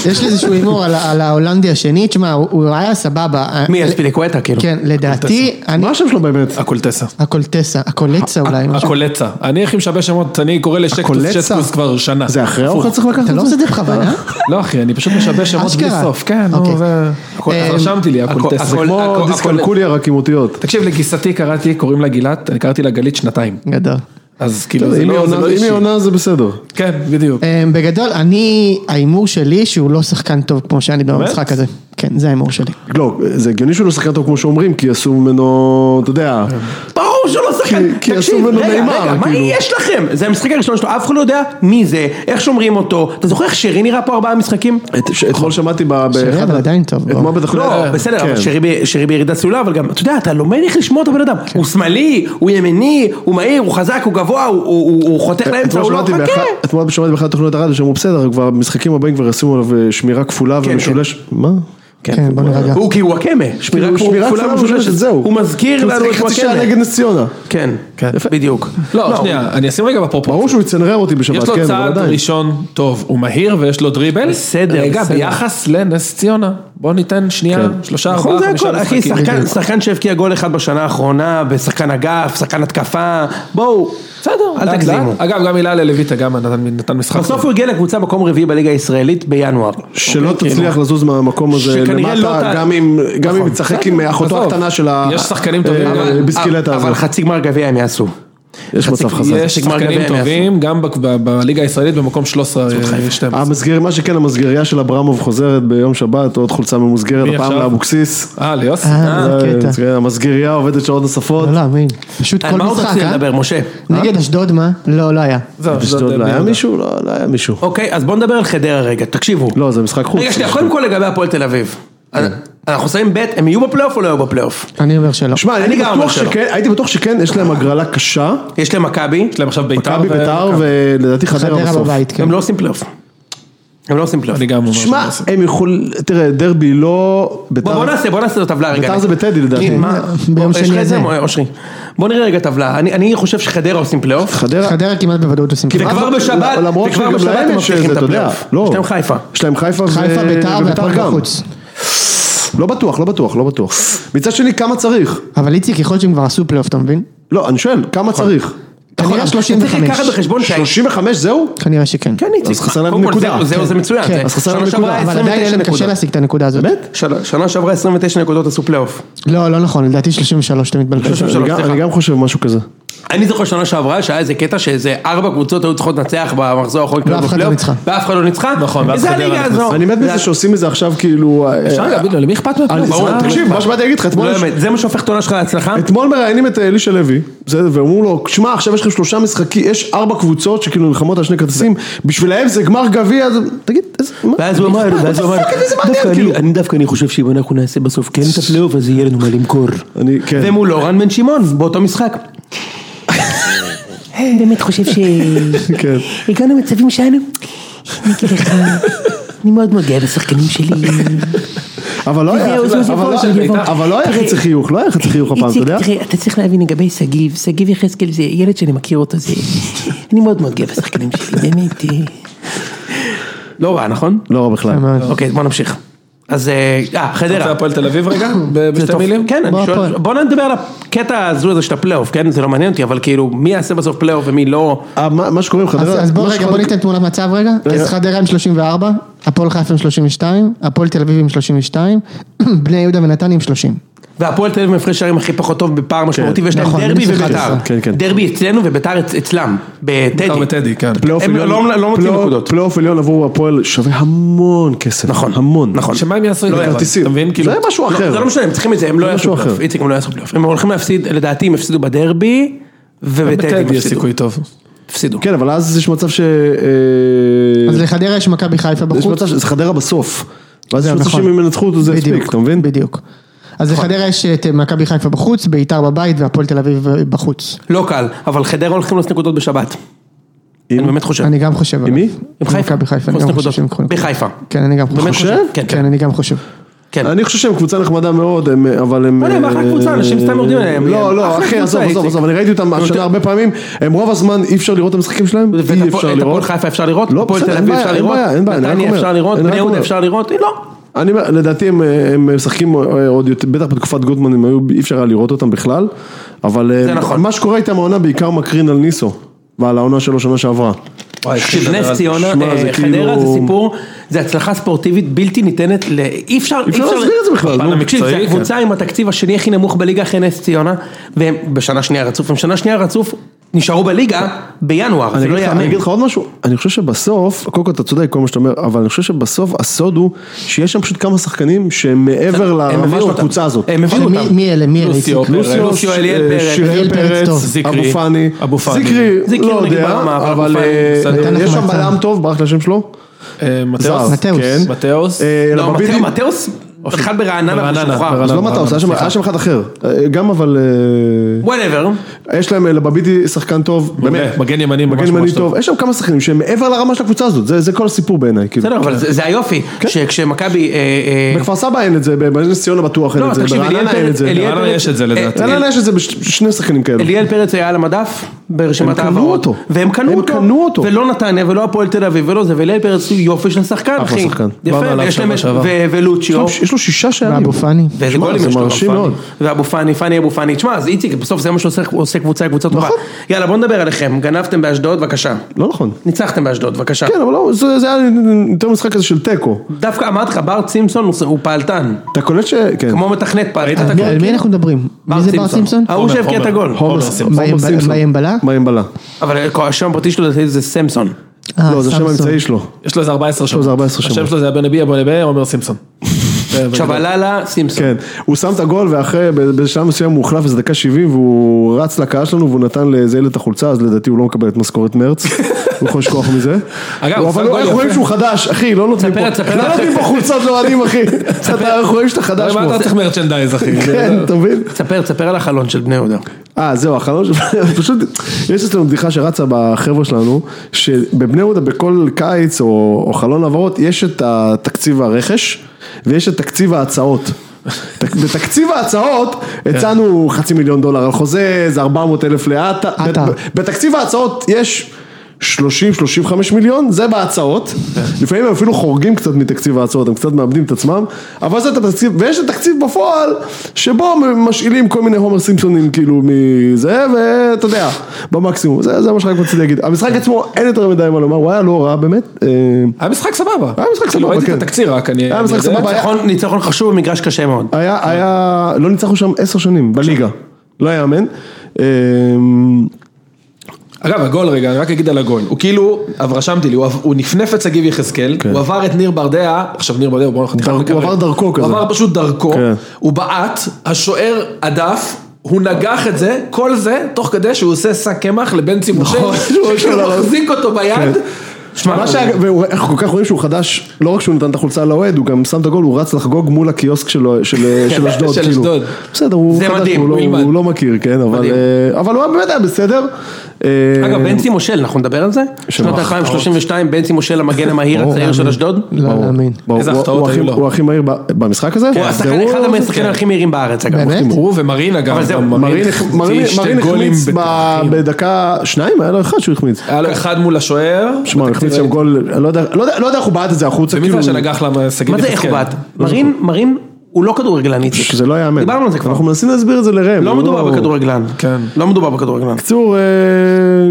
Speaker 4: יש לי איזשהו הימור על, ה- על ההולנדי השני, תשמע, הוא, הוא היה סבבה.
Speaker 1: מי? אספיליקווטה, כאילו.
Speaker 4: כן, לדעתי, אני...
Speaker 2: מה השם שלו באמת?
Speaker 3: הקולטסה.
Speaker 4: הקולטסה, הקולצה אולי, משהו.
Speaker 3: הקולצה. אני הכי משבש שמות, אני קורא לשקטוס
Speaker 2: הקולצה?
Speaker 3: שטקוס כבר שנה.
Speaker 2: זה אחרי האוכל צריך לקחת
Speaker 4: אתה
Speaker 2: את
Speaker 4: לא
Speaker 2: זה? אה.
Speaker 4: עושה את זה בכוונה?
Speaker 3: לא אחי, אני פשוט משבש שמות בלי
Speaker 4: אשכרה.
Speaker 3: סוף. כן, נו,
Speaker 4: אוקיי.
Speaker 3: זה...
Speaker 4: אה,
Speaker 3: רשמתי לי,
Speaker 1: הכל-
Speaker 3: הקולטסה. זה
Speaker 1: הכל-
Speaker 3: כמו-
Speaker 1: הכל-
Speaker 2: או דיסקלקוליה רק עם אותיות.
Speaker 3: תקשיב, לגיסתי קראתי, קוראים לה גילת, אני קראתי לה גלית שנתיים.
Speaker 4: גדול.
Speaker 3: אז
Speaker 2: בסדר,
Speaker 3: כאילו, זה
Speaker 2: כן, אם היא
Speaker 3: לא זה
Speaker 2: עונה-
Speaker 3: לא
Speaker 2: אם
Speaker 3: אישי.
Speaker 2: היא עונה זה בסדר.
Speaker 3: כן, בדיוק.
Speaker 4: אמ, בגדול, אני, ההימור שלי שהוא לא שחקן טוב כמו שאני במשחק הזה. כן, זה ההימור שלי.
Speaker 2: לא, זה הגיוני שהוא לא שחקן טוב כמו שאומרים, כי עשו ממנו, אתה יודע,
Speaker 1: ברור שהוא לא שחקן.
Speaker 2: כי- כי
Speaker 1: תקשיב,
Speaker 2: עשו ממנו
Speaker 1: רגע,
Speaker 2: נאמר,
Speaker 1: רגע, מה
Speaker 2: כאילו.
Speaker 1: יש לכם? זה המשחק הראשון שלו, אף אחד לא יודע מי זה, איך שומרים אותו. אתה זוכר איך שרי נראה פה ארבעה משחקים?
Speaker 2: את- ש- אתמול שמעתי ב- באחד
Speaker 4: אבל
Speaker 2: ה-
Speaker 4: עדיין טוב, בוא.
Speaker 2: אתמול בתוכנית.
Speaker 1: לא, בסדר, אבל
Speaker 2: כן.
Speaker 1: שרי ב- שרי בירידה צלולה, אבל גם, אתה יודע, אתה לומד איך לשמור את הבן אדם.
Speaker 2: כן.
Speaker 1: הוא שמאלי, הוא ימיני, הוא מהיר, הוא חזק, הוא גבוה, הוא- הוא הוא- הוא חותך לאמצע,
Speaker 2: אתמול
Speaker 1: הוא לא
Speaker 2: שמעתי
Speaker 1: חכה.
Speaker 2: באחת- אתמול שמעתי באחת התוכניות הרדיו שאמרו בסדר, כבר במשחקים הבאים כבר ישימו עליו אה, שמירה כפולה
Speaker 1: כן.
Speaker 2: ומשולש. מה?
Speaker 4: כן, בוא נרגע.
Speaker 1: הוא כי הוא הקמה,
Speaker 2: כאילו, שמירה כפולה ומשולשת, זהו.
Speaker 1: הוא מזכיר
Speaker 2: כאילו,
Speaker 1: לנו את
Speaker 2: שיחק חצי
Speaker 1: וואקמה.
Speaker 2: שעה נגד נס ציונה.
Speaker 1: כן, בדיוק.
Speaker 3: לא, שנייה, אני אשים רגע בפרופורציה.
Speaker 2: ברור שהוא יצנרר אותי בשבת,
Speaker 3: יש לו
Speaker 2: כן, אבל
Speaker 3: צעד
Speaker 2: עדיין.
Speaker 3: ראשון טוב, הוא מהיר ויש לו דריבל.
Speaker 1: בסדר,
Speaker 3: רגע,
Speaker 1: בסדר.
Speaker 3: ביחס לנס ציונה, בוא ניתן שנייה, שלושה,
Speaker 1: נכון
Speaker 3: ארבעה,
Speaker 1: זה
Speaker 3: חמישה
Speaker 1: הכל, אחי,
Speaker 3: משחקים.
Speaker 1: שחקן- שחקן שהבקיע גול אחד בשנה האחרונה, בשחקן אגף, שחקן התקפה, בואו, בסדר, אל
Speaker 3: לאט,
Speaker 1: תגזימו.
Speaker 3: לאט. אגב, גם הילאל לויטה גם נתן- נתן משחק.
Speaker 1: בסוף
Speaker 3: טוב.
Speaker 1: הוא הגיע לקבוצה מקום רביעי בליגה הישראלית בינואר.
Speaker 2: שלא
Speaker 1: אוקיי,
Speaker 2: תצליח
Speaker 1: כאילו.
Speaker 2: לזוז מהמקום הזה
Speaker 1: שכנראה לא
Speaker 2: למטה,
Speaker 1: ת- נכון.
Speaker 2: גם אם גם אם יצחק עם אחותו
Speaker 3: עזוב.
Speaker 2: הקטנה של ה...
Speaker 3: יש שחקנים טובים,
Speaker 2: אה,
Speaker 3: אבל-
Speaker 2: ביסקילטה
Speaker 1: אבל
Speaker 2: הזאת.
Speaker 1: חצי גמר גביע הם יעשו.
Speaker 2: יש מצב חזק.
Speaker 3: יש
Speaker 1: שגמר גביע
Speaker 3: שחקנים
Speaker 1: הם
Speaker 3: טובים, גם ב- ב- בליגה הישראלית במקום אה, 13, 12.
Speaker 2: המסגר, מה שכן, המסגריה של אברמוב חוזרת ביום שבת, עוד חולצה ממוסגרת,
Speaker 3: מי
Speaker 2: הפעם
Speaker 3: עכשיו?
Speaker 2: לאבוקסיס.
Speaker 3: אה, ליוסי.
Speaker 4: אה,
Speaker 2: אה,
Speaker 4: זה קטע.
Speaker 2: המסגריה עובדת שעות נוספות.
Speaker 4: לא להאמין. פשוט
Speaker 1: על
Speaker 4: כל
Speaker 1: מה עוד
Speaker 4: משחק,
Speaker 1: רציתי
Speaker 4: אה?
Speaker 1: לדבר, משה?
Speaker 4: נגד אשדוד מה? לא, לא היה.
Speaker 3: זהו, זה-
Speaker 2: אשדוד
Speaker 3: זה-
Speaker 2: לא היה
Speaker 3: זה-
Speaker 2: מישהו? לא, לא היה מישהו.
Speaker 1: אוקיי, אז בואו נדבר על חדרה רגע, תקשיבו.
Speaker 2: לא, זה משחק חוץ.
Speaker 1: רגע, שנייה, קודם כל לגבי הפועל תל אביב. אה, אנחנו שמים בית, הם יהיו בפלייאוף או לא יהיו בפלייאוף?
Speaker 4: אני אומר שלא.
Speaker 2: שמע,
Speaker 1: אני
Speaker 2: הייתי
Speaker 1: גם אומר
Speaker 2: בטוח
Speaker 1: שלא.
Speaker 2: שכן- הייתי בטוח שכן, יש להם הגרלה קשה.
Speaker 1: יש להם מכבי,
Speaker 3: יש להם עכשיו ביתר.
Speaker 2: מכבי
Speaker 3: ו-
Speaker 2: ביתר ולדעתי חדרה
Speaker 4: חדרה
Speaker 2: בסוף.
Speaker 4: בבית, כן.
Speaker 1: הם לא עושים פלייאוף. הם לא עושים פלייאוף.
Speaker 3: אני גם אומר.
Speaker 2: שמע,
Speaker 3: שאני עושה.
Speaker 2: הם יכולים, תראה, דרבי לא... ביתר-
Speaker 1: בוא, בוא נעשה, בוא נעשה את הטבלה רגע.
Speaker 2: ביתר זה בטדי לדעתי.
Speaker 1: כן, מה?
Speaker 4: ביום
Speaker 1: בוא, יש לך
Speaker 4: שני
Speaker 1: את זה,
Speaker 4: הזה.
Speaker 1: מ- אושרי? בוא נראה רגע טבלה. אני, אני חושב שחדרה עושים פלייאוף.
Speaker 2: חדרה...
Speaker 4: חדרה כמעט בוודאות עושים
Speaker 1: וכבר
Speaker 4: פלייאוף.
Speaker 1: בשבת-
Speaker 2: למרות
Speaker 1: וכבר
Speaker 2: שגם
Speaker 1: בשבת הם
Speaker 2: להם יש
Speaker 1: מבטיחים
Speaker 2: איזה,
Speaker 1: את
Speaker 2: אתה יודע,
Speaker 1: הפלייאוף.
Speaker 2: לא.
Speaker 1: יש להם חיפה.
Speaker 2: יש להם חיפה ו-
Speaker 4: חיפה, ביתר והפועל
Speaker 2: אה, גם.
Speaker 4: בחוץ.
Speaker 2: לא בטוח, לא בטוח, לא בטוח. מצד שני, כמה צריך?
Speaker 4: אבל איציק, יכול להיות שהם כבר עשו פלייאוף, אתה מבין?
Speaker 2: לא, אני שואל, כמה צריך?
Speaker 1: נכון?
Speaker 4: כנראה
Speaker 1: אתה צריך לקחת
Speaker 4: 35.
Speaker 1: בחשבון שה-
Speaker 2: 35 זהו?
Speaker 4: כנראה שכן.
Speaker 1: כן, איציק.
Speaker 2: אז חסר להם
Speaker 1: קודם כל,
Speaker 2: נקודה.
Speaker 1: זהו, זהו, זה
Speaker 4: כן.
Speaker 1: מצוין.
Speaker 4: כן.
Speaker 1: זה-
Speaker 4: אז
Speaker 2: חסר להם
Speaker 1: שנה שעברה
Speaker 2: נקודה.
Speaker 4: אבל
Speaker 1: 29
Speaker 4: עדיין יהיה להם קשה
Speaker 1: נקודות.
Speaker 4: להשיג את הנקודה הזאת. באמת?
Speaker 1: שנה- שנה שעברה 29 נקודות עשו פלייאוף.
Speaker 4: לא, לא נכון, לדעתי 33, אתה מתבלבל.
Speaker 1: 33.
Speaker 2: אני גם-
Speaker 1: סליחה.
Speaker 2: אני גם חושב משהו כזה.
Speaker 1: אני זוכר שנה שעברה שהיה איזה קטע שאיזה ארבע קבוצות היו צריכות לנצח במחזור האחרון
Speaker 4: ואף אחד לא
Speaker 1: בפלייאוף,
Speaker 4: ניצחה.
Speaker 1: ואף אחד לא ניצחה.
Speaker 3: נכון, ואז
Speaker 1: וזה
Speaker 3: חדרה
Speaker 1: הליגה
Speaker 3: נכנסה.
Speaker 1: הזו.
Speaker 2: לא אני מת
Speaker 1: זה-
Speaker 2: מזה שעושים את זה עכשיו כאילו...
Speaker 3: אפשר
Speaker 2: אה,
Speaker 3: להגיד לו, למי אכפת מהפלייאוף?
Speaker 2: אני-
Speaker 3: ברור,
Speaker 2: אה, תקשיב, מה שבאתי להגיד לך,
Speaker 1: לא
Speaker 2: אתמול יש-
Speaker 1: אמת, זה מה שהופך את העונה שלך להצלחה?
Speaker 2: אתמול מראיינים את אלישע לוי, זה- ואומרים לו, שמע עכשיו יש לכם שלושה משחקים, יש ארבע קבוצות שכאילו נלחמות על שני כרטיסים, בשבילהם זה גמר גביע, אז- תגיד, איזה... מה?
Speaker 1: ואז הוא אמר, ואז
Speaker 3: לא
Speaker 1: הוא אמר,
Speaker 2: "What the fuck, איזה מעניין",
Speaker 1: דווקא
Speaker 2: כאילו.
Speaker 1: אני- אני דווקא אני חושב שאם אנחנו נעשה בסוף כן את הפלייאוף אז יהיה לנו מה למכור.
Speaker 2: אני, כן.
Speaker 1: ומול אורן בן שמעון באותו משחק.
Speaker 6: באמת חושב
Speaker 2: כן.
Speaker 6: שהגענו למצבים שהיינו, אני אגיד לך, אני מאוד מאוד גאה בשחקנים שלי,
Speaker 2: אבל לא היה,
Speaker 6: זהו, זהו, זהו,
Speaker 2: אבל לא-
Speaker 6: זהו, זהו.
Speaker 2: אבל לא היה חצי חיוך, לא היה חצי חיוך הפעם, אתה
Speaker 6: איציק,
Speaker 2: יודע?
Speaker 6: תראה, אתה צריך להבין לגבי שגיב, שגיב יחזקאל זה ילד שאני מכיר אותו, זה... אני מאוד מאוד גאה בשחקנים שלי, באמת. אה,
Speaker 1: לא רע, נכון?
Speaker 2: לא רע
Speaker 4: כן,
Speaker 2: בכלל.
Speaker 1: אוקיי, בוא נמשיך. אז, אה, אה,
Speaker 3: רוצה
Speaker 1: חדרה.
Speaker 3: הפועל תל אביב רגע? ב-
Speaker 1: זה
Speaker 3: בשתי
Speaker 1: טוב.
Speaker 3: מילים?
Speaker 1: כן,
Speaker 4: בוא,
Speaker 1: אני שואל,
Speaker 4: הפועל.
Speaker 1: בוא נדבר על הקטע הזוי הזה של הפלייאוף, כן? זה לא מעניין אותי, אבל כאילו, מי יעשה בסוף פלייאוף ומי לא?
Speaker 2: אה, מה מה שקורה עם
Speaker 4: אז
Speaker 2: חדרה,
Speaker 4: אז בוא
Speaker 2: מה
Speaker 4: רגע,
Speaker 2: שקורה-
Speaker 4: בוא ניתן תמונת מצב רגע. אז חדרה עם 34, הפועל חיפה עם 32, הפועל תל אביב עם 32, בני יהודה ונתניה עם 30.
Speaker 1: והפועל תל אביב עם הפרש שערים הכי פחות טוב בפער משמעותי,
Speaker 3: כן.
Speaker 1: ויש להם
Speaker 4: נכון,
Speaker 1: דרבי
Speaker 4: מינוס
Speaker 1: וביתר.
Speaker 4: 11.
Speaker 2: כן, כן.
Speaker 1: דרבי אצלנו וביתר אצ- אצלם,
Speaker 3: בית"ר
Speaker 1: בטדי.
Speaker 3: וטדי, כן.
Speaker 2: פלייאוף
Speaker 1: הם
Speaker 2: עליון-
Speaker 1: לא- לא מוציאים
Speaker 2: פלייאוף-
Speaker 1: נקודות.
Speaker 2: פלייאוף עליון עבור הפועל שווה המון כסף.
Speaker 1: נכון,
Speaker 2: המון.
Speaker 1: נכון.
Speaker 3: שמה הם יעשו?
Speaker 2: לא
Speaker 3: איתם, אבל?
Speaker 2: כרטיסים.
Speaker 3: אתה מבין? כאילו...
Speaker 2: זה משהו
Speaker 1: לא,
Speaker 2: אחר.
Speaker 1: זה לא משנה, הם צריכים את זה, הם לא
Speaker 2: זה
Speaker 1: יעשו
Speaker 2: משהו
Speaker 1: פלייאוף.
Speaker 2: אחר.
Speaker 1: איציק, הם לא יעשו פלייאוף. הם הולכים להפסיד, לדעתי הם הפסידו בדרבי, ובטדי הם
Speaker 3: בטדי יש
Speaker 1: הפסידו.
Speaker 3: סיכוי טוב.
Speaker 1: הפסידו.
Speaker 2: כן, אבל אז יש מצב ש... אה,
Speaker 4: אז לחדרה יש מכבי חיפה
Speaker 2: יש
Speaker 4: בחוץ.
Speaker 2: מצב שזה חדרה בסוף. ואז יש
Speaker 4: זהו,
Speaker 2: מצב
Speaker 4: נכון.
Speaker 2: שאם הם ינצחו אותו זה
Speaker 4: בדיוק,
Speaker 2: יספיק, אתה מבין? נכון.
Speaker 4: בדיוק. אז לחדרה יש את אה, מכבי חיפה בחוץ, ביתר בבית והפועל תל אביב אה, בחוץ.
Speaker 1: לא קל, אבל חדרה הולכים לעשות נקודות בשבת. אני באמת חושב.
Speaker 4: אני גם חושב.
Speaker 2: כן. עם
Speaker 4: עליו.
Speaker 2: מי?
Speaker 1: עם חיפה.
Speaker 4: מכבי חיפה, אני
Speaker 1: חוץ
Speaker 4: גם חושב
Speaker 1: נקודות.
Speaker 4: שהם יכולים.
Speaker 1: בחיפה.
Speaker 4: כן, אני גם חושב.
Speaker 1: באמת חושב? כן,
Speaker 4: כן,
Speaker 1: כן.
Speaker 4: אני גם חושב.
Speaker 1: כן.
Speaker 2: אני חושב שהם קבוצה נחמדה מאוד, הם- אבל הם... אה,
Speaker 1: בוא'נה, הם אחלה קבוצה, אנשים סתם יורדים עליהם.
Speaker 2: לא,
Speaker 1: אחלה
Speaker 2: לא, אחי,
Speaker 1: קבוצה,
Speaker 2: עזוב,
Speaker 1: איציק.
Speaker 2: עזוב, עזוב, אני ראיתי אותם
Speaker 1: יותר-
Speaker 2: השנה הרבה פעמים, הם רוב הזמן אי אפשר לראות את המשחקים שלהם,
Speaker 1: ואת
Speaker 2: אי
Speaker 1: הפועל-
Speaker 2: אפשר
Speaker 1: את הפועל
Speaker 2: לראות.
Speaker 1: חיפה אפשר לראות,
Speaker 2: לא,
Speaker 1: הפועל
Speaker 2: בסדר,
Speaker 1: תל
Speaker 2: אין
Speaker 1: אביב
Speaker 2: בעיה,
Speaker 1: אפשר
Speaker 2: אין
Speaker 1: לראות,
Speaker 2: בעיה, אין בעיה, אני רק
Speaker 1: נתניה
Speaker 2: אומר.
Speaker 1: אפשר לראות,
Speaker 2: אני רק
Speaker 1: בני יהודה
Speaker 2: אומר.
Speaker 1: אפשר לראות, אה, לא.
Speaker 2: אני אומר, לדעתי הם, הם משחקים אה, עוד יותר, בטח בתקופת גוטמן הם היו, אי אפשר היה לראות אותם בכלל, אבל אה,
Speaker 1: זה נכון.
Speaker 2: מה שקורה איתם העונה בעיקר מקרין על ניסו, ועל העונה שלו שנה שעברה.
Speaker 3: וואי,
Speaker 1: תקשיב,
Speaker 3: תדבר
Speaker 1: נס
Speaker 3: על-
Speaker 1: ציונה,
Speaker 2: שמע,
Speaker 1: אה, חדרה
Speaker 2: זה כאילו-
Speaker 1: זה סיפור, זה הצלחה ספורטיבית בלתי ניתנת, ל- אי אפשר, אי
Speaker 2: אפשר להסביר את זה בכלל,
Speaker 1: בפן
Speaker 2: נו.
Speaker 1: המקצועי, תקשיב,
Speaker 3: כן.
Speaker 1: זו הקבוצה עם התקציב השני הכי נמוך בליגה אחרי נס ציונה, והם בשנה שנייה רצוף, הם שנה שנייה רצוף, נשארו בליגה בינואר,
Speaker 2: אני
Speaker 1: זה
Speaker 2: אגיד
Speaker 1: לא
Speaker 2: לך- אני
Speaker 1: יאמן.
Speaker 2: אגיד לך עוד משהו, אני חושב שבסוף, קודם כל אתה צודק, כל מה שאתה אומר, אבל אני חושב שבסוף הסוד הוא שיש שם פשוט כמה שחקנים שהם מעבר
Speaker 1: הם הביאו
Speaker 2: לרמה של
Speaker 1: אותם.
Speaker 2: הקבוצה הזאת.
Speaker 1: הם הביאו
Speaker 4: מי-
Speaker 1: אותם.
Speaker 4: מי אלה? מי אלה?
Speaker 3: לוסיו.
Speaker 4: איציק?
Speaker 3: לוסיו,
Speaker 2: לוסיו,
Speaker 1: אליאל
Speaker 2: אה,
Speaker 1: פרץ.
Speaker 2: שיראל
Speaker 4: אליאל פרץ
Speaker 2: פרץ,
Speaker 4: טוב.
Speaker 3: זיקרי.
Speaker 2: אבו פאני,
Speaker 3: אבו פאני.
Speaker 2: זיקרי,
Speaker 1: זיקרי
Speaker 2: לא
Speaker 1: נגיד
Speaker 2: יודע,
Speaker 1: ברמה, אבל
Speaker 2: אבל
Speaker 1: אבו
Speaker 2: אה,
Speaker 1: פאני,
Speaker 2: אה,
Speaker 4: בסדר.
Speaker 2: יש שם בלם טוב, ברח לי השם שלו,
Speaker 3: אה,
Speaker 2: זר,
Speaker 3: מתאוס.
Speaker 4: מתאוס.
Speaker 2: כן.
Speaker 3: מתאוס.
Speaker 2: אה,
Speaker 1: לא,
Speaker 2: אלא
Speaker 1: מתאוס-
Speaker 2: בבילי-
Speaker 1: מתאוס, בכלל ברעננה,
Speaker 3: ברעננה,
Speaker 1: ושוחרר.
Speaker 2: אז לא מטאוס, היה שם- היה שם אחד אחר, אה, גם אבל... אה,
Speaker 1: וואטאבר,
Speaker 2: יש להם לבבידי שחקן טוב, באמת,
Speaker 3: מגן ימני ממש
Speaker 2: מגן
Speaker 3: ממש
Speaker 2: ימני
Speaker 3: טוב.
Speaker 2: טוב, יש שם כמה שחקנים שהם מעבר לרמה של הקבוצה הזאת, זה זה כל הסיפור בעיניי, כאילו.
Speaker 1: בסדר, אבל זה זה היופי,
Speaker 2: כן.
Speaker 1: שכשמכבי... אה, אה,
Speaker 2: בכפר סבא אין את זה, בנס ציונה בטוח אין
Speaker 1: לא,
Speaker 2: את זה,
Speaker 1: תקשיב,
Speaker 2: ברעננה
Speaker 1: אליאל
Speaker 2: אין את
Speaker 1: פרץ-
Speaker 2: זה.
Speaker 1: אליאל
Speaker 3: ברעננה
Speaker 1: פרץ-
Speaker 3: יש את זה
Speaker 1: אה,
Speaker 3: לדעתי.
Speaker 2: ברעננה יש את זה בשני שחקנים כאלה.
Speaker 1: אליאל פרץ היה על המדף ברשימת
Speaker 2: Mm-hmm. הם קנו
Speaker 1: ההעברות,
Speaker 2: אותו.
Speaker 1: והם קנו
Speaker 2: הם
Speaker 1: אותו,
Speaker 2: קנו אותו.
Speaker 1: ולא נתניה ולא הפועל תל אביב ולא זה, ואליאל פרץ הוא יופי של שחקן,
Speaker 2: אחלה
Speaker 1: אחי,
Speaker 2: שחקן.
Speaker 3: דיברנו
Speaker 1: יפה,
Speaker 3: עליו
Speaker 1: יש להם
Speaker 3: שבוע
Speaker 1: את-
Speaker 3: שעבר.
Speaker 1: ו-
Speaker 2: יש
Speaker 1: ולוציו,
Speaker 2: לו- יש לו שישה שערים.
Speaker 4: ואבו פאני.
Speaker 1: ואיזה
Speaker 2: שמע,
Speaker 1: גולים
Speaker 2: זה
Speaker 1: יש לו,
Speaker 2: מרשים
Speaker 1: גם פאני.
Speaker 2: מאוד.
Speaker 1: ואבו פאני, פאני אבו פאני, תשמע, אז איציק, בסוף זה מה שעושה עושה קבוצה, קבוצה טובה,
Speaker 2: נכון.
Speaker 1: יאללה בוא נדבר עליכם, גנבתם באשדוד, בבקשה,
Speaker 2: לא נכון.
Speaker 1: ניצחתם באשדוד, בבקשה,
Speaker 2: כן, אבל לא, זה זה היה יותר משחק כזה של תיקו.
Speaker 1: דווקא אמרתי לך, בר צימפסון הוא- הוא פעלתן,
Speaker 2: אתה קולט ש... כן.
Speaker 1: כמו מתכנת
Speaker 3: ראית
Speaker 1: פעלתן,
Speaker 3: את
Speaker 4: מי- על מי אנחנו מדברים? מי זה בר סימפסון?
Speaker 1: ההוא
Speaker 3: עומר,
Speaker 1: שהבקיע את
Speaker 3: עומר.
Speaker 1: הגול,
Speaker 2: הומר
Speaker 3: עומר
Speaker 2: סימפסון.
Speaker 4: סימפסון.
Speaker 2: הומר סימפסון.
Speaker 4: באימבלה?
Speaker 2: באימבלה.
Speaker 1: אבל אה, השם הפרטי שלו לדעתי זה סמסון,
Speaker 4: אה,
Speaker 2: לא, זה השם
Speaker 4: סמסון.
Speaker 2: האמצעי שלו.
Speaker 3: יש לו איזה 14 שמות.
Speaker 2: איזה 14 שמות.
Speaker 3: השם שלו זה אבן אבי, אבן אבי, עומר סימפסון.
Speaker 1: שבללה סימפסון,
Speaker 2: כן, הוא שם את הגול ואחרי, בשלב מסוים הוא הוחלף איזה דקה 70 והוא רץ לקהל שלנו והוא נתן לאיזה ילד את החולצה, אז לדעתי הוא לא מקבל את משכורת מרץ, הוא יכול לשכוח מזה.
Speaker 3: אגב, הוא
Speaker 2: אבל
Speaker 3: שם גול
Speaker 2: איך
Speaker 3: יפה.
Speaker 2: רואים שהוא חדש, אחי, לא נותנים
Speaker 1: תספר,
Speaker 2: פה,
Speaker 1: תספר.
Speaker 2: לא נותנים פה חולצות לאוהדים, אחי, אתה- אנחנו רואים שאתה חדש
Speaker 3: הרי
Speaker 2: פה.
Speaker 3: מה אתה צריך מרצ'נדייז אחי? לא-
Speaker 2: כן, אתה מבין?
Speaker 1: תספר, תספר על החלון של בני יהודה.
Speaker 2: אה, זהו, החלום שלנו, פשוט, יש אצלנו בדיחה שרצה בחבר'ה שלנו, שבבני יהודה בכל קיץ או, או חלון העברות, יש את התקציב הרכש, ויש את תקציב ההצעות. תק- בתקציב ההצעות הצענו חצי מיליון דולר על חוזה, זה 400 אלף לעטה.
Speaker 4: עטר.
Speaker 2: בת- בתקציב ההצעות יש 30-35 מיליון, זה בהצעות. לפעמים הם אפילו חורגים קצת מתקציב ההצעות, הם קצת מאבדים את עצמם, אבל זה את התקציב, ויש את התקציב בפועל, שבו משאילים כל מיני הומר סימפסונים כאילו מזה, ואתה יודע, במקסימום. זה זה מה שרק רציתי להגיד. המשחק עצמו, אין יותר מדי מה לומר, הוא היה לא רע באמת. אה,
Speaker 3: היה משחק סבבה.
Speaker 2: היה משחק
Speaker 3: כאילו,
Speaker 2: סבבה,
Speaker 3: ראיתי
Speaker 2: כן.
Speaker 3: את התקציר רק, אני...
Speaker 2: היה
Speaker 3: אני
Speaker 2: משחק
Speaker 3: יודע.
Speaker 2: סבבה,
Speaker 1: ניצחון, ניצחון חשוב במגרש קשה מאוד.
Speaker 2: היה, היה, לא ניצחנו שם עשר שנים בליגה, לא יאמן. אה,
Speaker 3: אגב, הגול רגע, אני רק אגיד על הגול. הוא כאילו, אבל רשמתי לי, הוא עב- הוא נפנף את שגיב יחזקאל, הוא עבר את ניר ברדע, עכשיו ניר ברדע הוא בוא חתיכה.
Speaker 2: כן. הוא
Speaker 3: מקבל.
Speaker 2: עבר דרכו כזה.
Speaker 3: הוא עבר פשוט דרכו,
Speaker 2: כן.
Speaker 3: הוא בעט, השוער הדף. הוא נגח את זה, כל זה, תוך כדי שהוא עושה שק קמח לבן צימושה,
Speaker 2: שהוא
Speaker 3: שכאילו
Speaker 2: נכון, שלו. כן.
Speaker 3: מחזיק אותו ביד. שמע,
Speaker 2: מה
Speaker 3: הוא-
Speaker 2: שהיה, ואנחנו כל כך רואים שהוא חדש, לא רק שהוא נתן את החולצה לאוהד, הוא גם שם את הגול, הוא רץ לחגוג מול הקיוסק שלו, של של אשדוד,
Speaker 3: של
Speaker 2: כאילו.
Speaker 3: אשדוד.
Speaker 2: בסדר, הוא
Speaker 1: זה
Speaker 2: חדש,
Speaker 1: מדהים,
Speaker 2: הוא לא-
Speaker 1: הוא ילמד.
Speaker 2: הוא לא מכיר, כן, אבל
Speaker 1: מדהים.
Speaker 2: אה, אבל הוא היה באמת היה בסדר,
Speaker 1: אגב, בנצי מושל, אנחנו נדבר על זה? שנות 2032, בנצי מושל המגן המהיר הצעיר של אשדוד?
Speaker 4: לא להאמין.
Speaker 2: ברור,
Speaker 3: איזה
Speaker 2: הוא-
Speaker 3: הפתעות
Speaker 2: הוא
Speaker 3: היו
Speaker 2: הכי-
Speaker 3: לו.
Speaker 2: הוא הכי מהיר ב- במשחק הזה?
Speaker 1: הוא כן, השחקן,
Speaker 2: זה
Speaker 1: אחד מהשחקנים הכי מהירים בארץ, אגב.
Speaker 4: באמת?
Speaker 3: הוא ומרינה גם.
Speaker 1: אבל זהו,
Speaker 3: גם
Speaker 2: מרין
Speaker 3: החטיא
Speaker 2: מרין-
Speaker 3: שתי
Speaker 2: מרין
Speaker 3: גולים
Speaker 2: החמיץ
Speaker 3: בתוך
Speaker 2: ב-
Speaker 3: החיים.
Speaker 2: בדקה שניים, היה לו אחד שהוא החמיץ.
Speaker 1: אה,
Speaker 3: היה לו אחד מול השוער.
Speaker 2: שמע, הוא החמיץ שם גול, אני לא יודע- לא יודע לא יודע איך הוא בעט את זה החוצה,
Speaker 3: ומי זה
Speaker 2: כאילו-
Speaker 3: שנגח למה שגיב
Speaker 1: מה זה איך הוא בעט? מרין, מרין הוא לא כדורגלן, איציק.
Speaker 2: שזה לא יאמן.
Speaker 1: דיברנו על זה כבר.
Speaker 2: אנחנו מנסים להסביר את זה לראם.
Speaker 1: לא
Speaker 2: הוא
Speaker 1: מדובר בכדורגלן.
Speaker 3: כן.
Speaker 1: לא מדובר בכדורגלן.
Speaker 2: בקיצור, אה,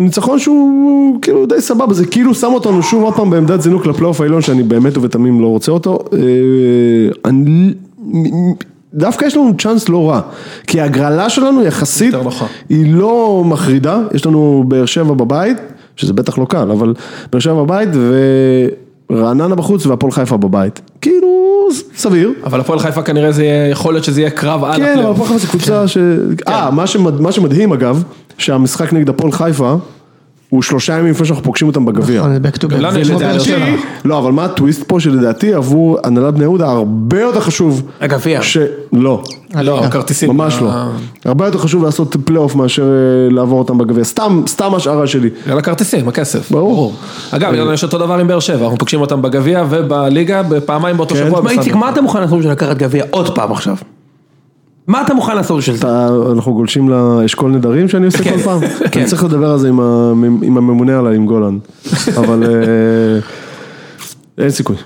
Speaker 2: ניצחון שהוא כאילו די סבבה, זה כאילו שם אותנו שוב עוד פעם בעמדת זינוק לפלייאוף העליון שאני באמת ובתמים לא רוצה אותו. אה, אני... דווקא יש לנו צ'אנס לא רע, כי ההגרלה שלנו יחסית,
Speaker 3: יותר נוחה.
Speaker 2: היא לא מחרידה, יש לנו באר שבע בבית, שזה בטח לא קל, אבל באר שבע בבית ורעננה בחוץ והפועל חיפה בבית, כאילו סביר.
Speaker 3: אבל הפועל חיפה כנראה זה יהיה, יכול להיות שזה יהיה קרב על
Speaker 2: כן, אבל
Speaker 3: הפלייאוף.
Speaker 2: הפועל חיפה זה קבוצה ש... אה, מה שמד- מה שמדהים אגב, שהמשחק נגד הפועל חיפה, הוא שלושה ימים לפני שאנחנו פוגשים אותם בגביע.
Speaker 4: נכון, זה back to back.
Speaker 1: לא
Speaker 3: גם לנו
Speaker 4: זה
Speaker 3: יש
Speaker 4: כמו
Speaker 3: את זה
Speaker 4: באר
Speaker 3: על
Speaker 4: שבע.
Speaker 3: השנה.
Speaker 2: לא, אבל מה הטוויסט פה שלדעתי עבור הנהלת בני יהודה הרבה יותר חשוב.
Speaker 1: הגביע.
Speaker 2: ש... לא.
Speaker 3: לא, הכרטיסים.
Speaker 2: ממש לא.
Speaker 3: אה,
Speaker 2: הרבה יותר חשוב לעשות פלייאוף מאשר אה, לעבור אותם בגביע. סתם, סתם השערה שלי.
Speaker 3: בגלל הכרטיסים, הכסף.
Speaker 2: ברור. אה,
Speaker 3: אגב, לנו יש אותו דבר עם באר שבע, אנחנו פוגשים אותם בגביע ובליגה בפעמיים
Speaker 2: כן.
Speaker 3: באותו
Speaker 1: מה,
Speaker 3: שבוע. בסדר.
Speaker 1: איציק, מה אתה מוכן לעשות בשביל לקחת גביע עוד פעם עכשיו? מה אתה מוכן לעשות בשביל זה?
Speaker 2: אתה, אנחנו גולשים לאשכול נדרים שאני עושה
Speaker 1: כן.
Speaker 2: כל פעם?
Speaker 1: כן.
Speaker 2: אני צריך לדבר על זה עם, ה, עם הממונה עליי, עם גולן. אבל אה, אין סיכוי.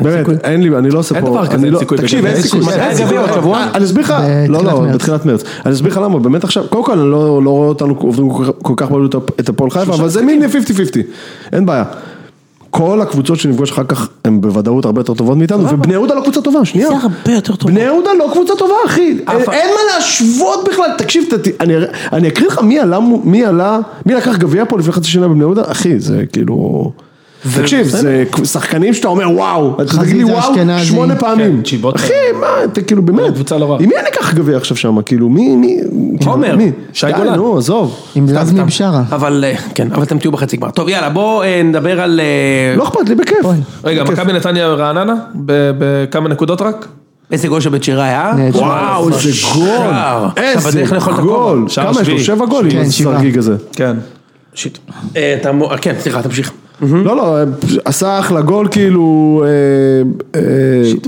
Speaker 2: באמת, אין לי, אני לא עושה פה,
Speaker 3: אין דבר כזה,
Speaker 2: אני
Speaker 3: אין
Speaker 2: לא-
Speaker 3: סיכוי
Speaker 2: תקשיב,
Speaker 3: בגביע.
Speaker 2: אין
Speaker 3: אין
Speaker 2: סיכוי,
Speaker 1: סיכוי.
Speaker 2: אין
Speaker 1: מתי
Speaker 2: סיכוי,
Speaker 1: הגביע עוד שבוע?
Speaker 2: אני אסביר לך, לא,
Speaker 4: בתחילת
Speaker 2: לא,
Speaker 4: מרץ.
Speaker 2: בתחילת מרץ, אני אסביר לך למה, באמת עכשיו, קודם כל, אני לא לא רואה אותנו עוברים כל כך- כל כך בעלות את הפועל חיפה, אבל זה מין 50-50, אין בעיה. כל הקבוצות שנפגוש אחר כך, הן בוודאות הרבה יותר טובות מאיתנו, ובני יהודה לא קבוצה טובה, שנייה.
Speaker 6: זה הרבה יותר טוב.
Speaker 2: בני יהודה לא קבוצה טובה אחי, אין- אין מה להשוות בכלל, תקשיב, ת- אני- אני אקריא לך מי עלה, מו- מי עלה, מי לקח גביע פה לפני חצי שנה בבני יהודה, אחי זה כאילו, תקשיב, זה שחקנים שאתה אומר וואו, אתה תגיד לי
Speaker 4: חזיזה,
Speaker 2: וואו,
Speaker 4: אשכנזי.
Speaker 2: שמונה פעמים,
Speaker 3: צ'יבוטה.
Speaker 2: אחי מה, אתה כאילו באמת,
Speaker 3: קבוצה לא רעה.
Speaker 2: עם מי אני אקח גביע עכשיו שם, כאילו מי, מי, כאילו,
Speaker 1: עומר,
Speaker 2: מי?
Speaker 3: שי
Speaker 2: די,
Speaker 3: גולן.
Speaker 2: נו עזוב,
Speaker 4: עם לזמי
Speaker 1: סתם.
Speaker 4: בשארה.
Speaker 1: אבל, אה, כן, אבל אתם תהיו בחצי גמר. טוב, יאללה, בואו אה, נדבר על... אה,
Speaker 2: לא אכפת לי בכיף,
Speaker 3: רגע, מכבי נתניה רעננה? ב- בכמה נקודות רק?
Speaker 1: איזה גול של בית שירה היה?
Speaker 4: נהדר.
Speaker 2: וואו איזה גול,
Speaker 1: שער. אתה בדרך
Speaker 2: איזה
Speaker 1: לאכול את
Speaker 2: גול,
Speaker 3: שער
Speaker 2: כמה יש לו,
Speaker 3: שביעי.
Speaker 2: שבע גולים,
Speaker 4: כן, שבעה.
Speaker 2: סרגיג הזה,
Speaker 3: כן.
Speaker 1: שיט. אה, אתה מו- אה, כן, סליחה, תמשיך.
Speaker 2: לא, לא, עשה אחלה גול כאילו, אה,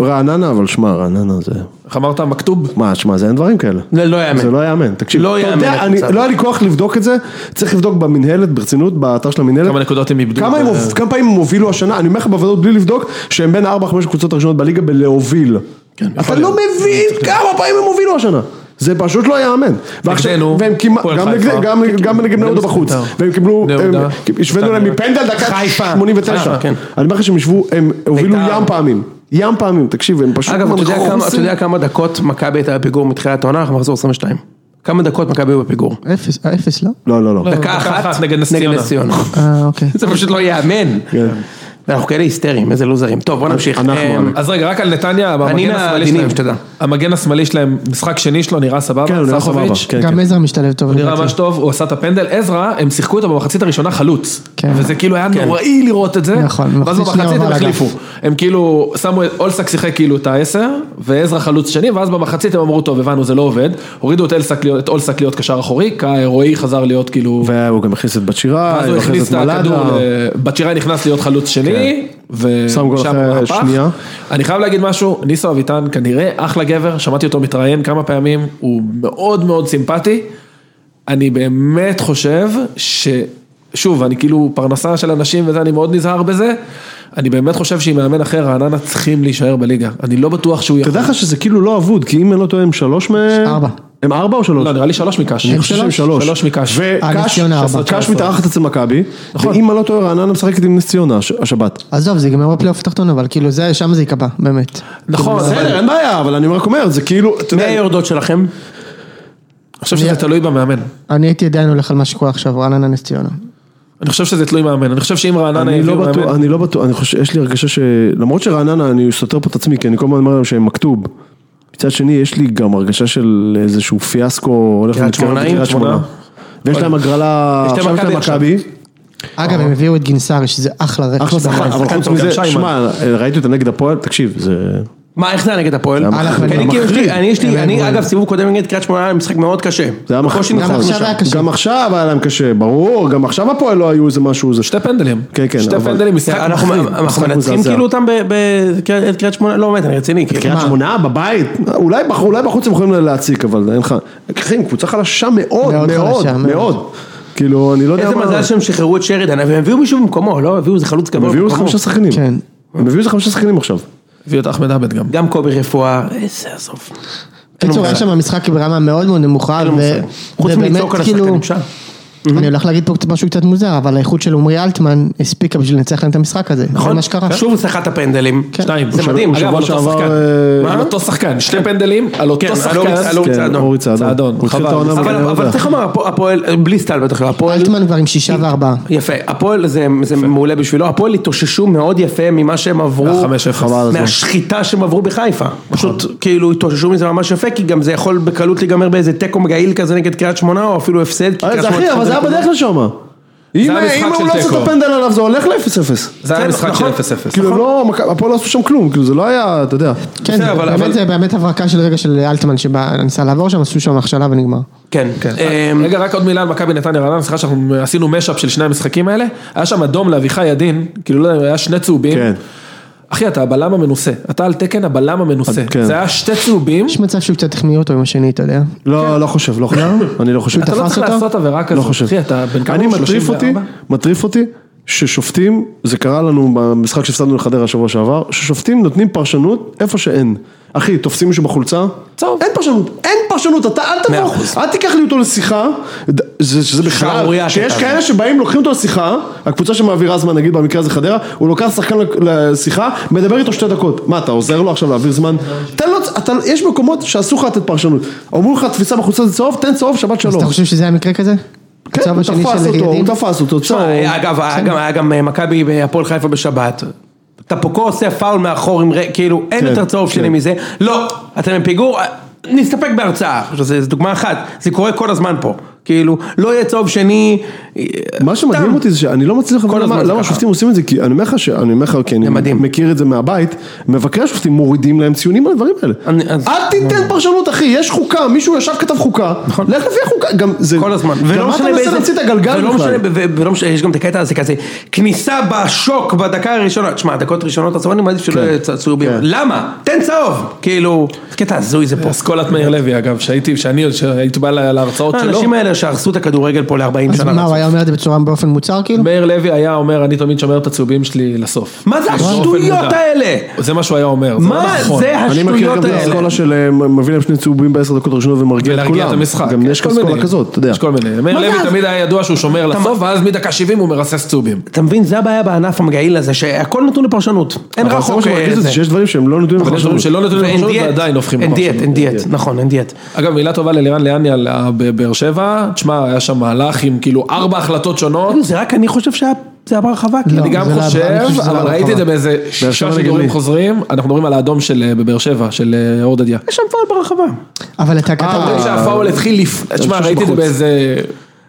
Speaker 2: אה, רעננה, אבל שמע, רעננה זה...
Speaker 3: איך אמרת? מכתוב?
Speaker 2: מה, שמע, זה אין דברים כאלה.
Speaker 1: זה לא יאמן.
Speaker 2: זה לא יאמן, תקשיב.
Speaker 1: לא
Speaker 2: אתה
Speaker 1: יאמן
Speaker 2: יודע,
Speaker 1: הקבוצה
Speaker 2: אני-
Speaker 1: הזאת.
Speaker 2: לא היה לי כוח לבדוק את זה, צריך לבדוק במינהלת, ברצינות, באתר של המינהלת.
Speaker 3: כמה נקודות הם איבדו?
Speaker 2: כמה הם הוב-
Speaker 1: אה.
Speaker 2: כמה פעמים הם הובילו השנה, אני אומר לך בוודאות בלי לבדוק, שהם בין 4-5 קבוצות הראשונות בליגה בלהוביל.
Speaker 1: כן,
Speaker 2: אתה לא מבין כמה פעמים הם הובילו השנה. זה פשוט לא יאמן. ועכשיו-
Speaker 3: נגדנו,
Speaker 2: והם כמעט-
Speaker 3: הפועל
Speaker 2: גם
Speaker 3: חיפה.
Speaker 2: נגד- גם- גם נגד בני יהודה
Speaker 3: זה
Speaker 2: בחוץ.
Speaker 3: בית"ר.
Speaker 2: והם קיבלו,
Speaker 3: בני
Speaker 2: הם-
Speaker 3: יהודה.
Speaker 2: השווינו להם מפנדל דקה
Speaker 1: אה, חיפה.
Speaker 2: 89.
Speaker 1: חיפה, כן.
Speaker 2: אני אומר לך שהם ישבו, הם הובילו
Speaker 1: בית"ר.
Speaker 2: ים פעמים. ים פעמים, תקשיב, הם פשוט...
Speaker 1: אגב, אתה יודע
Speaker 2: מנחו
Speaker 1: כמה- אתה יודע
Speaker 2: עושים.
Speaker 1: כמה דקות מכבי הייתה בפיגור מתחילת העונה? אנחנו מחזור 22. כמה דקות מכבי היו בפיגור?
Speaker 4: אפס, אה, אפס, לא?
Speaker 2: לא, לא, לא.
Speaker 1: דקה אחת נגד נס ציונה.
Speaker 2: כן,
Speaker 4: אה, אוקיי.
Speaker 1: זה פשוט לא ייאמן. ואנחנו כאלה היסטריים, איזה לוזרים. טוב, בוא נמשיך.
Speaker 2: אנחנו,
Speaker 1: אה,
Speaker 2: אנחנו.
Speaker 3: אז רגע, רק על נתניה, המגן
Speaker 1: פנינה
Speaker 3: השמאלי
Speaker 1: עדינים,
Speaker 3: שלהם,
Speaker 1: שתדע.
Speaker 3: המגן השמאלי שלהם, משחק שני שלו, נראה סבבה,
Speaker 2: כן, הוא נראה סבבה.
Speaker 3: סחוביץ'.
Speaker 2: כן, כן.
Speaker 4: גם עזרא משתלב טוב.
Speaker 3: נראה
Speaker 4: לדעתי.
Speaker 3: ממש טוב, הוא עשה את הפנדל. עזרא, הם שיחקו אותו במחצית הראשונה חלוץ.
Speaker 4: כן.
Speaker 3: וזה כאילו היה נוראי לראות את זה.
Speaker 4: נכון,
Speaker 3: ואז
Speaker 4: במחצית שנייה
Speaker 3: במחצית
Speaker 4: הוא
Speaker 3: הם
Speaker 4: עבר
Speaker 3: החליפו. הם כאילו, שמו, את- אולסק שיחק כאילו את העשר, ועזרא חלוץ שני, ואז במחצית הם אמרו, טוב, הבנו, זה לא עובד. הורידו את אולסק להיות- את אולסק להיות קשר אחורי, כי רועי חזר להיות כאילו...
Speaker 2: והוא גם הכניס את בת שירה,
Speaker 3: ואז הוא הכניס את הכדור, ל- בת שיראי נכנס להיות חלוץ שני,
Speaker 2: כן. שם גול
Speaker 3: ושם
Speaker 2: אחרי
Speaker 3: הוא הפך.
Speaker 2: שנייה.
Speaker 3: אני חייב להגיד משהו, ניסו אביטן כנראה אחלה גבר, שמעתי אותו מתראיין כמה פעמים, הוא מאוד מאוד סימפטי. אני באמת חושב ש... שוב, אני כאילו פרנסה של אנשים וזה, אני מאוד נזהר בזה. אני באמת חושב שעם מאמן אחר, רעננה צריכים להישאר בליגה. אני לא בטוח שהוא
Speaker 2: אתה
Speaker 3: יכול.
Speaker 2: יודע לך שזה כאילו לא אבוד, כי אם אני לא טועה הם שלוש מהם...
Speaker 4: ארבע.
Speaker 2: הם ארבע או שלוש?
Speaker 3: לא, נראה לי שלוש מקש.
Speaker 2: אני חושב שהם שלוש.
Speaker 3: שלוש מקש.
Speaker 4: אה, נס
Speaker 2: וקאש,
Speaker 4: ציונה ארבע.
Speaker 2: קאש מתארחת אצל מכבי, ואם אני לא טועה רעננה משחקת עם נס ציונה הש- השבת.
Speaker 4: עזוב, זה ייגמר בפלייאוף התחתון, אבל כאילו זה, שם זה ייקבע, באמת.
Speaker 3: נכון, אבל
Speaker 2: בסדר, אין בעיה, אבל אני רק אומר, זה כאילו, אתה
Speaker 1: מי
Speaker 2: יודע,
Speaker 1: היורדות אה, שלכם?
Speaker 3: אני חושב שזה תלוי במאמן.
Speaker 4: אני הייתי עדיין הולך על מה שקורה עכשיו, רעננה נס ציונה.
Speaker 3: אני חושב שזה תלוי מאמן. אני חושב שאם רעננה
Speaker 2: אני לא
Speaker 3: יביאו מאמן...
Speaker 2: בטוח, אני לא בטוח, אני חושב, יש לי הרגשה ש... למרות שרעננה, אני סותר פה את עצמי, כי אני כל הזמן אומר להם שהם מכתוב. מצד שני, יש לי גם הרגשה של איזשהו פיאסקו הולך
Speaker 1: קריית
Speaker 2: ומתקרב
Speaker 1: שמונה,
Speaker 2: בקריית שמונה.
Speaker 1: שמונה.
Speaker 2: ויש להם הגרלה,
Speaker 1: יש להם
Speaker 2: עכשיו יש להם
Speaker 1: מכבי עכשיו.
Speaker 2: מכבי,
Speaker 4: אגב, הם הביאו את גינסארי, שזה אחלה רכש.
Speaker 2: אחלה שחקן, אבל
Speaker 1: אה, שחקן
Speaker 2: חוץ
Speaker 1: טוב,
Speaker 2: מזה, אה,
Speaker 1: גם שיימן.
Speaker 2: שמע, ראיתי אותם נגד הפועל, תקשיב, זה...
Speaker 1: מה, איך זה היה נגד הפועל?
Speaker 2: זה היה
Speaker 1: אני
Speaker 2: מחריד.
Speaker 1: כאילו, יש לי-
Speaker 4: מחריד.
Speaker 1: אני, יש לי,
Speaker 4: היה
Speaker 1: אני,
Speaker 4: גול.
Speaker 1: אגב, סיבוב קודם נגד קריית שמונה היה משחק מאוד קשה.
Speaker 2: זה היה
Speaker 1: בקושי
Speaker 2: מחר.
Speaker 1: ניצחנו
Speaker 4: עכשיו
Speaker 1: שם.
Speaker 4: היה קשה.
Speaker 2: גם עכשיו היה להם קשה, ברור, גם עכשיו הפועל לא היו איזה משהו, זה
Speaker 3: שתי פנדלים.
Speaker 2: כן, כן,
Speaker 3: שתי
Speaker 2: אבל-
Speaker 3: פנדלים, משחק
Speaker 1: אנחנו
Speaker 3: מחריד.
Speaker 1: אנחנו
Speaker 2: משחק
Speaker 1: מנצחים
Speaker 2: מזעזע.
Speaker 1: כאילו אותם בקריית שמונה, לא באמת, אני רציני. כאילו.
Speaker 2: קריית
Speaker 1: מה?
Speaker 2: שמונה בבית, אולי, בח, אולי בחוץ הם יכולים להציק, אבל אין לך, אחי, הם קבוצה חלשה מאוד,
Speaker 4: מאוד
Speaker 2: מאוד, מאוד,
Speaker 4: חלשה, מאוד.
Speaker 2: מאוד. כאילו, אני לא יודע
Speaker 1: איזה
Speaker 2: מה,
Speaker 1: מזל שהם שחררו את שרידן, אבל הם הביאו מישהו במקומו, לא? הביאו איזה חלוץ
Speaker 2: הם
Speaker 1: גבוה
Speaker 2: הביאו איזה
Speaker 1: במקומו.
Speaker 2: חמישה שחקנים,
Speaker 4: כן.
Speaker 2: הם הביאו איזה חמישה שחקנים עכשיו,
Speaker 3: הביא את אחמד עבד גם.
Speaker 1: גם קובי רפואה, איזה עזוב. כאילו
Speaker 4: בקיצור, היה שם משחק ברמה מאוד מאוד נמוכה,
Speaker 1: אין לו
Speaker 4: ו-
Speaker 1: מושג. כאילו חוץ
Speaker 4: ובאמת,
Speaker 1: מלצעוק על
Speaker 4: כאילו,
Speaker 1: השחקנים שם.
Speaker 4: אני הולך להגיד פה קצת משהו קצת מוזר, אבל האיכות של עמרי אלטמן הספיקה בשביל לנצח להם את המשחק הזה, זה
Speaker 1: נכון?
Speaker 4: מה שקרה.
Speaker 2: כן.
Speaker 1: שוב הוא סחט את הפנדלים.
Speaker 4: כן.
Speaker 1: שניים. זה מדהים.
Speaker 2: שבוע
Speaker 3: אגב, על אותו
Speaker 2: שעבר,
Speaker 3: שחקן.
Speaker 2: אה,
Speaker 3: מה? על אותו שחקן, שתי פנדלים, על
Speaker 1: כן,
Speaker 3: אותו
Speaker 1: על
Speaker 3: שחקן.
Speaker 1: אורי- על אורי
Speaker 2: כן,
Speaker 1: צעדון.
Speaker 2: אורי צעדון,
Speaker 3: צעדון,
Speaker 2: הוא התחיל את
Speaker 3: חבל.
Speaker 2: העונה
Speaker 1: אבל-
Speaker 2: מגן
Speaker 1: אבל
Speaker 2: יהודה.
Speaker 1: צריך לומר, הפוע- הפועל, בלי סטל בטח לא, הפועל...
Speaker 4: אלטמן כבר עם שישה וארבעה.
Speaker 1: יפה, הפועל זה, זה מעולה בשבילו, הפועל התאוששו מאוד יפה ממה שהם עברו,
Speaker 3: מהחמש אפס. חבל על
Speaker 2: הזמן.
Speaker 1: מהשחיטה שהם עברו בחיפה,
Speaker 2: נכון.
Speaker 1: פשוט כאילו התאוששו מזה ממש יפה, כי גם זה יכול בקלות להיגמר באיזה תיקו מגעיל כזה נגד קריית שמונה, או אפילו הפסד, כי
Speaker 2: אה,
Speaker 1: קריית
Speaker 2: זה
Speaker 1: שמונה
Speaker 2: אחי, אבל זה
Speaker 1: צריכה-
Speaker 2: היה בדרך לשם, אם
Speaker 3: היה משחק
Speaker 2: אם
Speaker 3: של
Speaker 2: הוא לא עושה
Speaker 3: תיקו.
Speaker 2: את הפנדל עליו זה הולך ל-0-0,
Speaker 3: זה היה
Speaker 1: כן,
Speaker 3: משחק של
Speaker 1: נכון.
Speaker 3: 0-0.
Speaker 2: כאילו הם לא, מכ- הפועל לא עשו שם כלום, כאילו זה לא היה, אתה יודע,
Speaker 4: כן,
Speaker 1: בסדר, אבל- אבל-
Speaker 4: באמת זה באמת הברקה של רגע של אלטמן שניסה לעבור שם, עשו שם הכשלה ונגמר.
Speaker 1: כן,
Speaker 3: אה,
Speaker 1: אמ,
Speaker 3: רגע, רק עוד מילה על מכבי נתניה רעננה, סליחה שאנחנו עשינו משאפ של שני המשחקים האלה, היה שם אדום לאביחי ידין, כאילו לא יודע, היה שני צהובים.
Speaker 2: כן.
Speaker 3: אחי, אתה הבלם המנוסה, אתה על תקן הבלם המנוסה.
Speaker 2: כן.
Speaker 3: זה היה שתי צהובים,
Speaker 4: יש מצב שהוא קצת החמיא אותו עם השני, אתה יודע.
Speaker 2: לא, לא חושב, לא חושב, אני לא חושב,
Speaker 3: אתה לא צריך
Speaker 4: אותו?
Speaker 3: לעשות עבירה
Speaker 2: לא
Speaker 3: כזאת.
Speaker 2: חושב.
Speaker 3: אחי, אתה בן כמה?
Speaker 2: אני
Speaker 3: הוא?
Speaker 2: מטריף אותי,
Speaker 3: 34?
Speaker 2: מטריף אותי, ששופטים, זה קרה לנו במשחק שהפסדנו לחדרה שבוע שעבר, ששופטים נותנים פרשנות איפה שאין. אחי, תופסים מישהו בחולצה,
Speaker 3: צהוב.
Speaker 2: אין פרשנות, אין פרשנות, אתה אל
Speaker 1: מאה
Speaker 2: תבוא,
Speaker 1: אחוז.
Speaker 2: אל תיקח לי אותו לשיחה, ד- זה- שזה
Speaker 1: שערורייה
Speaker 2: בכלל, שיש
Speaker 1: הקטע
Speaker 2: כאלה שבאים, לוקחים אותו לשיחה, הקבוצה שמעבירה זמן, נגיד במקרה הזה חדרה, הוא לוקח שחקן לשיחה, מדבר איתו שתי דקות, מה אתה עוזר לו עכשיו להעביר זמן? תן לו, אתה- יש מקומות שאסור לך לתת פרשנות, אומרים לך תפיסה בחולצה זה צהוב, תן צהוב, שבת
Speaker 4: אז
Speaker 1: לא.
Speaker 2: שלום.
Speaker 4: אתה חושב שזה היה מקרה כזה?
Speaker 2: כן,
Speaker 4: הצהוב
Speaker 2: הוא
Speaker 4: השני
Speaker 2: תפס
Speaker 4: של
Speaker 2: אותו, הוא
Speaker 4: ידין?
Speaker 2: תפס אותו, צהוב.
Speaker 1: תשמע, אגב, היה גם- היה גם אה, מכבי בהפועל חיפה בשבת. טפוקו עושה פאול מאחור עם ר- כאילו אין
Speaker 2: כן,
Speaker 1: יותר צהוב שני
Speaker 2: כן.
Speaker 1: מזה, לא, אתם בפיגור, אה, נסתפק בהרצאה, זו דוגמה אחת, זה קורה כל הזמן פה, כאילו לא יהיה צהוב שני, אה,
Speaker 2: מה שמדהים
Speaker 1: סתם.
Speaker 2: אותי זה שאני לא מצליח
Speaker 1: כל
Speaker 2: להבין
Speaker 1: הזמן
Speaker 2: למה
Speaker 1: זה
Speaker 2: למה
Speaker 1: ככה.
Speaker 2: השופטים עושים את זה, כי אני אומר לך, ש- אני אומר לך, כי אני
Speaker 1: מדהים.
Speaker 2: מכיר את זה מהבית, מבקרי השופטים מורידים להם ציונים על הדברים האלה.
Speaker 1: אני- אז-
Speaker 2: אל תיתן פרשנות אחי, יש חוקה, מישהו ישב כתב חוקה, לך לפי החוקה, גם זה,
Speaker 1: כל הזמן.
Speaker 2: גם מה אתה מנסה להמציא את הגלגל
Speaker 1: ולא
Speaker 2: בכלל?
Speaker 1: משנה, ו- ו- ולא משנה, יש גם את הקטע הזה כזה, כניסה בשוק בדקה הראשונה, תשמע, דקות ראשונות עצוב, אני מעדיף שלא
Speaker 2: כן.
Speaker 1: יהיה צ- צהובים.
Speaker 2: כן.
Speaker 1: למה? תן צהוב. כאילו, זה קטע הזוי זה פה.
Speaker 3: אסכולת מאיר לוי אגב, שהייתי, שאני, שהייתי בא לה-
Speaker 2: אה,
Speaker 3: להרצאות שלו.
Speaker 1: האנשים האלה שהרסו את הכדורגל פה ל-40
Speaker 4: אז
Speaker 1: שנה.
Speaker 4: מה, הוא
Speaker 1: רצוף.
Speaker 4: היה אומר את זה בצורה באופן מוצר כאילו?
Speaker 3: מאיר לוי היה אומר, אני תמיד שומר את הצהובים שלי לסוף.
Speaker 1: מה זה
Speaker 3: באופן
Speaker 1: השטויות
Speaker 3: מודע.
Speaker 1: האלה?
Speaker 3: זה מה שהוא היה אומר, זה לא
Speaker 1: מה
Speaker 3: נכון.
Speaker 1: זה
Speaker 2: אני מכיר גם
Speaker 1: השטויות
Speaker 2: את האסכולה
Speaker 1: האלה?
Speaker 2: של אה, מביא להם שני צהובים בעשר דקות הראשונות ומרגיע את
Speaker 3: ולהרגיע
Speaker 2: כולם,
Speaker 3: את המשחק.
Speaker 2: גם
Speaker 3: כן,
Speaker 2: יש
Speaker 3: כל
Speaker 2: אסכולה
Speaker 3: מיני.
Speaker 2: כזאת, אתה יודע,
Speaker 3: יש כל מיני. מאיר
Speaker 1: מה זה
Speaker 3: לוי
Speaker 1: אז?
Speaker 3: תמיד היה ידוע שהוא שומר לסוף, ואז מדקה 70 הוא מרסס צהובים.
Speaker 1: אתה מבין, זה הבעיה בענף המגעיל הזה, שהכל נתון לפרשנות. אין
Speaker 2: אבל זה מה
Speaker 1: רחוק
Speaker 2: שמרגיז
Speaker 1: אה,
Speaker 2: אותי,
Speaker 1: זה.
Speaker 2: שיש דברים שהם לא נותנים לך
Speaker 3: אבל יש דברים שלא נתונים
Speaker 1: ואין
Speaker 3: לפרשנות
Speaker 1: דיאט.
Speaker 3: ועדיין הופכים
Speaker 1: נכון. אין
Speaker 3: לפרשנות.
Speaker 1: דיאט, אין דיאט, נכון, אין דיאט.
Speaker 3: אגב, מילה טובה ללירן ליאני על ה- בבאר שבע, תשמע, היה שם מהלך עם כאילו ארבע החלטות שונות.
Speaker 1: זה רק אני חושב שזה היה ברחבה,
Speaker 4: לא,
Speaker 1: כאילו.
Speaker 3: אני גם
Speaker 4: זה לא- אני
Speaker 3: חושב,
Speaker 4: חושב שזה לא
Speaker 3: אבל ראיתי את זה באיזה
Speaker 2: שבע
Speaker 3: שישה
Speaker 2: נגד
Speaker 3: שידורים
Speaker 2: מי?
Speaker 3: חוזרים, אנחנו מדברים על האדום של אה, בבאר שבע, של אה, אור דדיה.
Speaker 1: יש שם פועל ברחבה.
Speaker 4: אבל
Speaker 1: אה,
Speaker 4: אתה כתב...
Speaker 3: אומרים שהפאול התחיל לפני, תשמע,
Speaker 2: חושב
Speaker 3: ראיתי את זה
Speaker 2: שבחוץ.
Speaker 3: באיזה,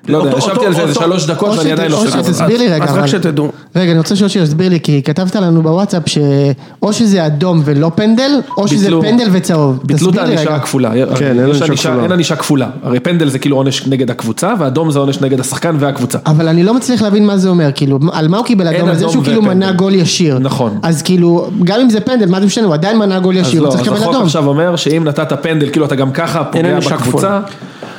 Speaker 3: לא יודע,
Speaker 1: אותו-
Speaker 3: ישבתי
Speaker 1: אותו-
Speaker 3: על זה איזה
Speaker 1: אותו-
Speaker 3: שלוש
Speaker 4: או
Speaker 3: דקות ואני
Speaker 4: שת-
Speaker 3: עדיין לא
Speaker 4: או
Speaker 3: חושב.
Speaker 4: שתסביר לי רגע,
Speaker 1: אז רק
Speaker 4: אבל-
Speaker 1: שתדעו.
Speaker 4: רגע, אני רוצה שאושי יסביר לי, כי כתבת לנו בוואטסאפ שאו שזה אדום ולא פנדל, או שזה
Speaker 3: ביטלו-
Speaker 4: פנדל וצהוב.
Speaker 3: ביטלו את
Speaker 4: תסביר לי
Speaker 3: הענישה
Speaker 4: רגע.
Speaker 3: הכפולה,
Speaker 2: כן, אין
Speaker 3: יש
Speaker 2: ענישה כפולה.
Speaker 3: אין ענישה כפולה, הרי פנדל זה כאילו עונש נגד הקבוצה, ואדום זה עונש נגד השחקן
Speaker 2: אה,
Speaker 3: והקבוצה.
Speaker 4: אבל אני לא מצליח להבין מה זה אומר, כאילו, על מה הוא קיבל
Speaker 3: אין
Speaker 4: אדום? על זה
Speaker 3: אדום
Speaker 4: שהוא כאילו
Speaker 3: ופנדל.
Speaker 4: מנע גול ישיר.
Speaker 3: נכון.
Speaker 4: אז כאילו, גם אם זה פנדל, מה זה משנה, הוא עדיין מנע גול
Speaker 3: אז
Speaker 4: ישיר,
Speaker 3: לא,
Speaker 4: הוא
Speaker 3: אז
Speaker 4: צריך לקבל
Speaker 3: החוק
Speaker 4: אדום.
Speaker 3: עכשיו אומר שאם נתת פנדל, כאילו אתה גם ככה פוגע
Speaker 1: ענישה
Speaker 3: בקבוצה,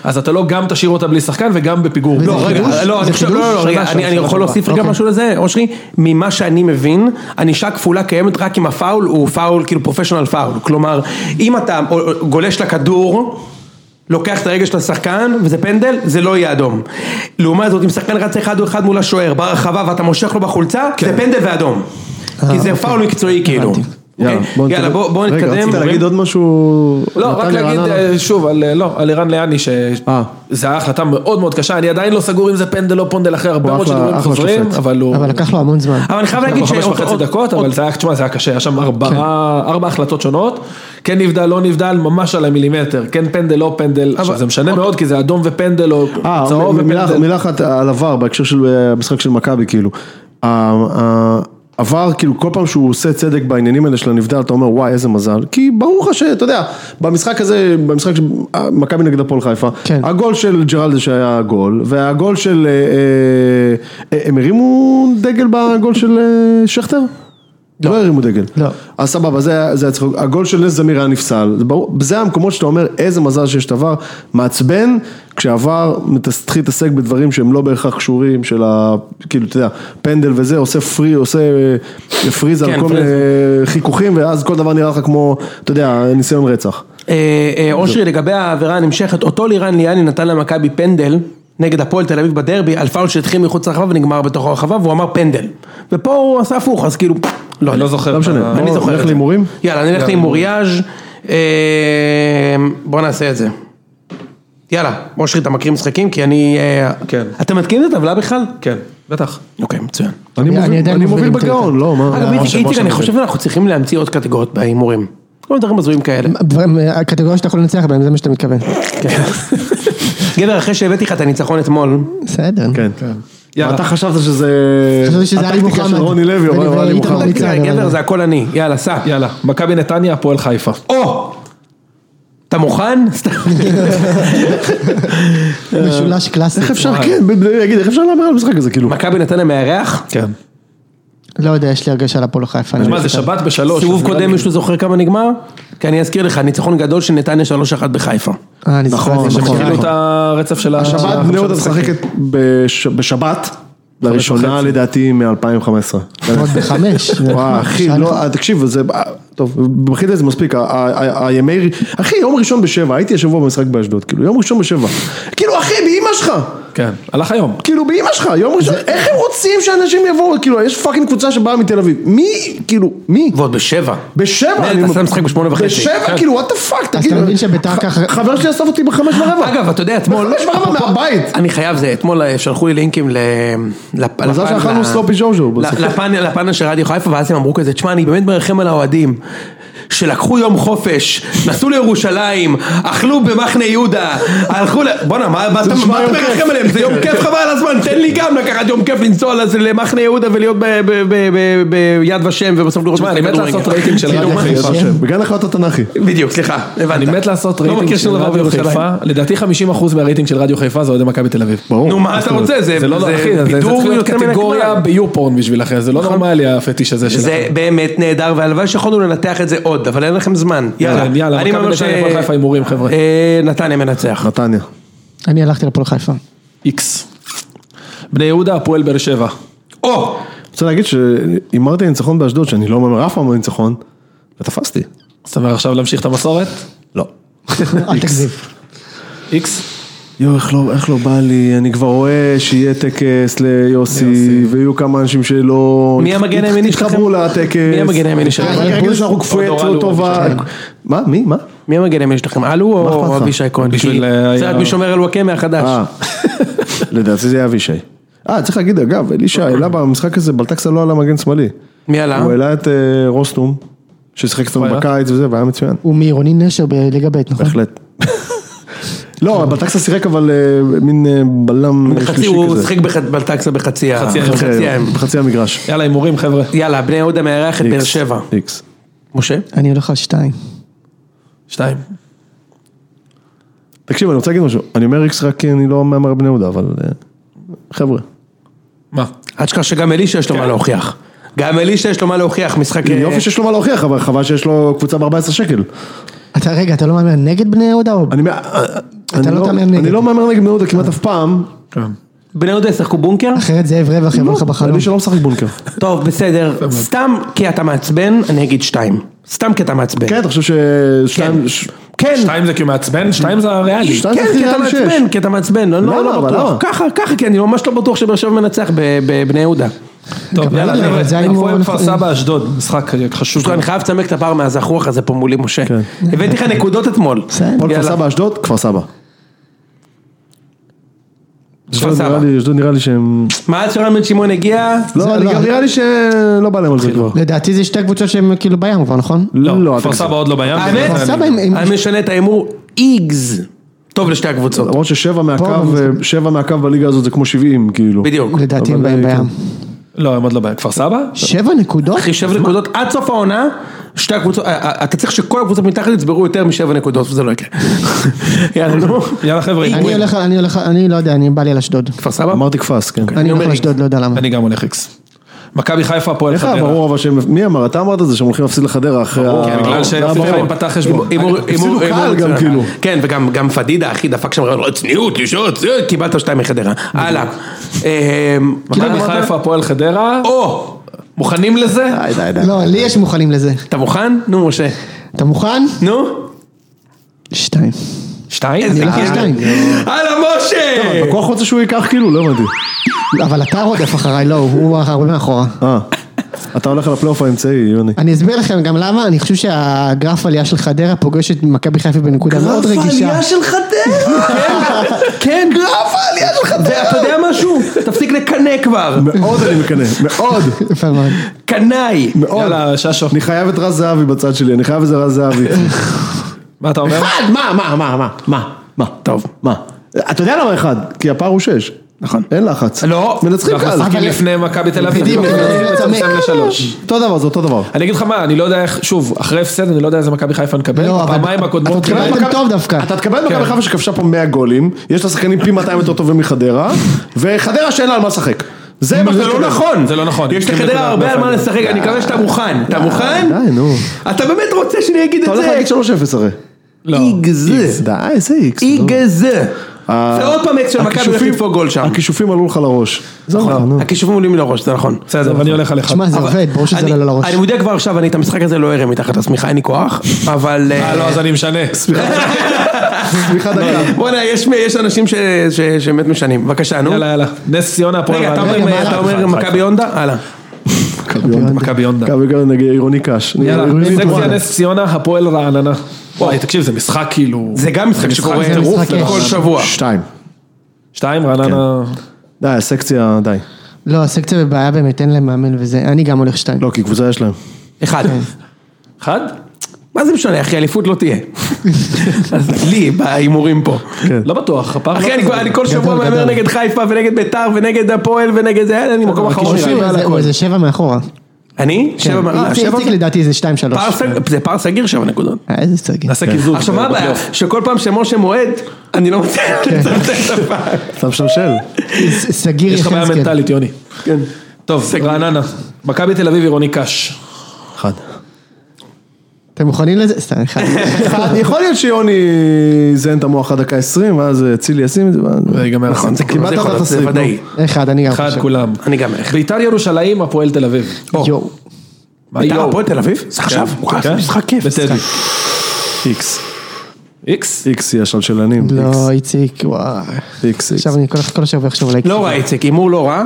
Speaker 3: אז אתה לא גם תשאיר אותה בלי שחקן וגם בפיגור.
Speaker 4: וזה
Speaker 3: לא,
Speaker 1: רגע,
Speaker 4: חידוש?
Speaker 1: לא,
Speaker 4: זה
Speaker 1: אני חושב,
Speaker 4: חידוש?
Speaker 1: לא, לא, לא, רגע,
Speaker 3: שנה,
Speaker 1: אני-
Speaker 3: שנה,
Speaker 1: אני יכול
Speaker 3: שנה
Speaker 1: להוסיף
Speaker 4: הבאה.
Speaker 1: גם משהו לזה, אושרי, ממה שאני מבין, ענישה כפולה קיימת רק אם הפאול הוא פאול, כאילו פרופשיונל פאול, כלומר, אם אתה גולש לכדור, לוקח את הרגל של השחקן, וזה פנדל, זה לא יהיה אדום. לעומת זאת, אם שחקן רץ אחד או אחד מול השוער, ברחבה ואתה מושך לו בחולצה,
Speaker 4: כן.
Speaker 1: זה פנדל ואדום.
Speaker 4: אה,
Speaker 1: כי זה פאול מקצועי כאילו. אוקיי? יאללה, בוא- בואו
Speaker 2: רגע,
Speaker 1: נתקדם.
Speaker 2: רצית להגיד עוד משהו?
Speaker 3: לא, רק
Speaker 2: נתניה,
Speaker 3: להגיד
Speaker 2: רעננה?
Speaker 3: אה, שוב, על, אה, לא, על ערן ליאני,
Speaker 2: אה.
Speaker 3: שזה היה החלטה מאוד מאוד קשה, אני עדיין לא סגור אם זה פנדל או פונדל אחרי הרבה
Speaker 2: הוא
Speaker 3: מאוד
Speaker 2: אחלה-
Speaker 3: שידורים
Speaker 2: אחלה
Speaker 3: חוזרים,
Speaker 2: שופט.
Speaker 3: אבל הוא...
Speaker 4: אבל לקח לו המון זמן.
Speaker 1: אבל אני חייב להגיד
Speaker 3: ש... חמש
Speaker 1: שעוד-
Speaker 3: וחצי
Speaker 1: עוד-
Speaker 3: דקות,
Speaker 1: עוד- כן.
Speaker 3: אבל זה היה, תשמע, זה היה קשה, היה שם ארבעה- ארבע החלטות שונות, כן נבדל, לא נבדל, ממש על המילימטר, כן פנדל, לא פנדל, עכשיו זה
Speaker 1: אוקיי.
Speaker 3: משנה מאוד, כי זה אדום ופנדל, או צהוב
Speaker 2: אה, מילה-
Speaker 3: ופנדל.
Speaker 2: מילה אחת על עבר בהקשר של אה, המשחק של מכבי כאילו. ה- ה- עבר, כאילו כל פעם שהוא עושה צדק בעניינים האלה של הנבדל, אתה אומר וואי איזה מזל, כי ברור לך שאתה יודע, במשחק הזה, במשחק של אה, מכבי נגד הפועל חיפה,
Speaker 4: כן.
Speaker 2: הגול של ג'רלדה שהיה גול, והגול של, אה, אה, הם הרימו דגל בגול של אה, שכטר? לא. לא הרימו דגל.
Speaker 4: לא.
Speaker 2: אז סבבה, זה היה זה היה צריך, הגול של נס זמיר היה נפסל, זה ברור, זה המקומות שאתה אומר איזה מזל שיש את עבר, מעצבן, כשעבר מתחיל להתעסק בדברים שהם לא בהכרח קשורים, של ה... כאילו, אתה יודע, פנדל וזה, עושה פרי, עושה אה, פריז על
Speaker 1: כן,
Speaker 2: כל מיני
Speaker 1: פריז.
Speaker 2: אה, חיכוכים, ואז כל דבר נראה לך כמו, אתה יודע, ניסיון רצח.
Speaker 1: אה, אה, אושרי, לגבי העבירה הנמשכת, אותו לירן ליאני נתן למכבי פנדל נגד הפועל תל אביב בדרבי, על פאול שהתחיל מחוץ לרחבה ונגמר בתוך הרחבה, והוא אמר פנדל. ופה הוא עשה הפוך, אז כאילו, לא
Speaker 3: אני
Speaker 1: יודע.
Speaker 3: לא זוכר.
Speaker 2: לא משנה.
Speaker 1: אני
Speaker 2: בוא,
Speaker 1: זוכר
Speaker 2: נלך
Speaker 1: את זה.
Speaker 2: להימורים?
Speaker 1: יאללה, אני אלך להימוריאז'. אה, בוא נעשה את זה. יאללה, אושרי, אתה מכיר משחקים? כי אני... אה,
Speaker 3: כן.
Speaker 1: אתם מתקינים את הטבלה בכלל?
Speaker 3: כן, בטח.
Speaker 1: אוקיי, מצוין.
Speaker 2: אני
Speaker 4: אני
Speaker 2: מוביל-
Speaker 4: עדיין
Speaker 2: אני מוביל
Speaker 4: מוביל עם
Speaker 2: בגאון,
Speaker 4: טויוטה.
Speaker 2: לא, מה?
Speaker 1: אגב,
Speaker 2: מה,
Speaker 1: איציק,
Speaker 2: משה,
Speaker 1: איציק,
Speaker 2: משה
Speaker 1: אני
Speaker 2: מוביל.
Speaker 1: חושב שאנחנו צריכים להמציא עוד קטגוריות בהימורים. כל מיני דברים הזויים כאלה.
Speaker 4: דברים, אה, הקטגוריה שאתה יכול לנצח בהם, זה מה שאתה מתכוון.
Speaker 1: כן. גבר, אחרי שהבאתי לך את הניצחון אתמול,
Speaker 4: בסדר.
Speaker 2: כן.
Speaker 3: יאללה.
Speaker 2: אתה חשבת שזה...
Speaker 4: חשבתי שזה עלי
Speaker 2: הטקטיקה של
Speaker 4: מוחמד.
Speaker 2: רוני לוי,
Speaker 4: ואני-
Speaker 2: או עלי
Speaker 4: ואיתמר
Speaker 2: מוחמד. כן.
Speaker 4: ניצן.
Speaker 1: בסדר, אוקיי, גבר זה הכל אני, יאללה, סע.
Speaker 3: יאללה, מכבי נתניה, הפועל חיפה.
Speaker 1: או! אתה מוכן? סתם.
Speaker 4: משולש קלאסי.
Speaker 2: איך אפשר, כן, ב- ב- להגיד, איך אפשר להמר על המשחק הזה, כאילו?
Speaker 1: מכבי נתניה מארח?
Speaker 3: כן.
Speaker 4: לא יודע, יש לי הרגשה על הפועל חיפה. אני
Speaker 3: מה זה
Speaker 4: מצטער.
Speaker 3: שבת בשלוש.
Speaker 1: סיבוב
Speaker 3: אז נראה
Speaker 1: קודם
Speaker 3: לי-
Speaker 1: מישהו זוכר כמה נגמר? כי אני אזכיר לך, ניצחון גדול של נתניה 3-1 בחיפה.
Speaker 4: אה, אני זוכר
Speaker 2: נכון,
Speaker 4: את זה.
Speaker 2: נכון.
Speaker 3: התחילו את הרצף של ה...
Speaker 2: שבת בני יהודה משחקת בש- בשבת, לראשונה
Speaker 3: וחצי.
Speaker 2: לדעתי מ-2015.
Speaker 4: עוד בחמש.
Speaker 2: וואי אחי, לא, אה, תקשיב, זה, אה, טוב, מבחינתי זה מספיק, ה- ה- ה- הימי, ר- אחי, יום ראשון בשבע, הייתי השבוע במשחק באשדוד, כאילו, יום ראשון בשבע, כאילו, אחי, באימא שלך,
Speaker 3: כן, הלך היום.
Speaker 2: כאילו, באימא שלך, יום ראשון, איך הם רוצים שאנשים יבואו, כאילו, יש פאקינג קבוצה שבאה מתל אביב, מי, כאילו, מי?
Speaker 1: ועוד בשבע.
Speaker 2: בשבע,
Speaker 1: מילא,
Speaker 2: אני-
Speaker 1: אתה עושה משחק בשמונה וחצי.
Speaker 2: בשבע,
Speaker 1: כן.
Speaker 2: כאילו, וואט דה פאק,
Speaker 4: אז
Speaker 2: תגיד,
Speaker 4: אתה מבין שביתר ככה...
Speaker 2: ח- חבר שלי אסף אותי בחמש ורבע,
Speaker 1: אגב, אתה יודע, אתמול...
Speaker 2: בחמש ורבע לא מהבית,
Speaker 1: אני חייב זה, אתמול אה, שלחו לי לינקים ל... לפ-
Speaker 2: מזל
Speaker 1: לפן-
Speaker 2: שאכלנו
Speaker 1: ל-
Speaker 2: סלופי ג'וז'ו
Speaker 1: ל-
Speaker 2: בסוף.
Speaker 1: לפן- לפאנל של רדיו חיפה, ואז הם אמרו כזה, תשמע, אני באמת מרחם על האוהדים. שלקחו יום חופש, נסעו לירושלים, אכלו במחנה יהודה, הלכו ל... בואנה, מה מה אתה מה אתה מרחם עליהם? זה יום כיף חבל על הזמן, תן לי גם לקחת יום כיף לנסוע לזה למחנה יהודה ולהיות ב- ב- ב- ב- ביד ושם ובסוף לראות...
Speaker 3: תשמע, אני מת
Speaker 1: כדורגל.
Speaker 3: לעשות רייטינג של רדיו
Speaker 4: מה?
Speaker 3: חיפה.
Speaker 4: כן.
Speaker 2: בגלל החלטת התנ"כי,
Speaker 1: בדיוק, סליחה, הבנת.
Speaker 3: אני מת לעשות
Speaker 1: לא
Speaker 3: רייטינג
Speaker 1: מכיר
Speaker 3: של
Speaker 1: שום דבר
Speaker 3: רדיו
Speaker 1: בירושלים.
Speaker 3: חיפה, לדעתי 50% מהרייטינג של רדיו חיפה זה אוהדי מכבי תל אביב.
Speaker 2: ברור.
Speaker 1: נו, מה אתה רוצה? זה
Speaker 3: זה לא,
Speaker 1: זה
Speaker 3: אחי, זה- זה
Speaker 1: בידור
Speaker 3: צריך להיות
Speaker 1: יותר מן
Speaker 3: קטגוריה
Speaker 1: הכלל.
Speaker 3: ביופורן בשבילכם, זה לא נורמלי הפטיש הזה
Speaker 1: זה
Speaker 3: שלכם.
Speaker 1: באמת נהדר, והלוואי שיכולנו לנתח את זה עוד, אבל אין לכם זמן.
Speaker 3: כן, יאללה, מכבי נתניה, הפועל חיפה, הימורים, חבר'ה.
Speaker 1: אה, נתניה מנצח.
Speaker 2: נתניה,
Speaker 4: אני הלכתי לפועל חיפה.
Speaker 3: איקס. בני יהודה, הפועל באר שבע.
Speaker 1: או!
Speaker 2: רוצה להגיד שהימרתי ניצחון באשדוד, שאני לא אומר אף פעם לא ניצחון, ותפסתי.
Speaker 3: זאת אומרת עכשיו להמשיך את המסורת?
Speaker 2: לא.
Speaker 4: אל תגזים.
Speaker 3: איקס.
Speaker 2: יואו, איך לא, איך לא בא לי, אני כבר רואה שיהיה טקס ליוסי, ויהיו כמה אנשים שלא...
Speaker 1: מי המגן
Speaker 2: הת-
Speaker 1: הימני שלכם?
Speaker 2: התחברו לטקס. אה,
Speaker 1: מי המגן הימני שלכם?
Speaker 2: רק להגיד שאנחנו כפויי
Speaker 3: אודורלו,
Speaker 2: צור טובה.
Speaker 3: אבישי.
Speaker 2: מה? מי? מה?
Speaker 1: מי המגן הימני שלכם? אלו
Speaker 2: אכפת
Speaker 1: או
Speaker 2: לך?
Speaker 1: אבישי כהן? כי
Speaker 3: בשביל, אה,
Speaker 1: זה רק
Speaker 3: היה-
Speaker 1: מי שומר על וואקמה החדש.
Speaker 2: אה, לדעתי זה היה אבישי. אה, צריך להגיד, אגב, אלישע העלה במשחק הזה, בלטקסה לא עלה מגן שמאלי.
Speaker 1: מי עלה?
Speaker 2: הוא העלה את אה, רוסטום, ששיחק איתנו
Speaker 3: היה?
Speaker 2: בקיץ וזה, והיה מצוין.
Speaker 4: הוא מעירוני נשר בליגה ב', נכון?
Speaker 2: בהחלט. לא, אבל טקסה שיחק אבל אה, מין אה, בלם
Speaker 1: חצי,
Speaker 2: שלישי
Speaker 1: הוא
Speaker 2: כזה.
Speaker 1: שיחק בח- בטקסה בחצי ה...
Speaker 3: חצי האמצע.
Speaker 1: בחצי האמצע.
Speaker 2: בחצי המגרש.
Speaker 3: יאללה, הימורים חבר'ה.
Speaker 1: יאללה, בני יהודה מארח את באר
Speaker 2: איקס.
Speaker 1: שבע.
Speaker 2: איקס.
Speaker 1: משה?
Speaker 4: אני הולך על שתיים.
Speaker 3: שתיים.
Speaker 2: תקשיב, אני רוצה להגיד משהו. אני אומר איקס רק כי אני לא מהמר בני יהודה, אבל... אה, חבר'ה.
Speaker 1: כן.
Speaker 3: מה?
Speaker 1: אל תשכח שגם אלישע יש לו
Speaker 3: כן.
Speaker 1: מה להוכיח. גם אלישע יש לו מה להוכיח, משחק... אה,
Speaker 2: כאילו, יופי שיש לו מה להוכיח, אבל חבל שיש לו קבוצה ב-14 שקל.
Speaker 4: אתה, רגע, אתה לא מאמין נגד בני יהודה או...
Speaker 2: אני מה- אה, אני
Speaker 4: לא
Speaker 2: לא-
Speaker 4: תאמן
Speaker 2: אני
Speaker 4: נגד.
Speaker 2: לא מהמר נגד בני יהודה כמעט אף פעם.
Speaker 1: בני יהודה ישחקו בונקר?
Speaker 4: אחרת זאב רווח יבוא לך בחלום.
Speaker 2: לא, אני שלא משחק בונקר.
Speaker 1: טוב, בסדר. סתם כי אתה מעצבן, אני אגיד שתיים. סתם כי אתה מעצבן.
Speaker 2: כן, אתה חושב ש... שתיים- ש-
Speaker 1: כן.
Speaker 3: שתיים זה כי הוא מעצבן, שתיים זה הריאלי.
Speaker 2: שתיים זה
Speaker 1: כן,
Speaker 2: הכי
Speaker 1: כי אתה
Speaker 2: ריאלי שיש.
Speaker 1: מעצבן, כי אתה מעצבן, אני לא
Speaker 2: למה?
Speaker 1: לא
Speaker 2: אבל למה?
Speaker 1: בטוח, ככה, ככה, כי אני ממש לא בטוח שבאר שבע מנצח ב- בבני יהודה.
Speaker 3: טוב,
Speaker 4: גם
Speaker 3: יאללה,
Speaker 4: לא יודע, אבל זה
Speaker 3: חבר'ה,
Speaker 4: ההימור
Speaker 3: הפועל כפר
Speaker 4: הנכון.
Speaker 3: סבא, אשדוד, משחק חשוב.
Speaker 1: פשוט אני חייב לצמק את הפער מהזחוח הזה פה מולי, משה. הבאתי לך נקודות אתמול.
Speaker 4: בסדר.
Speaker 2: הפועל כפר
Speaker 1: יאללה.
Speaker 2: סבא, אשדוד, כפר סבא. אשדוד
Speaker 1: סבא.
Speaker 2: נראה לי- אשדוד נראה לי שהם...
Speaker 1: מה עד שרן בן שמעון הגיע?
Speaker 2: לא, אני
Speaker 4: לא,
Speaker 2: גם
Speaker 4: אני-
Speaker 2: נראה לי שלא בא להם על זה כבר.
Speaker 4: לדעתי זה שתי קבוצות שהן כאילו בים כבר, נכון?
Speaker 3: לא,
Speaker 2: אל
Speaker 3: כפר
Speaker 2: תגזים.
Speaker 3: סבא עוד לא בים.
Speaker 1: האמת?
Speaker 4: כפר סבא הם- הם-
Speaker 1: אני משנה את ההימור איגז. טוב לשתי הקבוצות.
Speaker 2: למרות ששבע מהקו,
Speaker 4: במשחק.
Speaker 2: שבע מהקו בליגה הזאת זה כמו 70 כאילו.
Speaker 1: בדיוק.
Speaker 4: לדעתי הם
Speaker 2: אבל,
Speaker 4: באים
Speaker 2: אה,
Speaker 4: בים.
Speaker 3: לא, הם עוד לא בהם. כפר סבא?
Speaker 4: שבע נקודות?
Speaker 1: אחי, שבע נקודות עד סוף העונה, שתי הקבוצות, אה, אה, אתה צריך שכל הקבוצות מתחת יצברו יותר משבע נקודות, וזה לא יקרה. יאללה, נו.
Speaker 3: יאללה חבר'ה,
Speaker 4: אני הולך, אני הולך, אני לא יודע, אני בא לי על אשדוד.
Speaker 1: כפר סבא?
Speaker 2: אמרתי קפס, כן.
Speaker 4: אני הולך
Speaker 1: אומר
Speaker 4: על אשדוד, לא יודע למה.
Speaker 3: אני גם הולך איקס. מכבי חיפה, הפועל
Speaker 2: איך היה
Speaker 3: חדרה.
Speaker 2: ברור אבל שהם, מי אמר? אתה אמרת את זה שהם הולכים להפסיד לחדרה אחרי ה...
Speaker 3: כן, בגלל
Speaker 2: זה היה ברור.
Speaker 3: שחיפה פתח חשבון.
Speaker 1: הימור- הימור-
Speaker 2: קהל
Speaker 1: הימור
Speaker 2: גם
Speaker 1: מצוין.
Speaker 2: כאילו.
Speaker 1: כן, וגם גם פדידה, אחי, דפק שם רעיון, "לא, צניעות, לשעות, זה, קיבלת שתיים מחדרה. הלאה. אה, מה
Speaker 3: מכבי
Speaker 1: אמרת?
Speaker 3: חיפה, הפועל חדרה.
Speaker 1: או,
Speaker 3: מוכנים לזה?
Speaker 2: די, די, די.
Speaker 4: לא, לי יש מוכנים לזה.
Speaker 1: אתה מוכן? נו, משה.
Speaker 4: אתה מוכן?
Speaker 1: נו.
Speaker 4: שתיים.
Speaker 3: שתיים?
Speaker 4: אני הולך על שתיים.
Speaker 1: הלאה, משה!
Speaker 2: אתה כל כך רוצה שהוא ייקח כאילו? לא הבנתי.
Speaker 4: אבל אתה רודף אחריי, לא, הוא הרבה מאחורה.
Speaker 2: אה. אתה הולך על הפלייאוף האמצעי, יוני.
Speaker 4: אני אסביר לכם גם למה, אני חושב שהגרף עלייה של חדרה פוגש את מכבי חיפה בנקודה מאוד רגישה.
Speaker 1: של חדרה! כן, גרף העלייה של חדרה! אתה יודע משהו? תפסיק לקנא כבר.
Speaker 2: מאוד אני מקנא, מאוד,
Speaker 4: יפה מאוד.
Speaker 1: קנאי.
Speaker 2: מאוד.
Speaker 3: יאללה, ששו.
Speaker 2: אני חייב את רז זהבי בצד שלי, אני חייב את זה רז זהבי.
Speaker 3: מה אתה אומר?
Speaker 2: אחד, מה, מה, מה, מה, מה, מה,
Speaker 1: טוב.
Speaker 2: מה. אתה יודע למה אחד? כי הפער הוא שש.
Speaker 1: נכון.
Speaker 2: אין לחץ.
Speaker 3: לא.
Speaker 2: מנצחים
Speaker 3: אנחנו
Speaker 2: קל.
Speaker 3: משחקים לפני מכבי תל אביב.
Speaker 4: בדיוק,
Speaker 3: אנחנו
Speaker 4: בדיוק.
Speaker 3: מצמצם לשלוש.
Speaker 2: אותו דבר, זה אותו דבר.
Speaker 3: אני אגיד לך מה, אני לא יודע איך, שוב, אחרי הפסד אני לא יודע איזה מכבי חיפה נקבל,
Speaker 4: לא, אבל-
Speaker 3: פעמיים
Speaker 4: אבל
Speaker 3: הקודמות
Speaker 4: קיבלתם
Speaker 3: קיבלנו-
Speaker 4: טוב דווקא.
Speaker 2: אתה תקבל
Speaker 3: כן.
Speaker 2: מכבי חיפה שכבשה פה 100 גולים, יש לה שחקנים פי 200 יותר טובים מחדרה, וחדרה שאין לה על מה לשחק. זה מה
Speaker 1: זה
Speaker 2: שאתה
Speaker 1: לא
Speaker 2: תקבל.
Speaker 1: נכון.
Speaker 3: זה לא נכון.
Speaker 1: יש
Speaker 3: צריכים
Speaker 1: לחדרה
Speaker 3: נקודה
Speaker 1: הרבה אה, על מה
Speaker 3: מהפנדל.
Speaker 1: לשחק, אני מקווה שאתה מוכן. אתה מוכן?
Speaker 2: די, נו.
Speaker 1: אתה באמת רוצה שאני אגיד
Speaker 2: אתה
Speaker 1: את
Speaker 2: הולך
Speaker 1: זה?
Speaker 2: להגיד 3-0 הרי.
Speaker 3: לא.
Speaker 1: איגז.
Speaker 2: די, איזה איקס. נו.
Speaker 1: איגז.
Speaker 2: ה-
Speaker 1: זה עוד פעם אקס של מכבי הולך
Speaker 2: הכישופים-
Speaker 1: לדפוק גול שם.
Speaker 2: הכישופים עלו לך לראש. זה נכון, נו.
Speaker 1: הכישובים עולים לי לראש, זה נכון.
Speaker 3: בסדר, אני הולך על אחד.
Speaker 4: שמע, זה
Speaker 1: אבל-
Speaker 4: עובד, ברור שזה
Speaker 1: אני-
Speaker 4: עולה לו לראש.
Speaker 1: אני מודיע כבר עכשיו, אני את המשחק הזה לא אראה מתחת לשמיכה, אין לי כוח, אבל... אה,
Speaker 3: אה, לא, אז אני משנה.
Speaker 2: סליחה דקה.
Speaker 1: בוא'נה, יש יש אנשים ש- ש- שבאמת משנים. בבקשה, נו.
Speaker 3: יאללה, יאללה. נס ציונה, הפועל
Speaker 1: רגע, אתה
Speaker 3: רעננה.
Speaker 1: אומר-
Speaker 4: רגע, מה
Speaker 1: אתה
Speaker 4: הלאה?
Speaker 1: אומר מכבי הונדה? הלאה.
Speaker 3: מכבי הונדה.
Speaker 2: מכבי גרנד נגד עירוני קאש.
Speaker 3: לא. יאללה,
Speaker 2: עירוני
Speaker 3: סקציה
Speaker 2: טוואנה.
Speaker 3: נס ציונה, הפועל רעננה. וואי, תקשיב, זה משחק כאילו...
Speaker 1: זה גם משחק שקורה
Speaker 4: זה
Speaker 1: טירוף
Speaker 4: משחק
Speaker 1: כל
Speaker 4: אש.
Speaker 1: שבוע.
Speaker 2: שתיים.
Speaker 3: שתיים, רעננה...
Speaker 1: כן.
Speaker 2: די, הסקציה, די.
Speaker 4: לא, הסקציה בבעיה באמת, אין להם מאמן וזה, אני גם הולך שתיים.
Speaker 2: לא, כי קבוצה יש להם.
Speaker 1: אחד.
Speaker 4: כן.
Speaker 3: אחד?
Speaker 1: מה זה משנה, אחי, אליפות לא תהיה. אז לי, בהימורים פה.
Speaker 3: לא בטוח, הפעם...
Speaker 1: אחי,
Speaker 3: לא
Speaker 1: אני
Speaker 3: כזה
Speaker 1: כבר- אני כל שבוע
Speaker 4: גדול,
Speaker 1: מהמר
Speaker 4: גדול.
Speaker 1: נגד חיפה ונגד ביתר ונגד הפועל ונגד זה, אני מקום אחרון.
Speaker 4: הוא איזה- הוא איזה שבע מאחורה.
Speaker 1: אני? שבע
Speaker 4: כן.
Speaker 1: מה?
Speaker 4: איציק-
Speaker 1: שבע?
Speaker 4: איציק לדעתי זה שתיים שלוש.
Speaker 1: פער סג- זה פער סגיר שבע נקודות.
Speaker 4: אה, איזה סגי.
Speaker 3: נעשה קיזוז. אה,
Speaker 1: עכשיו מה הבעיה? שכל פעם שמשה מועד, אני לא מצליח לצמצם את הפער.
Speaker 2: אתה משלשל.
Speaker 4: ס- סגיר
Speaker 3: יש לך בעיה
Speaker 4: יחזקאל.
Speaker 3: מנטלית, יוני.
Speaker 1: כן.
Speaker 3: טוב, רעננה. מכבי תל אביב, עירוני קאש.
Speaker 2: אחד.
Speaker 4: אתם מוכנים לזה? סתם, אחד.
Speaker 2: יכול להיות שיוני יזיין את המוח עד דקה 20, ואז אה, צילי ישים את זה, ואז...
Speaker 3: זה ייגמר.
Speaker 1: נכון, זה
Speaker 2: כמעט
Speaker 1: יכול להיות,
Speaker 2: תחת
Speaker 1: זה
Speaker 2: הסריט,
Speaker 1: ודאי.
Speaker 4: אחד, אני גם
Speaker 3: אחד,
Speaker 4: חושב.
Speaker 3: כולם.
Speaker 1: אני גם איך.
Speaker 3: ביתר ירושלים, הפועל תל אביב.
Speaker 4: יואו.
Speaker 3: מה,
Speaker 1: ביתר
Speaker 3: יואו.
Speaker 1: הפועל אוקיי. תל אביב? זה עכשיו? וואי, זה
Speaker 3: כן.
Speaker 1: משחק כיף.
Speaker 3: בטדי.
Speaker 2: איקס.
Speaker 3: איקס?
Speaker 2: איקס היא השלשלנים.
Speaker 4: לא, איציק, וואי.
Speaker 2: איקס, איקס.
Speaker 4: עכשיו אני כל- כל השבוע עכשיו אולי...
Speaker 1: לא רע איציק, הימור לא רע.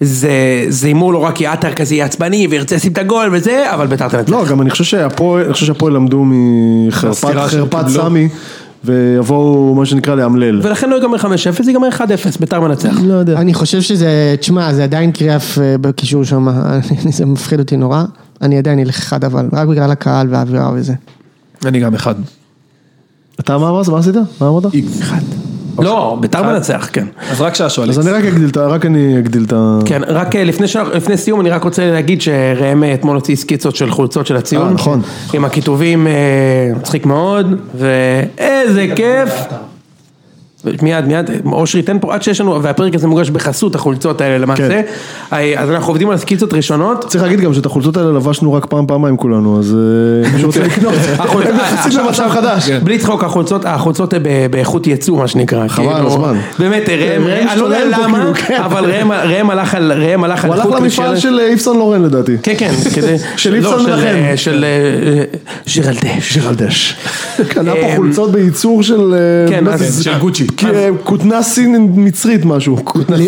Speaker 1: זה זה הימור לא רע כי עטר כזה יהיה עצבני וירצה לשים את הגול וזה, אבל ביתר תנצח.
Speaker 2: לא, גם אני חושב שהפועל, אני חושב שהפועל למדו מחרפת
Speaker 3: הסתירה שהם
Speaker 2: חרפת
Speaker 3: קיבלו.
Speaker 2: סמי, ויבואו מה שנקרא לאמלל.
Speaker 1: ולכן לא ייגמר 5-0, זה ייגמר 1-0, ביתר מנצח.
Speaker 2: לא יודע.
Speaker 4: אני חושב שזה, תשמע, זה עדיין קריאף אה, בקישור שם, אני- זה מפחיד אותי נורא. אני עדיין אלך אחד אבל, רק בגלל הקהל והאווירה וזה.
Speaker 3: אני גם אחד.
Speaker 2: אתה מה אמרת? מה עשית? מה אמרת?
Speaker 1: לא, ביתר מנצח, כן.
Speaker 3: אז רק ששו, אליקס.
Speaker 2: אז אני רק אגדיל את ה... רק אני אגדיל את ה...
Speaker 1: כן, רק אה, לפני, שאנחנו- לפני סיום אני רק רוצה להגיד שראם אה, אתמול הוציא סקיצות של חולצות של הציון.
Speaker 2: אה, נכון.
Speaker 1: עם הכיתובים, אה, מצחיק מאוד, ואיזה כיף. מיד, מיד, אושרי תן פה, עד שיש לנו, והפרק הזה מוגש בחסות החולצות האלה
Speaker 2: כן.
Speaker 1: למעשה. אה, אז אנחנו עובדים על סקיצות ראשונות.
Speaker 2: צריך להגיד גם שאת החולצות האלה לבשנו רק פעם פעמיים כולנו, אז אה, מי שרוצה לקנות,
Speaker 1: החולצות-
Speaker 2: הם נכנסים למצב חדש.
Speaker 1: בלי צחוק, החולצות, החולצות אה, ב- באיכות יצוא, מה שנקרא.
Speaker 2: חבל על
Speaker 1: כאילו,
Speaker 2: הזמן.
Speaker 1: באמת, ראם,
Speaker 2: ראם
Speaker 1: אני לא יודע
Speaker 2: משתולל פה,
Speaker 1: למה,
Speaker 2: כאילו, כן.
Speaker 1: אבל ראם- ראם הלך על, ראם הלך על
Speaker 2: הוא הלך
Speaker 1: איכות
Speaker 2: למפעל
Speaker 1: נשארת.
Speaker 2: של אה, איפסון לורן לדעתי.
Speaker 1: כן, כן, כדי...
Speaker 2: של
Speaker 1: לא,
Speaker 2: איפסון
Speaker 1: של,
Speaker 2: מנחם.
Speaker 1: אה, של שירלדש.
Speaker 2: ג'רלדש. קנה פה
Speaker 1: אמ,
Speaker 2: חולצות בייצור של... אה,
Speaker 1: כן,
Speaker 2: מה
Speaker 1: אז-
Speaker 2: זה?
Speaker 3: של גוצ'י.
Speaker 2: כי, אה, כותנה סינית מצרית משהו.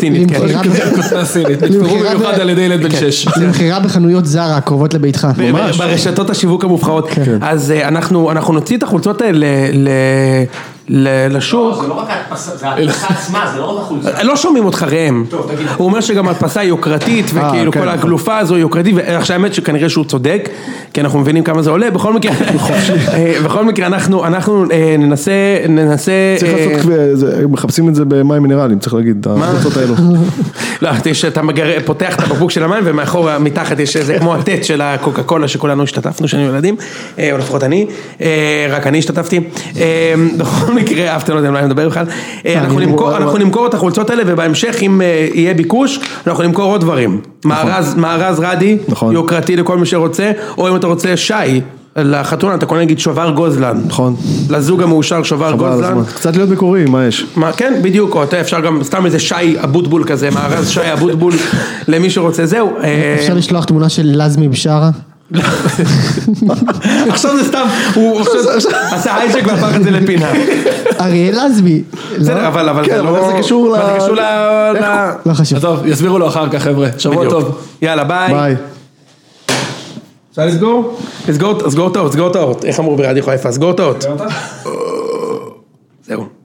Speaker 1: סינית, כן.
Speaker 4: למכירה ב-
Speaker 3: כותנה סינית. נתפרו
Speaker 4: למכירה ב-
Speaker 3: במיוחד על ידי ילד בן שש.
Speaker 4: למכירה בחנויות זרה הקרובות לביתך.
Speaker 1: ב-
Speaker 2: כן.
Speaker 1: ברשתות השיווק המובחרות. אז אה, אנחנו אנחנו נוציא את החולצות האלה ל- אה, ל- לשוק,
Speaker 7: זה לא רק ההדפסה, זה ההדפסה עצמה, זה לא רק החולצה.
Speaker 1: לא שומעים אותך ראם, הוא אומר שגם ההדפסה היא יוקרתית וכאילו
Speaker 2: כן,
Speaker 1: כל
Speaker 2: נכון.
Speaker 1: הגלופה הזו היא יוקרתית, ועכשיו האמת שכנראה שהוא צודק, כי אנחנו מבינים כמה זה עולה, בכל מקרה, אה, בכל מקרה אנחנו אנחנו אה, ננסה, ננסה,
Speaker 2: צריך
Speaker 1: אה,
Speaker 2: לעשות, כב- זה- מחפשים את זה במים מינרלים, צריך להגיד, את ההחלטות האלו.
Speaker 1: לא, יש- אתה מגר- פותח את הבקבוק של המים ומאחורה, מתחת יש איזה כמו הטט של הקוקה קולה שכולנו השתתפנו כשהיינו ילדים, אה, או לפחות אני, אה, רק אני השתתפתי. אה, בכל מקרה, אף אחד לא יודע על מה אני מדבר בכלל. אה, אנחנו נמכור- אנחנו נמכור את החולצות האלה ובהמשך אם אה, יהיה ביקוש, אנחנו נמכור עוד דברים. מארז מארז רדי,
Speaker 2: נכון.
Speaker 1: יוקרתי לכל מי שרוצה, או אם אתה רוצה שי. לחתונה אתה קונה נגיד שובר גוזלן,
Speaker 2: נכון.
Speaker 1: לזוג המאושר שובר
Speaker 2: חבל על
Speaker 1: גוזלן,
Speaker 2: הזמן. קצת להיות מקורי, מה יש?
Speaker 1: מה, כן, בדיוק, או אתה אפשר גם סתם איזה שי אבוטבול כזה, מארז שי אבוטבול למי שרוצה, זהו. אה,
Speaker 4: אפשר לשלוח תמונה של לזמי בשארה?
Speaker 1: עכשיו זה סתם, הוא עכשיו עשה הייג'ק והפך את זה לפינה.
Speaker 4: אריאל לזמי.
Speaker 1: בסדר,
Speaker 4: לא?
Speaker 1: אבל אבל
Speaker 2: כן,
Speaker 1: זה
Speaker 2: אבל
Speaker 1: לא...
Speaker 2: איך זה קשור
Speaker 1: אבל
Speaker 2: ל-
Speaker 1: זה קשור ל...
Speaker 2: איך-
Speaker 1: ל-
Speaker 4: לא חשוב.
Speaker 3: עזוב, יסבירו לו אחר כך חבר'ה, שבוע
Speaker 1: בדיוק.
Speaker 3: טוב.
Speaker 1: יאללה, ביי.
Speaker 2: ביי.
Speaker 1: אפשר לסגור? לסגור את- סגור את האות, סגור את האות. איך אמרו ברדיו חיפה? סגור את האות. זהו.